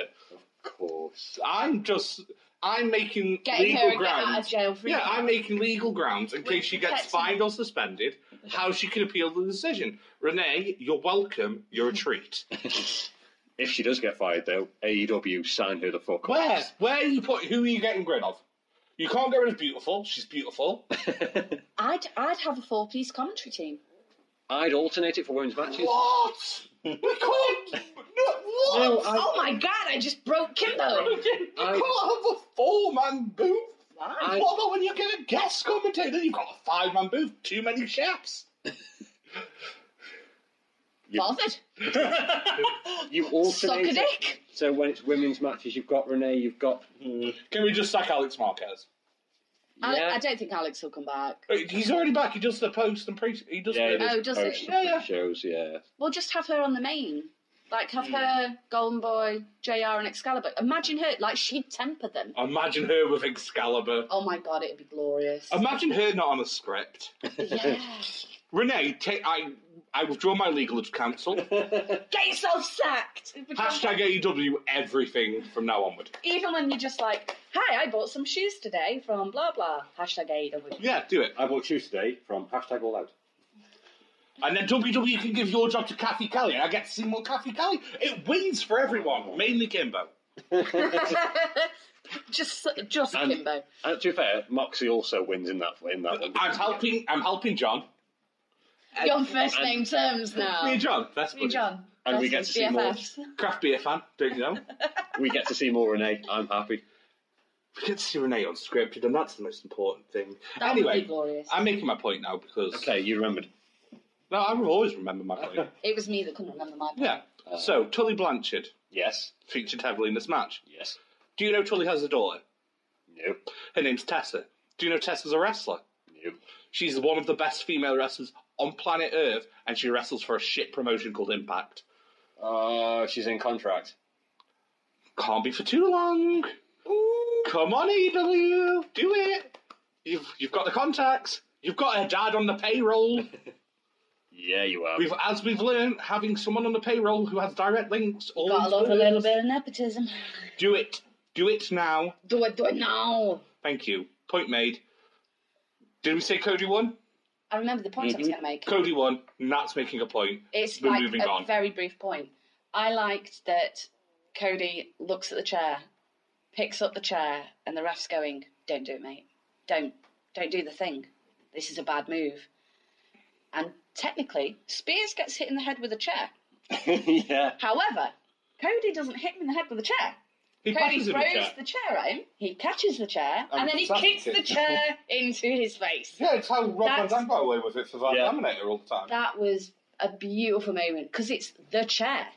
S4: Of course.
S3: I'm just, I'm making
S1: Getting
S3: legal
S1: her a get
S3: grounds.
S1: out of jail free.
S3: yeah,
S1: card.
S3: I'm making legal grounds in
S1: We're
S3: case she gets
S1: protecting-
S3: fined or suspended, how she can appeal the decision. Renee, you're welcome, you're a treat.
S4: If she does get fired, though, E AEW signed her the fuck
S3: Where? Where are you put? Who are you getting rid of? You can't get rid of beautiful. She's beautiful.
S4: Where?
S1: I'd I'd have a four piece commentary team.
S4: I'd alternate it for women's matches.
S3: what? We can't. No, what?
S4: No, I-
S1: oh my god, I just broke Kimbo.
S3: You can't have a four man booth.
S4: I-
S3: What about when you get a guest commentator? You've got a five man booth, too many chaps.
S1: Bothered.
S4: You
S1: Suck a
S4: alternate. it.
S1: dick.
S4: So when it's women's matches, you've got Renee, you've got.
S3: Can we just sack Alex Marquez?
S1: Ale-
S4: Yeah.
S1: I don't think Alex will come back.
S3: Uh, He's already back. He does the post and pre. He does.
S2: Yeah, he
S3: the-
S2: does.
S1: Oh, does
S4: post
S1: it?
S4: and
S3: Yeah,
S4: shows, yeah.
S1: We'll just have her on the main. Like
S4: Hmm.
S1: have her Golden Boy, JR and Excalibur. Imagine her like she'd temper them.
S3: Imagine her with Excalibur.
S1: Oh my god, it'd be glorious.
S3: Imagine her not on a script.
S1: yeah.
S3: Renee, ta- I I withdraw my legal counsel.
S1: Get yourself sacked. It becomes-
S3: Hashtag AEW everything from now onward.
S1: Even when you're just like, hi, I bought some shoes today from blah blah. Hashtag AEW.
S3: Yeah, do it.
S4: I bought shoes today from hashtag all out.
S3: And then WWE can give your job to Kathy Kelly, and I get to see more Kathy Kelly. It wins for everyone, mainly Kimbo.
S1: Just just
S4: And-
S1: Kimbo.
S4: And Uh, to be fair, Moxie also wins in that in that one.
S3: I'm helping. I'm helping John.
S1: You're on first
S4: and-
S1: name terms now.
S3: Me and John. That's
S1: Oh. Me, John.
S4: And we
S1: Best
S4: get
S1: of
S4: to see more.
S1: BFFs.
S3: Craft beer fan, don't you know?
S4: We get to see more Renee. I'm happy.
S3: we get to see Renee unscripted, and that's the most important thing.
S1: That would be
S3: anyway,
S1: glorious.
S3: I'm making my point now because
S4: Okay, you remembered.
S3: no, I will always remember my point.
S1: It was me that couldn't remember my.
S3: yeah.
S1: Uh.
S3: so Tully Blanchard
S4: Yes.
S3: featured heavily in this match.
S4: Yes.
S3: Do you know Tully has a daughter?
S4: Nope.
S3: Her name's Tessa. Do you know Tessa's a wrestler?
S4: Nope.
S3: She's one of the best female wrestlers on planet Earth, and she wrestles for a shit promotion called Impact.
S4: Uh, she's in contract.
S3: Can't be for too long. Come on, EW, do it. You've you've got the contacts. You've got her dad on the payroll.
S4: Yeah, you are.
S3: We've, as we've learned, having someone on the payroll who has direct links. All
S1: Gotta love a little bit of nepotism.
S3: Do it. Do it now.
S1: Do it, do it now.
S3: Thank you. Point made. Did we say Cody won?
S1: I remember the point I was
S2: Mhm.
S1: going to make.
S3: Cody won. Nat's making a point.
S1: It's
S3: We're
S1: like
S3: Mm-hmm. moving
S1: a
S3: on.
S1: very brief point. I liked that Cody looks at the chair, picks up the chair, and the ref's going, "Don't do it, mate. Don't, don't do the thing. This is a bad move." And technically, Spears gets hit in the head with a chair.
S2: yeah.
S1: However, Cody doesn't hit him in the head with a chair.
S3: He
S1: Cody
S3: passes him a
S1: throws
S3: chair.
S1: the chair at him. He catches the chair,
S3: And
S1: and then he
S3: slaps
S1: kicks
S3: it.
S1: the chair into his face.
S3: Yeah, it's how Rob Van
S1: That's-
S3: Dam got away with it for that
S2: Yeah.
S3: Laminator all the time.
S1: That was a beautiful moment because it's the chair.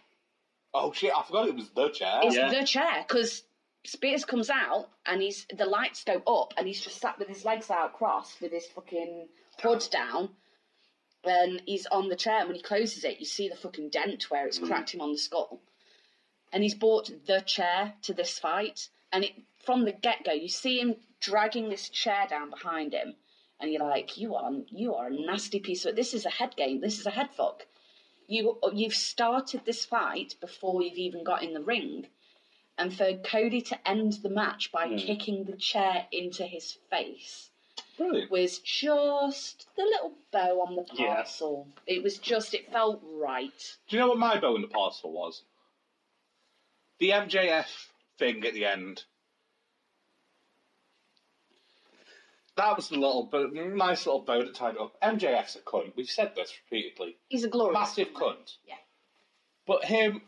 S3: Oh shit, I forgot it was the chair.
S1: It's
S2: Yeah.
S1: the chair because Spears comes out and he's the lights go up and he's just sat with his legs out crossed with his fucking hood down. And he's on the chair, and when he closes it, you see the fucking dent where it's cracked him on the skull. And he's bought the chair to this fight, and it from the get go, you see him dragging this chair down behind him, and you're like, "You are, you are a nasty piece of it. This is a head game. This is a head fuck. You, you've started this fight before you've even got in the ring, and for Cody to end the match by
S3: Hmm.
S1: kicking the chair into his face
S3: Brilliant.
S1: was just the little bow on the
S2: Yeah.
S1: parcel. It was just, it felt right.
S3: Do you know what my bow in the parcel was? The MJF thing at the end. That was the little bow, nice little bow that tied it up. MJF's a cunt. We've said this repeatedly.
S1: He's a glorious
S3: Massive
S1: man.
S3: cunt.
S1: Yeah.
S3: But him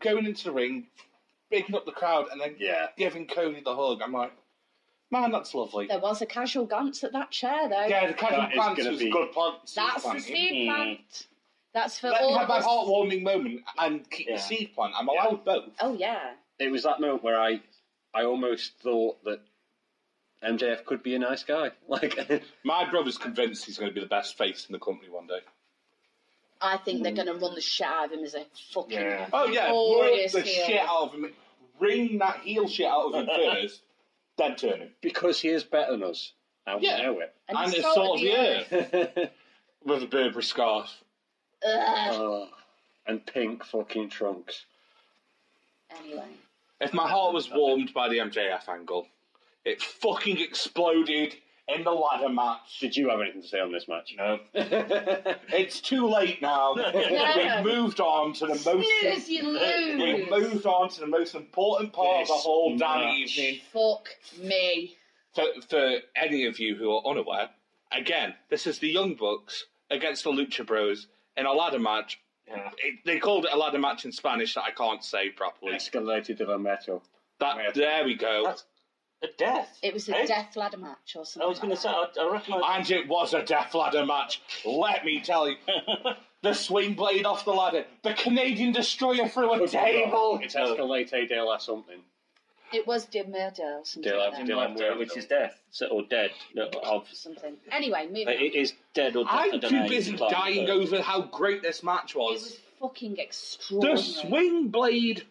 S3: going into the ring, picking up the crowd, and then
S4: Yeah.
S3: giving Cody the hug, I'm like, man, that's lovely.
S1: There was a casual glance at that chair, though.
S3: Yeah, the casual
S4: That is
S3: pants
S4: gonna
S3: was
S4: be-
S3: good pants.
S1: That's the
S3: plant.
S1: seed plant. That's for
S3: Let me
S1: all
S3: have
S1: of
S3: my
S1: us.
S3: heartwarming moment and keep
S2: Yeah.
S3: the seed plant. I'm allowed both.
S1: Oh, yeah.
S4: It was that moment where I, I almost thought that MJF could be a nice guy. Like,
S3: My brother's convinced he's going to be the best face in the company one day.
S1: I think they're going to run the shit out of him as Hmm. a fucking.
S4: Yeah.
S3: Oh yeah,
S1: Glorious
S3: work the
S1: heel.
S3: shit out of him. Wring that heel shit out of him first, then turn him.
S4: because he is better than us, and
S3: Yeah.
S4: we know it.
S1: And,
S3: and
S1: the
S3: it's
S1: salt
S3: sort of
S1: of
S3: the earth
S4: Ugh.
S3: with a Burberry scarf.
S4: Oh, and pink fucking trunks.
S1: Anyway.
S3: If my heart was warmed by the MJF angle, it fucking exploded in the ladder match.
S4: Did you have anything to say on this match?
S2: No.
S3: It's too late now. We've moved on to the most.
S1: Snooze, you
S3: We've
S1: lose.
S3: moved on to the most important part of the
S2: This
S3: whole damn
S2: match.
S3: evening.
S1: Fuck me.
S3: for, for any of you who are unaware, again, this is the Young Bucks against the Lucha Bros in a ladder match.
S2: Yeah.
S3: It, they called it a ladder match in Spanish that I can't say properly.
S4: Escalated to the metal.
S3: That there we go,
S2: That's- A death.
S1: It was a
S2: Hey?
S1: death ladder match or
S2: I
S1: something.
S2: was going to
S1: like
S2: say, I, I recognise.
S3: and it was a death ladder match. Let me tell you, the swing blade off the ladder, the Canadian destroyer through a table.
S4: It's escalated de la something.
S1: that. It was De Murder or something.
S4: De La-
S1: like that.
S4: De La-
S2: Murder, which is death so- or dead no, of.
S1: something. Anyway, moving on.
S2: It is dead or death. I
S3: I'm
S2: don't
S3: too
S2: know,
S3: busy
S2: it's like-
S3: dying over how great this match
S1: It
S3: was.
S1: was fucking
S3: The
S1: extraordinary.
S3: swing blade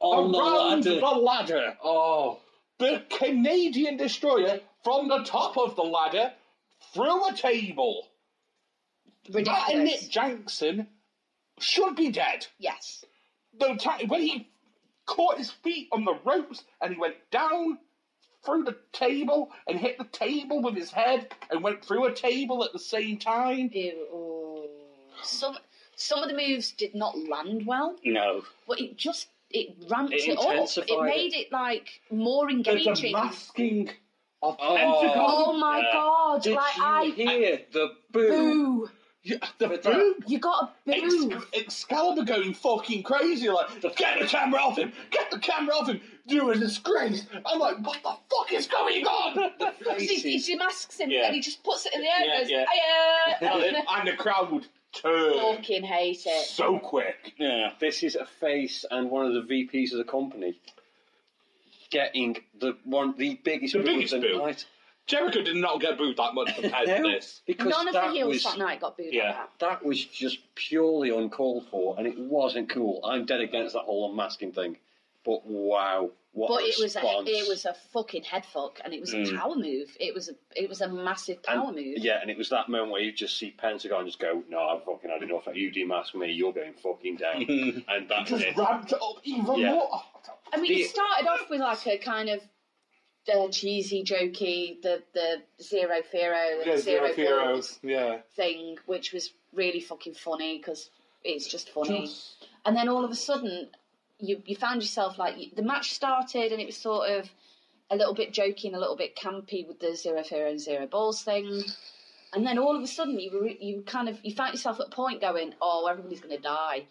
S2: on the
S3: around
S2: ladder.
S3: the ladder.
S2: Oh,
S3: the Canadian destroyer from the top of the ladder through a table. That and Nick
S1: Ridiculous.
S3: Jackson should be dead.
S1: Yes.
S3: The ta- when he caught his feet on the ropes and he went down through the table and hit the table with his head and went through a table at the same time.
S1: Ew, oh. Some some of the moves did not land well,
S2: no.
S1: but it just it ramped
S2: It
S1: it, up.
S2: intensified
S1: It made it. like more
S3: The
S1: engaging.
S3: masking of
S4: Oh.
S1: Oh
S3: Pentagon.
S1: my
S2: Yeah.
S1: god! like I
S4: hear the
S1: boo.
S3: Yeah, the
S4: that-
S3: boob.
S1: You got a
S3: Ex-
S1: boo.
S3: Excalibur going fucking crazy, like, get the camera off him! Get the camera off him! You a disgrace! I'm like, what the fuck is going on?
S1: He, he demasks him
S2: Yeah.
S1: and he just puts it in the air
S2: Yeah,
S1: and goes,
S2: yeah.
S1: yeah.
S3: and the crowd would turn
S1: fucking hate it.
S3: so quick.
S2: Yeah.
S4: This is a face and one of the VPs of the company getting the one the biggest
S3: The
S4: boo of
S3: biggest
S4: the
S3: boo.
S4: night.
S3: Jericho did not get booed that much compared to
S4: No,
S3: this.
S4: because
S1: None of the
S4: that
S1: heels
S4: was
S1: that night got booed
S2: yeah.
S1: like that.
S4: that was just purely uncalled for, and it wasn't cool. I'm dead against that whole unmasking thing, but wow, what
S1: But
S4: a
S1: it was a,
S4: response.
S1: it was a fucking head fuck and it was a power move. It was a it was a massive
S4: Mm. And-
S1: power move.
S4: Yeah, and it was that moment where you just see Pentagon just go, "No, I've fucking had enough. You demask me, you're going fucking down," and that's
S3: Just
S4: it.
S3: ramped it up even
S4: Yeah.
S3: more.
S1: I mean,
S4: The-
S1: it started off with like a kind of the cheesy, jokey, the the zero fero and
S3: Yeah,
S1: zero,
S3: zero
S1: balls
S3: heroes. Yeah.
S1: thing, which was really fucking funny because it's just funny. And then all of a sudden, you you found yourself like you, the match started and it was sort of a little bit jokey and a little bit campy with the zero fero and zero balls thing. And then all of a sudden, you were, you kind of you found yourself at a point going, oh, everybody's gonna die.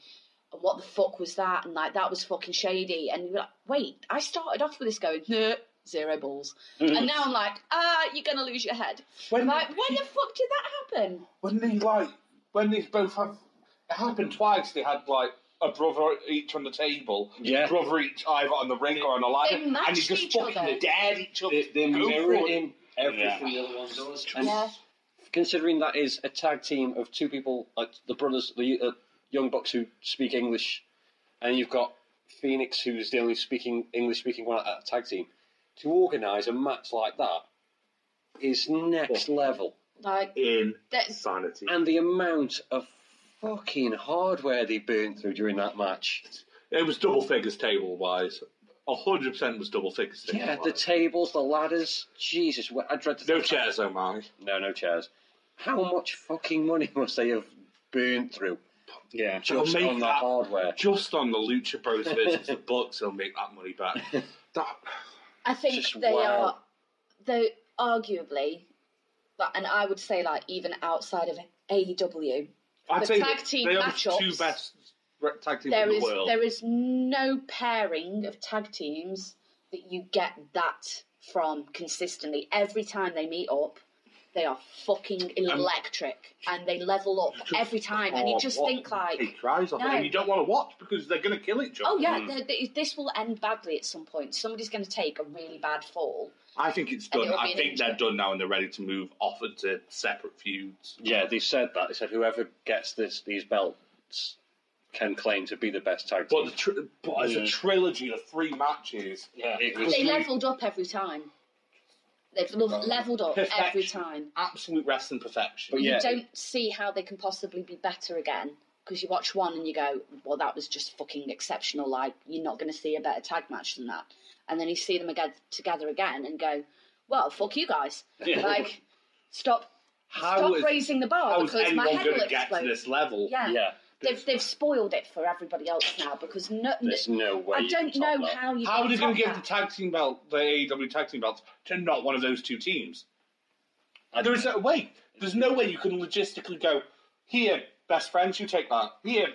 S1: And what the fuck was that? And like that was fucking shady. And you were like, wait, I started off with this going, no, zero balls. and now I'm like, ah, you're gonna lose your head.
S3: When-
S1: I'm like, when the fuck did that happen?
S3: when they like when they both have it happened twice they had like a brother each on the table
S4: Yeah.
S3: brother each either on the ring or on the ladder
S1: They
S3: and they
S1: matched
S3: just
S1: each
S3: fucking
S1: other.
S3: dared each other
S4: They, they're
S3: Go for it.
S4: mirroring everything the other one does. And
S1: Yeah.
S4: considering that is a tag team of two people, like the brothers, the uh, young bucks who speak English, and you've got Phoenix, who's the only speaking English speaking one at that tag team. To organise a match like that is next level,
S1: Like
S3: in
S1: that,
S3: sanity
S4: and the amount of fucking hardware they burnt through during that match.
S3: it was double figures table wise hundred percent was double figures table
S4: Yeah, the tables, the ladders. Jesus, wh- I dread to
S3: no
S4: think-
S3: chairs oh my
S4: No, no chairs. How much fucking money must they have burnt through
S2: Yeah.
S4: just
S3: make
S4: on the
S3: that-
S4: hardware?
S3: just on the Lucha Bros versus the Bucks, they'll make that money back. That
S1: I think
S4: Just
S1: they
S4: wow.
S1: are, though arguably, but, and I would say like even outside of E AEW,
S3: I'd
S1: The
S3: say
S1: tag team
S3: they are the
S1: matchups,
S3: two best re- tag teams
S1: there
S3: in the
S1: is
S3: world.
S1: there is no pairing of tag teams that you get that from consistently. Every time they meet up, they are fucking electric, and they level up
S3: Just-
S1: every time. And you
S3: Oh,
S1: just
S3: what
S1: think like,
S3: It cries off,
S1: No.
S3: and you don't want to watch because they're going to kill each other.
S1: oh yeah, th th- this will end badly at some point. Somebody's going to take a really bad fall.
S3: I think it's
S1: And
S3: done.
S1: it'll be
S3: I
S1: an
S3: think they're
S1: injury.
S3: done now, and they're ready to move off into separate feuds.
S4: Yeah, they said that. They said whoever gets this these belts can claim to be the best tag
S3: But
S4: team.
S3: the tr but as a trilogy of three matches,
S2: Yeah.
S3: it was
S1: They
S3: really
S1: leveled up every time. They've lo- leveled up every
S3: Perfection.
S1: time.
S3: absolute wrestling perfection.
S4: But
S1: You
S4: yeah,
S1: don't see how they can possibly be better again because you watch one and you go, "Well, that was just fucking exceptional. Like you're not going to see a better tag match than that." And then you see them again together again and go, "Well, fuck you guys.
S2: Yeah.
S1: Like stop,
S3: how
S1: stop
S3: is
S1: raising the bar
S3: how is
S1: because my
S3: anyone
S1: head
S3: going
S1: will
S3: to get to
S1: explode."
S3: this level?
S1: Yeah.
S4: yeah,
S1: They've, they've spoiled it for everybody else now because no,
S4: there's no way.
S1: I
S4: you can
S1: don't know
S4: top that.
S1: how you.
S3: How are
S1: can
S3: they going
S1: top
S3: to give the
S1: that.
S3: tag team belt, the AEW tag team belts, to not one of those two teams? There is no way. There's no way you can logistically go here. Best friends, you take that. Here,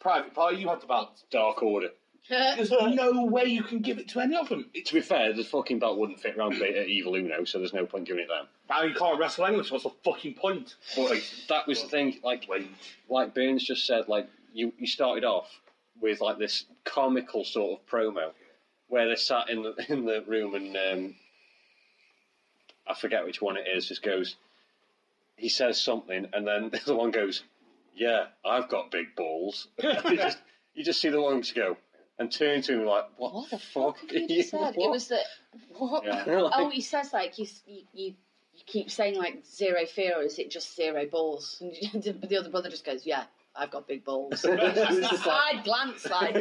S3: private party, you have the belt.
S4: Dark Order.
S3: There's no way you can give it to any of them. It's
S4: To be fair, the fucking belt wouldn't fit round Beta Evil Uno, so there's no point giving it them.
S3: I mean, you can't wrestle anyway, so what's the fucking point?
S4: But that was the thing. Like, like Burns just said, like you, you started off with like this comical sort of promo where they sat in the in the room and um, I forget which one it is. Just goes, he says something, and then the other one goes, "Yeah, I've got big balls." you just you just see the one just go and turn to him like, "What,
S1: What the fuck have you just said? It
S4: what?"
S1: was the what?
S4: Yeah.
S1: oh, he says like you, you you keep saying like zero fear or is it just zero balls? And the other brother just goes, yeah, I've got big balls. It's the side glance, like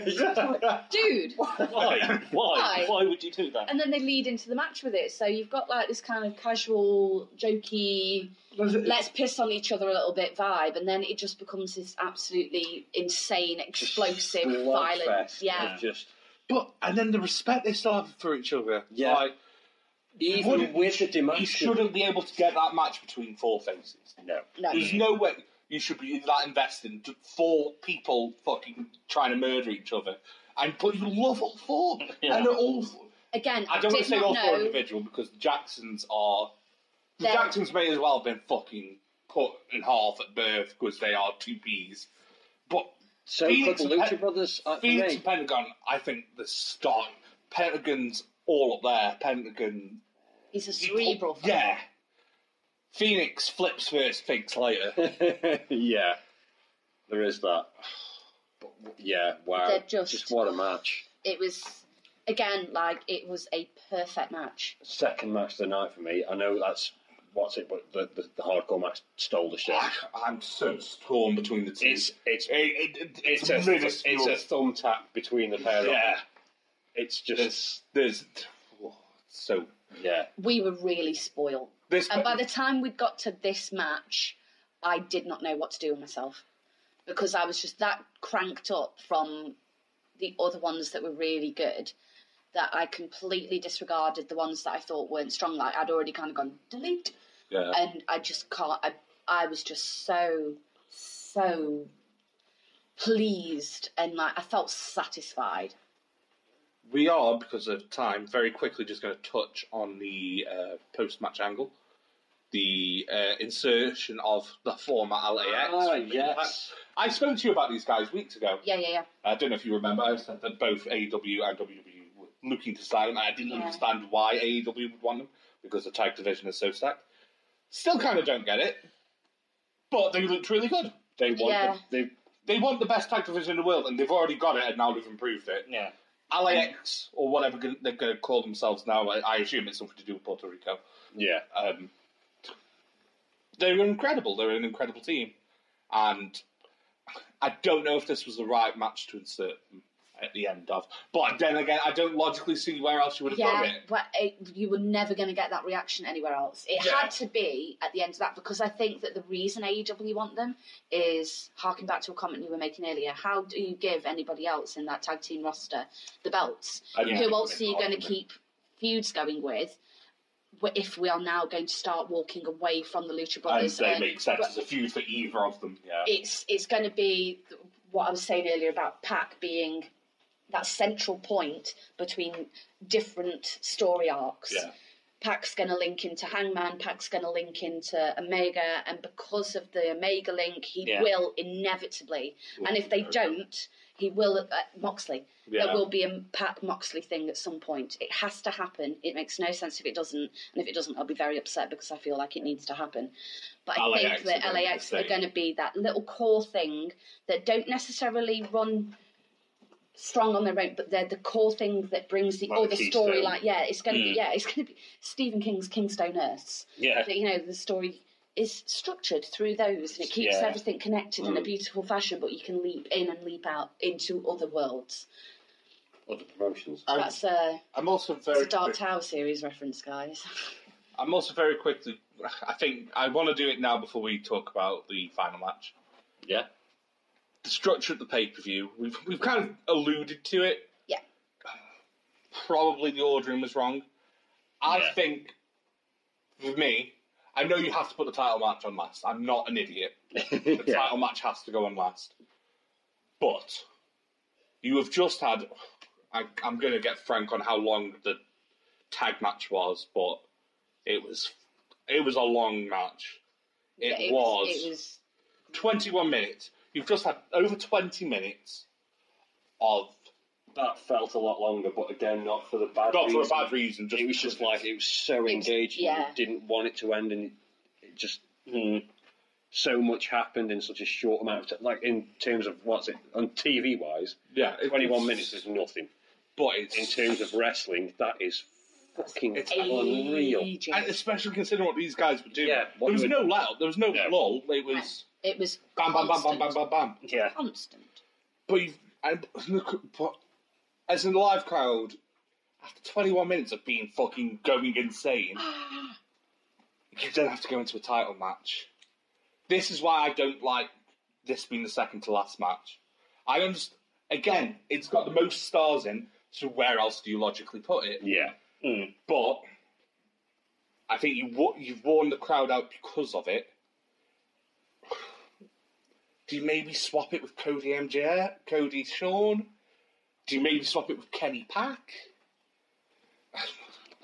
S1: dude.
S2: Why? Why?
S1: Why?
S2: Why would you do that?
S1: And then they lead into the match with it. So you've got like this kind of casual, jokey, let's piss on each other a little bit vibe, and then it just becomes this absolutely insane, explosive, violent,
S4: Slugfest
S1: yeah.
S4: of Just
S3: But and then the respect they still have for each other.
S4: Yeah.
S3: Like,
S4: even
S3: Wouldn't-
S4: with the
S3: you
S4: demands.
S3: shouldn't be able to get that match between four faces.
S4: No.
S1: No.
S3: There's no way you should be that invested in four people fucking trying to murder each other. And but you love all four.
S2: Yeah.
S3: And they're all
S1: Again, I,
S3: I don't
S1: did
S3: want to say
S1: not
S3: all four
S1: know.
S3: individual because the Jacksons are the
S1: They're-
S3: Jacksons may as well have been fucking cut in half at birth because they are two peas. But
S4: So could
S3: Phoenix
S4: the
S3: and
S4: Lucha
S3: Pet-
S4: Brothers uh, for
S3: Phoenix
S4: me.
S3: and Pentagon, I think the start Pentagon's all up there. Pentagon
S1: He's a cerebral. fucker.
S3: Yeah. Phoenix flips first, thinks later.
S4: yeah, there is that. Yeah, wow.
S1: They're just-
S4: what a match.
S1: It was again like it was a perfect match.
S4: Second match of the night for me. I know that's what's it, but the, the, the hardcore match stole the show.
S3: I'm so torn between the two.
S4: Ah, It's it's
S3: It- it-
S4: it's a, it's a thumbtack between the pair of them.
S3: yeah.
S4: It's just
S3: There's there's oh, So
S2: Yeah.
S1: we were really spoiled.
S3: this
S1: And by the time we got to this match, I did not know what to do with myself because I was just that cranked up from the other ones that were really good that I completely disregarded the ones that I thought weren't strong. Like I'd already kind of gone delete,
S4: Yeah.
S1: and I just can't. I, I was just so so pleased and like I felt satisfied.
S3: we are because of time very quickly just going to touch on the uh, post-match angle, the uh, insertion of the former LAX.
S2: Ah, yes.
S3: I spoke to you about these guys weeks ago.
S1: Yeah, yeah, yeah.
S3: I don't know if you remember. I said that both AW and WWE were looking to sign them. I didn't
S1: Yeah.
S3: understand why AEW would want them because the tag division is so stacked. Still, kind of don't get it. But they looked really good.
S4: They want
S1: Yeah.
S4: the, they
S3: They want the best tag division in the world, and they've already got it, and now they've improved it.
S2: Yeah.
S3: LAX or whatever gon- they're going to call themselves now. I I assume it's something to do with Puerto Rico.
S4: yeah.
S3: Um, they were incredible. They were an incredible team, and I don't know if this was the right match to insert them at the end of. But then again, I don't logically see where else you would have
S1: Yeah,
S3: done it.
S1: but it, you were never going to get that reaction anywhere else. It
S3: Yeah.
S1: had to be at the end of that because I think that the reason AEW want them is harking back to a comment you were making earlier. How do you give anybody else in that tag team roster the belts?
S4: I didn't
S1: Who
S4: think
S1: else are you going to
S3: argument.
S1: keep feuds going with? wh- If we are now going to start walking away from the Lucha
S3: And
S1: Brothers,
S3: they
S1: and-
S3: make sense
S1: um, but-
S3: as a feud for either of them. Yeah.
S1: it's it's going to be what I was saying earlier about Pac being that central point between different story arcs.
S3: Yeah.
S1: Pac's going to link into Hangman, Pac's going to link into Omega, and because of the Omega link, he
S2: Yeah.
S1: will inevitably. and if they don't, he will. Uh, Moxley.
S3: Yeah.
S1: There will be a Pac Moxley thing at some point. It has to happen. It makes no sense if it doesn't, and if it doesn't, I'll be very upset because I feel like it needs to happen. But I
S3: LAX
S1: think that
S3: are gonna be the
S1: LAX are
S3: same.
S1: going to be that little core thing that don't necessarily run strong on their own, but they're the core thing that brings the
S2: Like
S1: other
S2: the
S1: story.
S2: keystone.
S1: Like, yeah, it's going to be
S2: Mm.
S1: yeah, it's going to be Stephen King's Kingstone Earths.
S2: Yeah.
S1: But you know, the story is structured through those, and it keeps
S2: Yeah.
S1: everything connected in a
S4: Mm.
S1: beautiful fashion. But you can leap in and leap out into other worlds.
S4: Other promotions.
S3: I'm,
S1: That's a,
S3: I'm also
S1: it's
S3: very
S1: a Dark
S3: quick-
S1: Tower series reference, guys.
S3: I'm also very quickly. I think I want to do it now before we talk about the final match.
S2: Yeah.
S3: the structure of the pay per view. We've we've kind of alluded to it.
S1: Yeah.
S3: Probably the ordering was wrong. I
S2: Yeah.
S3: think for me, I know you have to put the title match on last. I'm not an idiot. The
S4: yeah.
S3: title match has to go on last. But you have just had. I, I'm going to get frank on how long the tag match was, but it was it was a long match. It,
S1: Yeah,
S3: was,
S1: It was
S3: 21 minutes. You've just had over 20 minutes of.
S4: That felt a lot longer, but again, not for the bad.
S3: Not for a
S4: reason.
S3: bad reason, just.
S4: It was just like it was so
S1: It-
S4: engaging.
S1: yeah.
S4: You didn't want it to end, and it just
S2: Mm.
S4: so much happened in such a short amount of time. Like in terms of what's it on TV wise,
S3: Yeah, it-
S4: twenty-one minutes is nothing.
S3: But it's.
S4: In terms of wrestling, that is fucking
S3: It's
S4: unreal.
S1: ages.
S3: and especially considering what these guys were doing.
S4: Yeah, what
S3: there was
S4: you
S3: no let there was no
S4: No.
S3: lull. It was
S1: It was
S3: bam, bam, bam, bam,
S1: constant.
S3: bam, bam, bam.
S2: Yeah.
S1: Constant.
S3: But you've. And look, but as in the live crowd, after 21 minutes of being fucking going insane,
S1: Ah,
S3: you then have to go into a title match. This is why I don't like this being the second to last match. I understand. Again, it's got the most stars in, so where else do you logically put it?
S4: Yeah.
S2: Mm.
S3: But I think you wa- you've worn the crowd out because of it. Do you maybe swap it with Cody MJF, Cody Sean? Do you maybe swap it with Kenny Pack?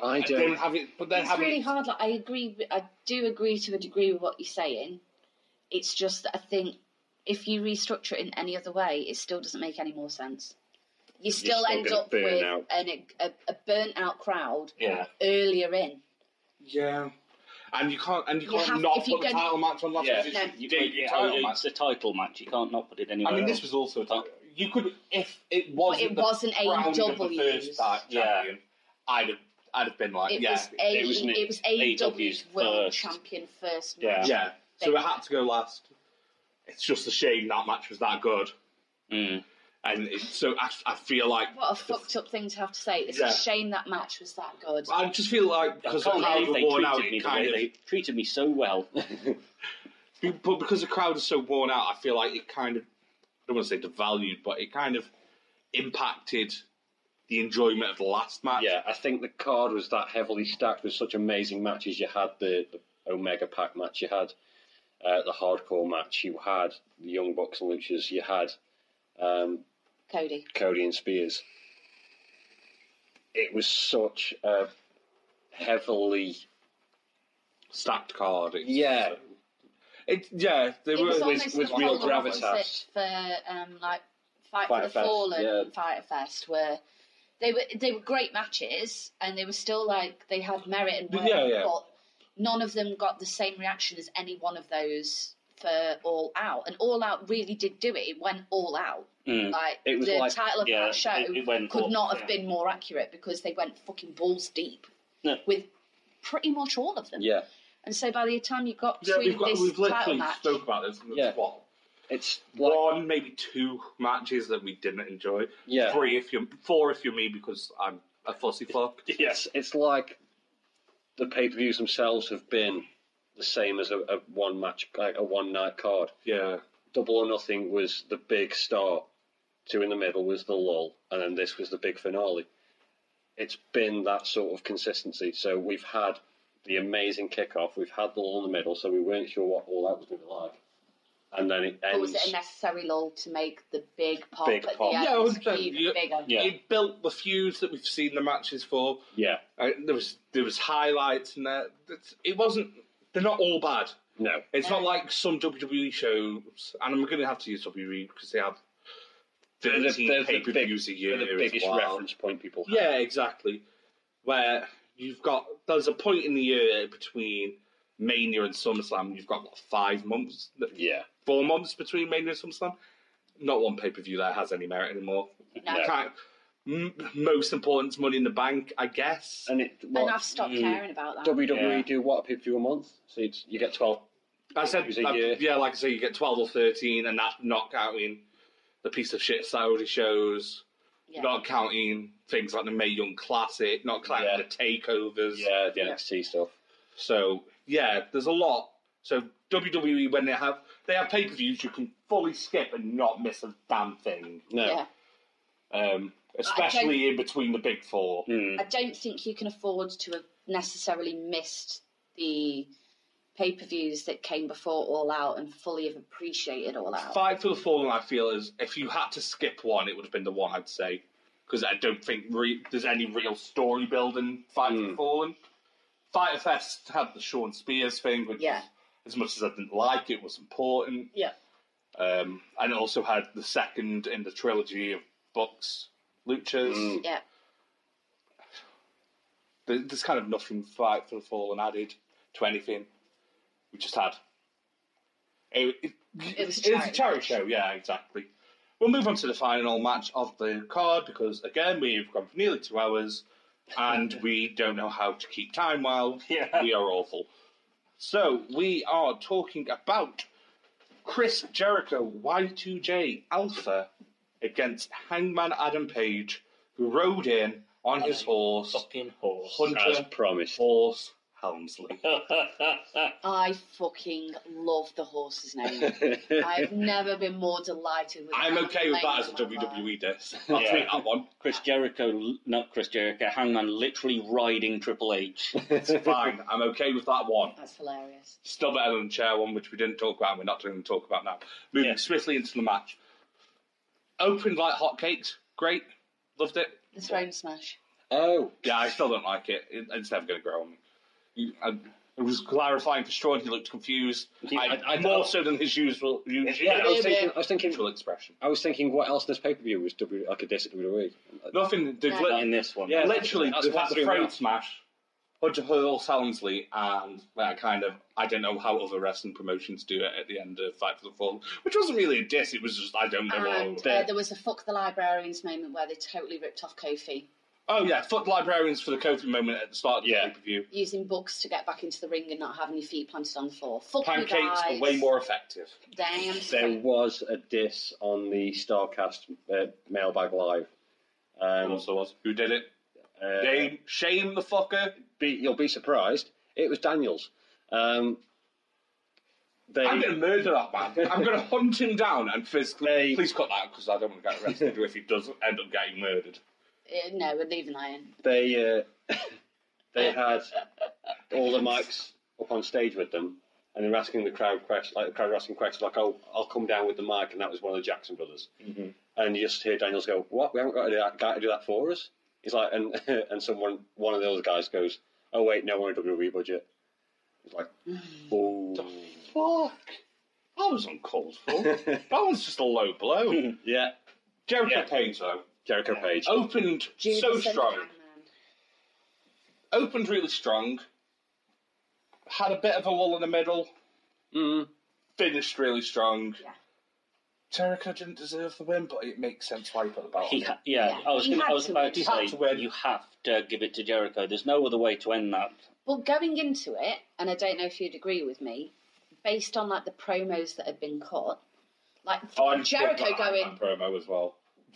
S4: I
S3: And then
S4: don't.
S3: have it, but then
S1: It's
S3: have
S1: really
S3: it.
S1: hard. Like, I agree. with- I do agree to a degree with what you're saying. It's just that I think if you restructure it in any other way, it still doesn't make any more sense. You still,
S4: still
S1: end
S4: gonna
S1: up
S4: burn
S1: with
S4: out.
S1: an, e, a, a burnt out crowd
S2: Yeah.
S1: earlier in.
S3: Yeah, and you can't and you,
S1: You
S3: can't
S1: have-
S3: not
S1: if you
S3: put the
S1: don't-
S3: title match on last.
S2: Yeah.
S3: because
S1: No.
S3: You
S2: You-
S3: did
S2: you-
S3: your title match.
S2: it's a title match. You can't not put it anywhere
S3: I mean,
S2: else.
S3: this was also a title. You could if it wasn't.
S1: it
S3: the
S1: wasn't
S3: crown of the
S1: AEW's.
S3: first time
S2: Yeah.
S3: champion. I'd have, I'd have been like,
S1: It
S3: yeah,
S1: was a E,
S4: it was an-
S1: it was
S2: AEW's
S1: AEW's world
S2: first.
S1: champion first.
S2: Yeah.
S1: match.
S3: yeah. So it had to go last. It's just a shame that match was that good.
S2: Mm.
S3: and it, so I, I feel like
S1: What a fucked up thing to have to say. It's
S3: Yeah.
S1: a shame that match was that good.
S3: I just feel like
S2: I
S3: because the
S2: can't
S3: crowd
S2: believe
S3: were
S2: they
S3: worn
S2: treated
S3: out,
S2: me
S3: it
S2: the way
S3: kind
S2: they treated me so well.
S3: of, but because the crowd is so worn out, I feel like it kind of, I don't want to say devalued, but it kind of impacted the enjoyment of the last match.
S4: Yeah, I think the card was that heavily stacked with such amazing matches. You had the, the Omega Pack match, you had uh, the Hardcore match, you had the Young Bucks and Luchas, you had um,
S1: Cody.
S4: Cody and Spears. It was such a heavily
S3: Stacked card. It's,
S4: yeah
S3: It, yeah, they
S1: It
S3: were.
S1: was
S4: with-
S1: almost
S4: with
S1: the
S4: real
S1: polar
S4: gravitas.
S1: opposite for um, like Fight, for
S4: Fyter
S1: the
S4: Fest,
S1: Fallen
S4: yeah.
S1: and Fighter Fest, where they were they were great matches and they were still like they had merit and worth,
S3: Yeah, yeah.
S1: but none of them got the same reaction as any one of those for All Out, and All Out really did do it. It went all out.
S2: Mm.
S1: Like
S4: It was
S1: the
S4: like-
S1: title of
S2: yeah,
S1: that show
S2: it- it went
S1: could
S2: all-
S1: not have
S2: yeah.
S1: been more accurate because they went fucking balls deep
S2: No.
S1: with pretty much all of them.
S4: yeah
S1: And so by the time you got
S3: yeah,
S1: to
S3: we've, got,
S1: this
S3: we've
S1: title
S3: literally
S1: match,
S3: spoke about this.
S4: Yeah.
S3: Yeah. What,
S4: it's like
S3: one, maybe two matches that we didn't enjoy.
S4: yeah
S3: Three if you're four if you're me because I'm a fussy fuck.
S4: Yes, it's like the pay per views themselves have been the same as a, a one match, like a one night card.
S3: Yeah.
S4: Double or Nothing was the big star. Two in the middle was the lull, and then this was the big finale. It's been that sort of consistency. So we've had the amazing kickoff, we've had the lull in the middle, so we weren't sure what all that was going to be like, and then it
S1: Or
S4: ends.
S1: was it a necessary lull to make the big pop
S4: Big
S1: at
S4: pop.
S1: the end
S3: Yeah, 100%.
S1: even
S3: You-
S1: bigger?
S2: Yeah.
S3: It built the feuds that we've seen the matches for.
S4: yeah,
S3: Uh, there was there was highlights and there. It's- It wasn't. They're not all bad.
S4: no,
S3: It's not
S1: No.
S3: like some WWE shows, and I'm going to have to use WWE because they have
S4: They're the-
S3: 13
S4: they're the
S3: pay per views a
S4: big-
S3: year.
S4: they're the
S3: as
S4: biggest
S3: well.
S4: reference point people have.
S3: Yeah, exactly. Where you've got there's a point in the year between Mania and SummerSlam. You've got what, five months,
S4: yeah,
S3: four months between Mania and SummerSlam. Not one pay per view that has any merit anymore.
S1: No.
S4: Yeah.
S3: Can't- m- most important is Money in the Bank, I guess.
S4: and it.
S1: And
S4: What,
S1: I've stopped
S2: Mm.
S1: caring about that.
S4: WWE
S2: Yeah.
S4: do what a pay per view a month, so it's, you get twelve
S3: I said,
S4: Is it
S3: I-
S4: year?
S3: yeah, like I say, you get 12 or 13, and that's not counting the piece of shit Saudi shows,
S1: Yeah.
S3: not counting things like the May Young Classic, not counting
S4: Yeah.
S3: the takeovers.
S4: Yeah, the NXT stuff.
S3: So, yeah, there's a lot. So, WWE, when they have they have pay per views, you can fully skip and not miss a damn thing.
S4: No,
S1: Yeah.
S3: Um, especially in between the big four.
S4: Hmm,
S2: Mm.
S1: I don't think you can afford to have necessarily missed the pay per views that came before All Out and fully have appreciated All Out.
S3: Fight for the Fallen, I feel, is if you had to skip one, it would have been the one I'd say. Because I don't think re- there's any real story building Fight for the
S4: Hmm.
S3: Fallen. Fighter Fest had the Sean Spears thing, which,
S1: Yeah.
S3: as much as I didn't like it, was important.
S1: Yeah.
S3: Um, and it also had the second in the trilogy of Bucks, Luchas.
S4: Hmm.
S1: Yeah.
S3: There- There's kind of nothing Fight for the Fallen added to anything. We just had. It, it,
S1: It was a
S3: it was
S1: charity
S3: a charity
S1: match.
S3: show, yeah, exactly. We'll move on to the final match of the card because, again, we've gone for nearly two hours and we don't know how to keep time well.
S2: Yeah.
S3: We are awful. So, we are talking about Chris Jericho Y2J Alpha against Hangman Adam Page, who rode in on his
S1: Oh,
S3: horse,
S2: Fucking horse.
S4: as
S3: Hunter
S4: promised.
S3: Horse Helmsley.
S1: I fucking love the horse's name. I've never been more delighted with
S3: I'm
S1: that
S3: okay with
S1: name
S3: that as a E.
S1: of my life.
S3: WWE diss. I'll
S2: Yeah.
S3: take that one.
S2: Chris Jericho, not Chris Jericho, Hangman literally riding Triple H.
S3: It's fine. I'm okay with that one.
S1: That's hilarious.
S3: Still better than the chair one, which we didn't talk about and we're not going to talk about now. Moving
S2: Yeah.
S3: swiftly into the match. Opened like hotcakes. Great. Loved it.
S1: The throne smash.
S4: oh,
S3: Yeah, I still don't like it. it it's never going to grow on me. You- I, it was clarifying for Sean. He looked confused.
S2: Yeah,
S3: I,
S2: I- I-
S3: more so than his usual, usual,
S4: yeah. I was thinking. I was thinking.
S3: usual expression.
S4: I was thinking. What else in this pay per view was w, E. like a diss at WWE?
S3: Nothing. They've
S1: No.
S3: lit-
S2: not in this one.
S4: Yeah.
S3: literally,
S4: that's-
S3: they've had
S4: that's
S3: the
S4: what threw me
S3: frame
S4: off.
S3: smash, Hunter Hurl, Helmsley, and that kind of, I don't know how other wrestling promotions do it at the end of Fight for the Fall, which wasn't really a diss, it was just, I don't know.
S1: And
S3: what-
S1: uh, there was a fuck the librarians moment where they totally ripped off Kofi.
S3: Oh yeah, foot librarians for the Kofi moment at the start of the
S2: Yeah.
S3: pay per view.
S1: Using books to get back into the ring and not having your feet planted on the floor. Fuck you
S3: Pancakes
S1: guys.
S3: are way more effective.
S1: Damn
S4: There
S1: straight.
S4: was a diss on the Starcast uh, Mailbag Live. Um,
S3: also was who did it?
S4: uh,
S3: Name shame the fucker.
S4: be, you'll be surprised. It was Daniels. Um, they,
S3: I'm gonna murder that man. I'm gonna hunt him down and physically.
S4: They-
S3: Please cut that because I don't want to get arrested if he does end up getting murdered.
S1: Uh, no, we're leaving that in.
S4: they uh, they had all the mics up on stage with them, and they were asking the crowd questions, like the crowd were asking questions like, "Oh, I'll come down with the mic," and that was one of the Jackson brothers. And you just hear Daniels go, "What? We haven't got a guy to do that for us." He's like, and and someone, one of the other guys goes, "Oh wait, no, we're on a WWE budget." It's like, oh,
S3: Fuck. That was uncalled for. that was just a low blow.
S4: yeah,
S3: Jericho
S2: Yeah.
S3: Page though
S4: Jericho Page.
S3: opened
S1: Judas
S3: so
S1: and
S3: strong.
S1: Hangman.
S3: Opened really strong. Had a bit of a wall in the middle. Mm-hmm.
S4: Mm.
S3: Finished really strong.
S1: Yeah.
S3: Jericho didn't deserve the win, but it makes sense why he put the belt
S2: He
S3: on.
S2: ha- yeah,
S1: Yeah,
S2: I was
S1: he
S2: gonna, I
S1: had
S2: was
S1: to
S2: about
S1: win.
S2: to
S3: He had
S2: say
S3: to win.
S2: you have to give it to Jericho. There's no other way to end that.
S1: But going into it, and I don't know if you'd agree with me, based on like the promos that had been cut, like
S3: I'm
S1: Jericho
S3: big fan of
S1: going,
S3: that promo as well.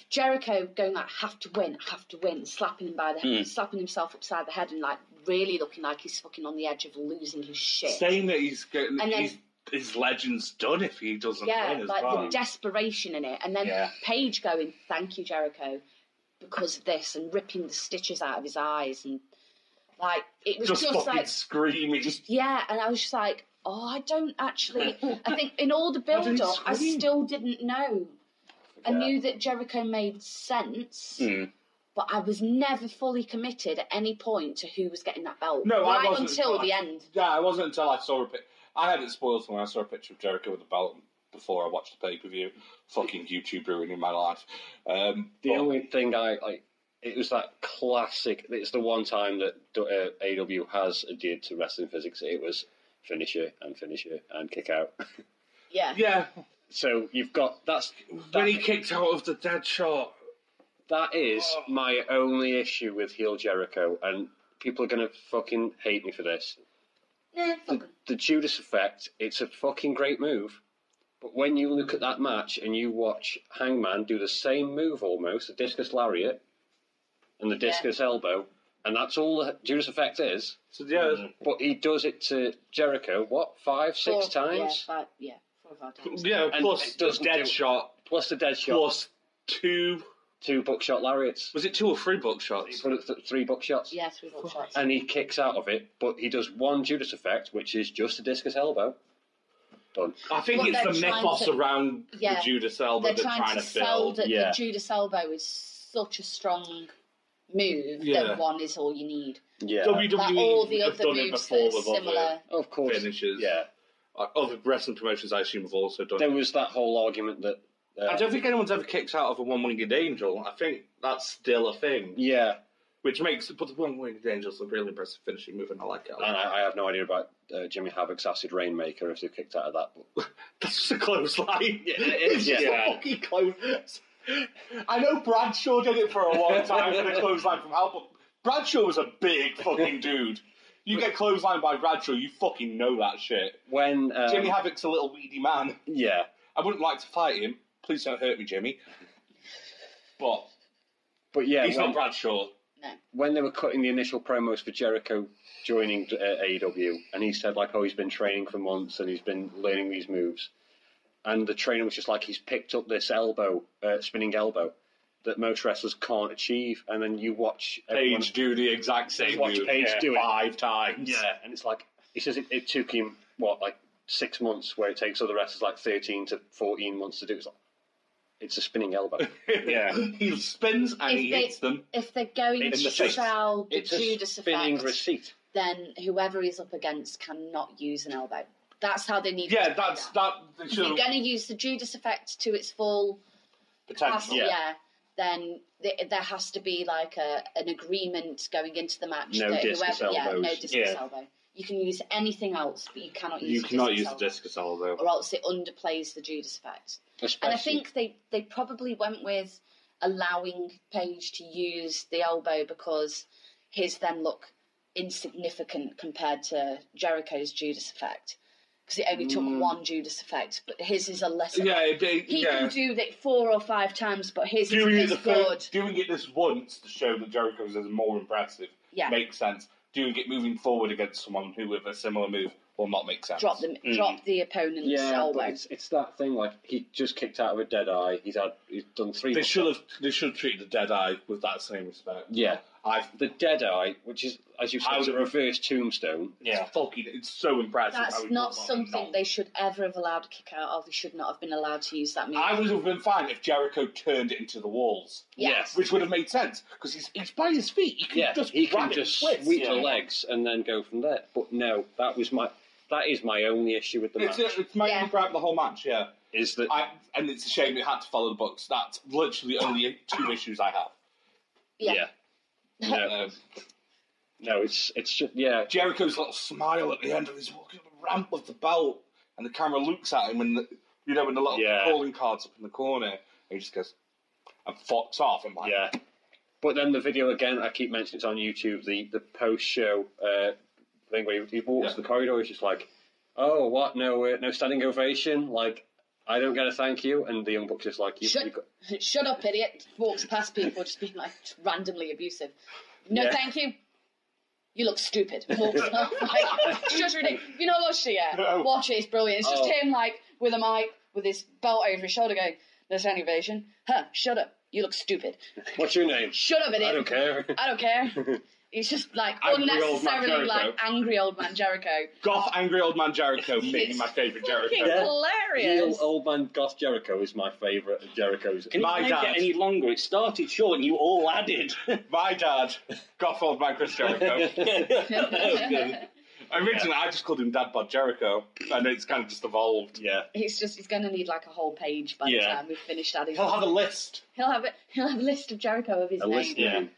S1: Jericho going like, "I have to win, I have to win, slapping him by the head, slapping himself upside the head, and like really looking like he's fucking on the edge of losing his shit.
S3: Saying that he's getting
S1: And then-
S3: he's, his legend's done if he doesn't
S1: yeah,
S3: win as
S1: like
S3: well.
S1: the desperation in it, and then
S3: Yeah.
S1: Paige going, "Thank you, Jericho, because of this," and ripping the stitches out of his eyes, and like it was
S3: just,
S1: just,
S3: fucking
S1: like
S3: screaming.
S1: yeah, and I was just like, oh, I don't actually. I think in all the
S3: Why
S1: build
S3: didn't he
S1: up, I
S3: scream?
S1: still didn't know. I
S3: Yeah.
S1: knew that Jericho made sense,
S2: Hmm.
S1: but I was never fully committed at any point to who was getting that belt.
S3: No, I
S1: right
S3: wasn't.
S1: until
S3: I-
S1: the end.
S3: Yeah, it wasn't until I saw a pic. I had it spoiled for when I saw a picture of Jericho with a belt before I watched the pay per view. Fucking YouTube ruining my life. Um,
S4: The
S3: but-
S4: only thing I like, it was that classic. It's the one time that uh, AW has adhered to wrestling physics. It was finisher and finisher and kick out.
S1: Yeah,
S3: yeah,
S4: So you've got that's
S3: when
S4: that,
S3: he kicked out of the dead shot.
S4: that is my only issue with heel Jericho, and people are gonna fucking hate me for this.
S1: Nah, fuck
S4: The, the Judas effect. It's a fucking great move. But when you look at that match and you watch Hangman do the same move almost, the discus lariat and the discus elbow, and that's all the Judas effect is,
S3: So yeah,
S4: But he does it to Jericho, what, five, six
S1: Four-
S4: times?
S1: Yeah, five, yeah, four or five times.
S3: yeah.
S4: Mm-hmm. And
S3: Plus
S4: it
S3: the
S4: doesn't
S3: dead
S4: do-
S3: shot.
S4: Plus the dead shot,
S3: Plus two.
S4: two buckshot lariats.
S3: Was it two or three buck
S4: He
S3: shots?
S4: put it th- three buckshots.
S1: Yeah, three full shots.
S4: And he kicks out of it, but he does one Judas effect, which is just a discus elbow. Done.
S3: I think
S1: Well,
S3: it's
S1: they're
S3: the
S1: trying
S3: mythos
S1: to-
S3: around
S1: Yeah.
S3: the Judas Elba
S1: They're
S3: they're,
S1: trying, to, sell
S3: build.
S1: that
S4: yeah.
S1: the Judas elbow is such a strong move
S3: Yeah.
S1: that one is all you need.
S4: Yeah.
S3: WWE
S1: Like all the
S3: E have
S1: other
S3: done it
S1: moves
S3: before
S1: that
S3: with
S1: are similar.
S4: of
S3: other
S4: course.
S3: finishes.
S4: Yeah.
S3: Uh, Other wrestling promotions, I assume, have also done.
S4: There was that whole argument that. Uh,
S3: I don't think anyone's ever kicked out of a one-winged angel. I think that's still a thing,
S4: Yeah.
S3: which makes but the one-winged angel's a really impressive finishing move, and I like it. a lot.
S4: And I, I have no idea about uh, Jimmy Havoc's Acid Rainmaker if they've kicked out of that. But
S3: That's just a close line.
S4: Yeah, it is,
S3: It's just
S4: yeah.
S3: a fucking close. I know Bradshaw did it for a long time for the clothesline from Hal, but Bradshaw was a big fucking dude. You get clotheslined by Bradshaw, you fucking know that shit.
S4: when. Um,
S3: Jimmy Havoc's a little weedy man.
S4: Yeah.
S3: I wouldn't like to fight him. Please don't hurt me, Jimmy. But
S4: But yeah.
S3: he's
S4: when-
S3: not Bradshaw.
S4: when they were cutting the initial promos for Jericho joining uh, AEW, and he said like, "Oh, he's been training for months and he's been learning these moves," and the trainer was just like, "He's picked up this elbow, uh, spinning elbow, that most wrestlers can't achieve," and then you watch everyone-
S3: Paige do the exact same
S4: Watch
S3: move
S4: Paige do it.
S3: five times.
S4: yeah, and it's like he says it, it took him what like six months, where it takes other wrestlers like thirteen to fourteen months to do. It's like it's a spinning elbow.
S2: Yeah.
S3: he spins and
S1: If
S3: he
S1: they-
S3: hits them.
S1: If they're going
S4: It's
S1: to
S4: just-
S1: sell the
S4: it's a
S1: Judas
S4: spinning
S1: effect,
S4: receipt.
S1: then whoever he's up against cannot use an elbow. That's how they need. to
S3: Yeah,
S1: do
S3: that's
S1: that.
S3: that. They
S1: If you're
S3: should
S1: going to use the Judas effect to its full
S3: potential.
S1: capacity,
S4: Yeah.
S1: yeah. then th- there has to be like a an agreement going into the match.
S4: No
S1: that
S4: discus
S1: whoever, Yeah, no
S4: elbows.
S1: discus
S2: Yeah.
S1: elbow. You can use anything else, but you cannot use.
S3: You
S1: a
S3: cannot
S1: discus
S3: use the
S1: elbow,
S3: discus elbow.
S1: or else it underplays the Judas effect. And I
S4: Especially-
S1: think they, they probably went with allowing Paige to use the elbow because his then look insignificant compared to Jericho's Judas effect. Because it only took one Judas effect, but his is a lesser.
S3: Yeah, it- it-
S1: He
S3: yeah.
S1: can do it four or five times, but his
S3: doing it
S1: is,
S3: the
S1: is good.
S3: first, doing it this once to show that Jericho's is more impressive
S1: Yeah.
S3: makes sense. Doing it moving forward against someone who with a similar move will not make sense.
S1: Drop them,
S2: Mm.
S1: drop the opponent's
S4: Yeah,
S1: elbow.
S4: but it's, it's that thing like he just kicked out of a dead eye. He's had he's done three.
S3: They should have. They should treat the dead eye with that same respect.
S4: Yeah,
S3: I.
S4: the dead eye, which is as you
S3: I
S4: said,
S3: would-
S4: a reverse tombstone.
S3: Yeah. It's fucking. It's so impressive.
S1: That's
S3: how he
S1: not
S3: does that.
S1: something
S3: No.
S1: they should ever have allowed to kick out of. They should not have been allowed to use that move.
S3: I would have been fine if Jericho turned it into the walls,
S1: yes.
S3: which would have made sense because he's he's by his feet. He can
S4: Yeah,
S3: just
S4: he
S3: grab
S4: can just
S3: it and twist.
S4: sweep
S2: yeah.
S4: the legs and then go from there. But no, that was my that is my only issue with the
S3: It's,
S4: match
S3: it's made
S1: Yeah.
S3: him grab the whole match. Yeah.
S4: is that
S3: I, and it's a shame it had to follow the books. That's literally only two issues I have.
S4: yeah. No,
S3: Um,
S4: no, it's it's just yeah,
S3: Jericho's little smile at the end of his walking up the ramp with the belt, and the camera looks at him, and the, you know, when the little
S4: Yeah.
S3: calling cards up in the corner, and he just goes and fucks off. And like,
S4: yeah. But then the video again, I keep mentioning it's on YouTube. The the post show uh, thing where he, he walks
S3: Yeah.
S4: the corridor is just like, oh, what? No, uh, no standing ovation. Like, I don't get a thank you. And the young buck's just like, you,
S1: Shut-
S4: you got,
S1: Shut up, idiot! Walks past people, just being like randomly abusive. No,
S4: Yeah.
S1: thank you. You look stupid. Walks off. Like, it's just ridiculous. You know what she yeah.
S3: No.
S1: Watch it, it's brilliant. It's just
S4: Oh.
S1: him, like with a mic, with his belt over his shoulder, going, "No standing ovation. Huh? Shut up. You look stupid.
S4: what's your name?
S1: Shut up, idiot.
S4: I don't care.
S1: I don't care." He's just like
S3: Angry old man
S1: unnecessarily like
S3: Jericho.
S1: angry old man Jericho.
S3: goth, angry old man Jericho, maybe my favourite Jericho.
S1: Fucking
S4: Yeah. Heel
S1: hilarious.
S4: old man Goth Jericho is my favourite of Jericho's.
S2: Can
S3: My
S2: you make
S3: dad.
S2: it any longer? It started short and you all added.
S3: My dad, goth old man Chris Jericho.
S4: Oh,
S3: Originally, I just called him Dad Bod Jericho, and it's kind of just evolved.
S4: yeah,
S1: He's just he's gonna need like a whole page by the
S2: Yeah.
S1: time we've finished adding.
S3: He'll have a list.
S1: He'll have a, he'll have a list of Jericho of his
S4: a
S1: name.
S4: list.
S2: Yeah.
S4: Yeah.
S3: Um,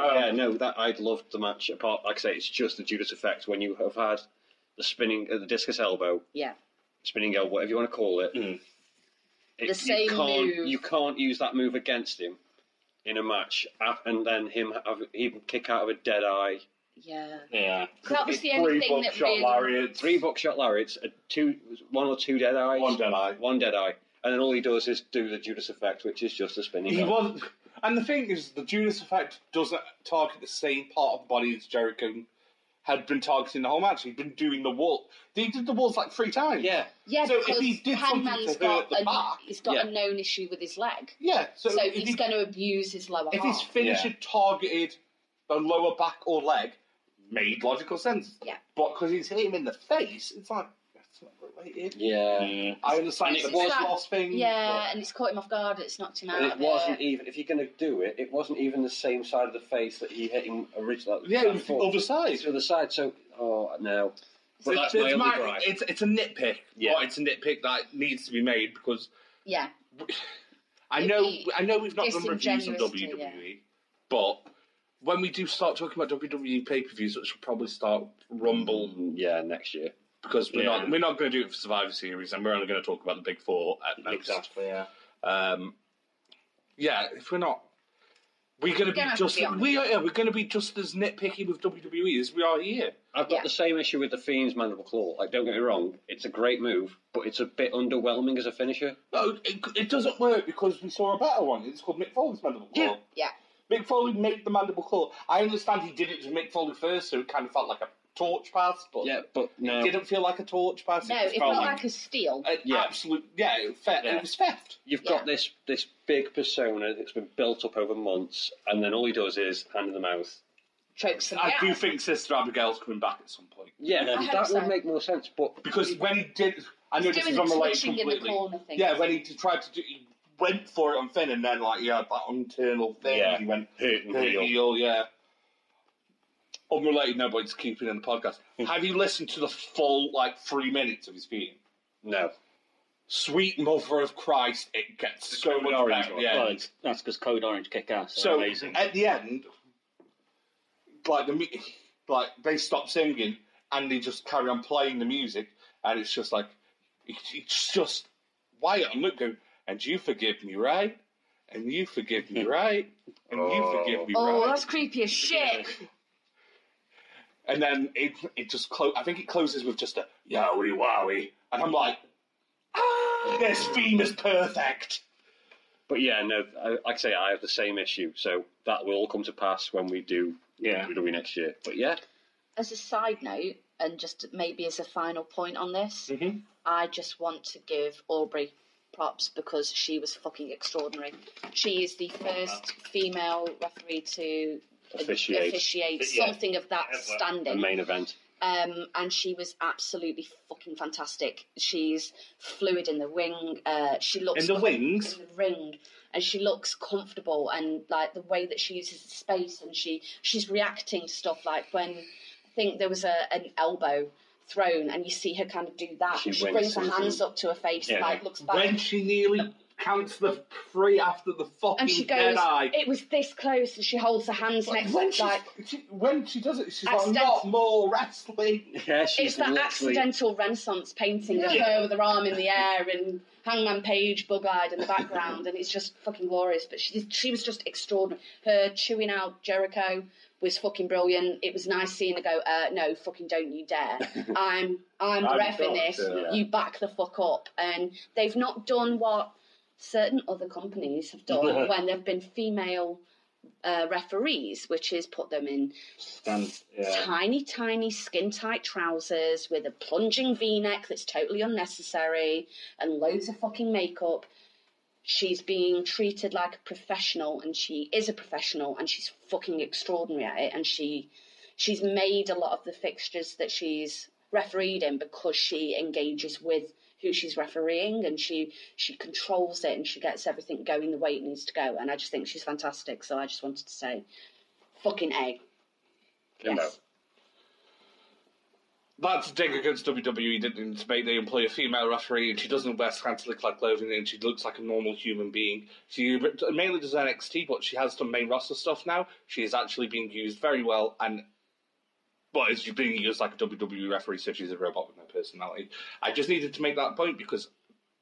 S1: Um,
S4: yeah, no, that I'd loved the match. Apart, like I say, it's just the Judas effect when you have had the spinning, uh, the discus elbow,
S1: Yeah.
S4: spinning elbow, whatever you want to call it.
S2: Mm.
S4: It-
S1: The same
S4: you can't,
S1: move.
S4: You can't use that move against him in a match, uh, and then him have, him kick out of a dead eye.
S1: Yeah.
S2: yeah.
S1: That was
S3: It's
S1: the only
S3: three
S1: thing that
S3: buckshot
S1: really.
S3: lariats,
S4: Three buckshot lariats, a two, one or two dead eyes,
S3: one dead eye.
S4: one dead eye, and then all he does is do the Judas effect, which is just a spinning.
S3: He
S4: elbow.
S3: was, and the thing is, the Judas effect doesn't target the same part of the body as Jericho had been targeting the whole match. He'd been doing the wall. He did the walls like three times.
S4: Yeah,
S1: Yeah,
S3: So if
S1: because
S3: he did something to
S1: Hangman's
S3: hurt
S1: got
S3: the
S1: a,
S3: back-
S1: he's got
S4: Yeah.
S1: a known issue with his leg,
S3: yeah. So,
S1: so,
S3: if,
S1: he's
S3: he-
S1: going to abuse his lower
S3: if his
S1: half.
S3: finisher targeted the lower back or leg, made logical sense.
S1: Yeah.
S3: But because he's hit him in the face, it's like that's not related.
S4: yeah.
S2: Mm.
S3: I understand
S2: And
S3: it
S2: it
S3: was
S1: was-
S3: last thing.
S1: yeah,
S3: but-
S1: and it's caught him off guard. It's knocked him out.
S4: And
S1: of
S4: it
S1: it.
S4: wasn't even if you're going to do it, it wasn't even the same side of the face that he hit him originally.
S3: Yeah, it was the other side.
S4: It's the other side. So, oh no. But
S3: It's-
S4: that's my
S3: it's,
S4: only
S3: my-
S4: gripe.
S3: it's, it's a nitpick.
S4: Yeah.
S3: But it's a nitpick that needs to be made because
S1: Yeah.
S3: I
S1: It'd
S3: know,
S1: be
S3: I know, we've not done reviews on
S1: disingenuous
S3: WWE,
S1: to,
S3: but when we do start talking about WWE pay per views, which will probably start Rumble
S4: Mm, Yeah, next year.
S3: because we're
S2: Yeah.
S3: not we're not going to do it for Survivor Series, and we're only going to talk about the Big Four at most.
S2: Exactly, yeah.
S3: Um, yeah, if we're not, we're going to be
S1: Gonna have to
S3: just
S1: be honest.
S3: we are yeah, we're going to be just as nitpicky with WWE as we are here.
S4: I've got
S1: Yeah.
S4: the same issue with the Fiend's mandible claw. Like, don't get me wrong, it's a great move, but it's a bit underwhelming as a finisher.
S3: No, it, it doesn't work because we saw a better one. It's called Mick Foley's mandible claw.
S1: Yeah.
S3: Mick Foley made the mandible claw. I understand he did it to Mick Foley first, so it kind of felt like a torch pass, but
S4: Yeah, but no.
S3: didn't feel like a torch pass.
S1: No,
S3: it just
S1: it's
S3: felt
S1: not
S3: like
S1: like a steal.
S3: an
S4: Yeah.
S3: absolute yeah it, fe-
S2: Yeah.
S3: it was theft.
S4: You've
S1: Yeah.
S4: got this this big persona that's been built up over months, and then all he does is hand in the mouth.
S1: Chokes him
S3: I
S1: out.
S3: do think Sister Abigail's coming back at some point
S4: Yeah,
S1: I hope
S4: that
S1: so.
S4: would make more sense. But
S3: because when he did, I know
S1: He's
S3: this
S1: doing
S3: is
S1: the
S3: unrelated
S1: twitching in the
S3: completely.
S1: corner thing.
S3: yeah, when he t- tried to do, he went for it on Finn, and then like yeah, that internal thing.
S4: Yeah.
S3: He went
S4: hurt and
S3: heel,
S4: heel.
S3: heel yeah. Unrelated, no, but it's keeping in the podcast. Have you listened to the full like three minutes of his beating?
S4: No,
S3: Sweet mother of Christ, it gets so much better. Yeah,
S2: Well, it's, that's because Code Orange kick ass. So,
S3: So
S2: amazing.
S3: at the end, like the mu- like they stop singing and they just carry on playing the music, and it's just like it- it's just Wyatt and Luke go, and you forgive me, right? and you forgive me, right? And you forgive me,
S1: Oh,
S3: right?
S1: that's creepy as shit.
S3: And then it it just clo- I think it closes with just a yowie wowie, and I'm like, ah, this theme is perfect.
S4: But yeah, no, I, like I say, I have the same issue, so that will all come to pass when we do
S2: Yeah.
S4: WWE next year. But yeah,
S1: As a side note, and just maybe as a final point on this,
S3: Mhm.
S1: I just want to give Aubrey props because she was fucking extraordinary. She is the first female referee to
S4: Officiate.
S1: officiate
S2: Yeah.
S1: something of that
S2: Ever.
S4: the
S1: standing.
S4: main event.
S1: um, and she was absolutely fucking fantastic. She's fluid in the ring. Uh, she looks
S3: In the
S1: com-
S3: wings?
S1: in the ring, and she looks comfortable. And like the way that she uses the space, and she she's reacting to stuff like when I think there was a an elbow thrown, and you see her kind of do that.
S4: She
S1: She, brings her
S4: winces
S1: hands up to her face,
S2: Yeah.
S1: like looks back,
S3: When she nearly counts the three after the fucking
S1: and she
S3: dead
S1: goes,
S3: eye.
S1: "It was this close," and she holds her hands next,
S3: when she,
S1: like
S3: she when she does it, she's like
S1: Accident-
S3: not more wrestling.
S4: Yeah, she's
S1: It's that
S4: literally.
S1: accidental Renaissance painting of her with her arm in the air and Hangman Page bug-eyed in the background, and it's just fucking glorious. But she she was just extraordinary. Her chewing out Jericho was fucking brilliant. It was nice seeing her go. Uh, no, fucking don't you dare. I'm I'm the
S3: I'm
S1: ref in
S3: shocked,
S1: this.
S3: yeah.
S1: You back the fuck up. And they've not done what certain other companies have done when they've been female uh, referees, which is put them in
S2: Stand, yeah.
S1: tiny, tiny skin tight trousers with a plunging v neck that's totally unnecessary and loads of fucking makeup. She's being treated like a professional and she is a professional and she's fucking extraordinary at it and she she's made a lot of the fixtures that she's refereed in because she engages with who she's refereeing and she she controls it and she gets everything going the way it needs to go and I just think she's fantastic so I just wanted to say fucking A.
S4: you know,
S1: Yes.
S3: That's a dig against WWE. Didn't anticipate they employ a female referee, and she doesn't wear scantily clad clothing, and she looks like a normal human being. She mainly does NXT, but she has done main roster stuff now. She is actually being used very well, and but is being used like a WWE referee, so she's a robot with no personality. I just needed to make that point because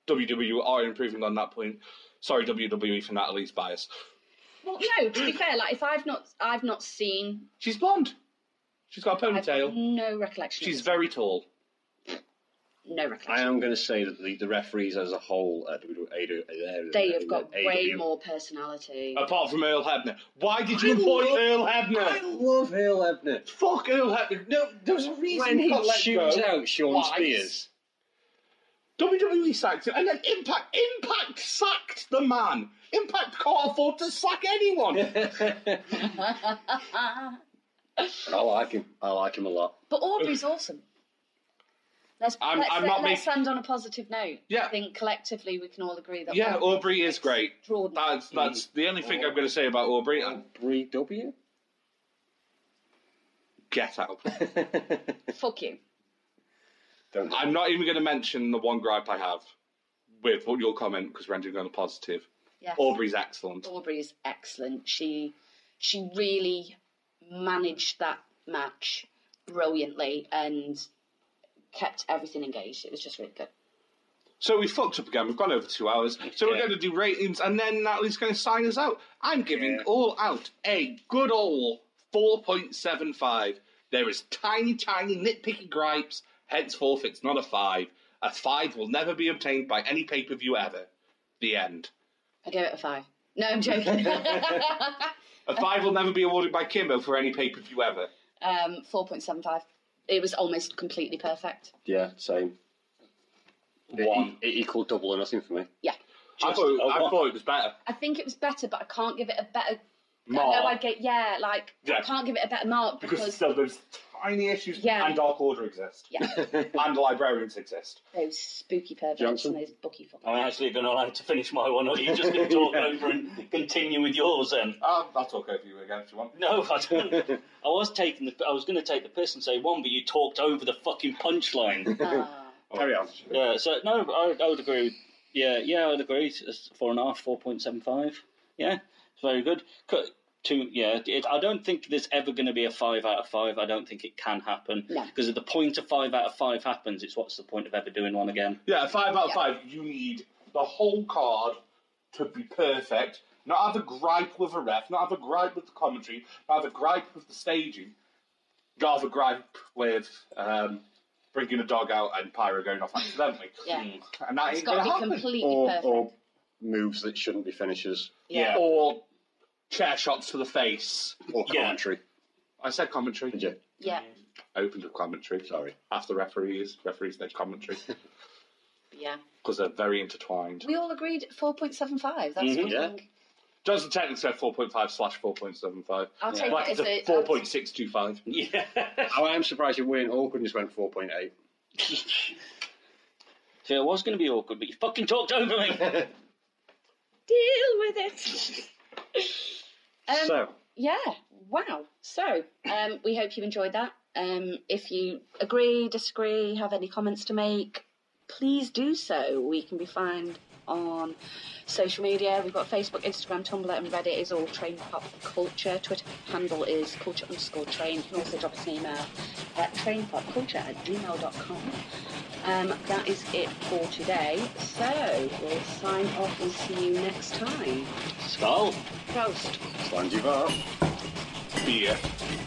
S3: WWE are improving on that point. Sorry, WWE for Natalie's bias.
S1: Well, no. To be fair, like if I've not, I've not seen.
S3: She's blonde. She's got a
S1: I've
S3: ponytail.
S1: no recollection. of
S3: She's
S1: it.
S3: very tall.
S1: no
S4: I
S1: recollection.
S4: am going to say that the, the referees as a whole at E, WWE,
S1: They have got
S4: AW,
S1: way more personality.
S3: Apart from Earl Hebner. Why did you
S4: I
S3: employ
S4: love-
S3: Earl
S4: I
S3: Hebner?
S4: love Earl Hebner.
S3: Fuck Earl Hebner. No, there's a reason
S4: When
S3: he
S4: he
S3: got let
S4: shoots
S3: go.
S4: out Sean
S3: Twice.
S4: Spears,
S3: WWE E sacked him, and then Impact Impact sacked the man. Impact can't afford to sack anyone.
S4: I like him. I like him a lot.
S1: But Aubrey's awesome. Let's
S3: I'm-
S1: let's,
S3: I'm not
S1: let's end on a positive note.
S3: Yeah.
S1: I think collectively we can all agree that.
S3: yeah, Aubrey is great.
S1: Extraordinary.
S3: That's that's the only thing I'm going to say about Aubrey. Uh, And
S4: Bree W.
S3: get out. Uh,
S1: Fuck you.
S4: Don't know.
S3: I'm not even going to mention the one gripe I have with what your comment because we're ending on a positive.
S1: Yes.
S3: Aubrey's excellent.
S1: Aubrey is excellent. She she really managed that match brilliantly and kept everything engaged. It was just really good.
S3: So we fucked up again. We've gone over two hours. So we're
S2: Yeah.
S3: going to do ratings, and then Natalie's going to sign us out. I'm giving
S2: Yeah.
S3: All Out a good old 4.75. There is tiny, tiny nitpicky gripes. Henceforth, it's not a five. A five will never be obtained by any pay per view ever. The end.
S1: I gave it a five. No, I'm joking.
S3: A five will never be awarded by Kimbo for any pay per view ever.
S1: um, 4.75. It was almost completely perfect.
S4: Yeah, same. It, e-,
S2: One.
S4: it equaled double or nothing for me.
S1: Yeah.
S3: I, thought,
S2: a
S3: I
S2: one.
S3: thought it was better.
S1: I think it was better, but I can't give it a better. I
S3: Mark.
S1: know I get, yeah, like,
S3: Yeah.
S1: I can't give it a better mark
S3: Because
S1: because,
S3: still those tiny issues
S1: Yeah.
S3: and Dark Order exist.
S1: yeah,
S3: And librarians exist.
S1: those spooky perverts
S4: Johnson?
S1: and those booky fuckers.
S2: I'm actually going to allow you to finish my one, or you just going to talk over and continue with yours then.
S3: Um, I'll talk over you again if you want.
S2: No, I don't.
S1: Um,
S2: I was taking the. I was going to take the piss and say one, but you talked over the fucking punchline.
S1: Ah.
S4: Carry on.
S2: yeah. So no, I, I would agree. With, yeah, yeah, I would agree. It's four and a half, four point seven five. Yeah, it's very good. Cut Two. Yeah, it, I don't think there's ever going to be a five out of five. I don't think it can happen
S1: No.
S2: because at the point of five out of five happens, it's what's the point of ever doing one again?
S3: Yeah, five out of
S1: Yeah.
S3: five. You need the whole card to be perfect, Not have a gripe with a ref, not have a gripe with the commentary, not have a gripe with the staging, not have a gripe with um, bringing a dog out and Pyro going off accidentally.
S1: Yeah.
S3: And that
S1: It's
S3: ain't
S1: got to be
S3: going to happen.
S1: completely
S4: or,
S1: perfect.
S4: or moves that shouldn't be finishes
S1: yeah.
S3: Or chair shots to the face.
S4: or
S2: Yeah.
S4: commentary.
S3: I said commentary.
S4: Did you?
S1: yeah,
S3: I opened with commentary.
S4: Sorry.
S3: After referees, referees then commentary.
S1: yeah.
S3: Because they're very intertwined.
S1: We all agreed four point seven five. That's
S2: Mhm.
S3: Mm-hmm,
S1: what
S4: Yeah.
S1: we-
S3: Johnson Technic said 4.5 slash 4.75.
S1: I'll take
S3: Like
S1: it
S3: it's
S1: as
S3: a
S1: a
S3: 4.625.
S2: Yeah.
S4: Oh, I am surprised you weren't awkward and just went 4.8.
S2: so it was going to be awkward, but you fucking talked over me.
S1: Um, Deal with it. um,
S4: so,
S1: yeah. Wow. So um, we hope you enjoyed that. Um, if you agree, disagree, have any comments to make, please do so. We can be found on social media. We've got Facebook, Instagram, Tumblr, and Reddit is all Train Pop Culture. Twitter handle is culture underscore train. You can also drop us an email at trainpopculture at gmail.com. Um, that is it for today. So we'll sign off and see you next time.
S2: Skull.
S1: Prost.
S4: Slandy Bar.
S3: Beer.
S4: Beer.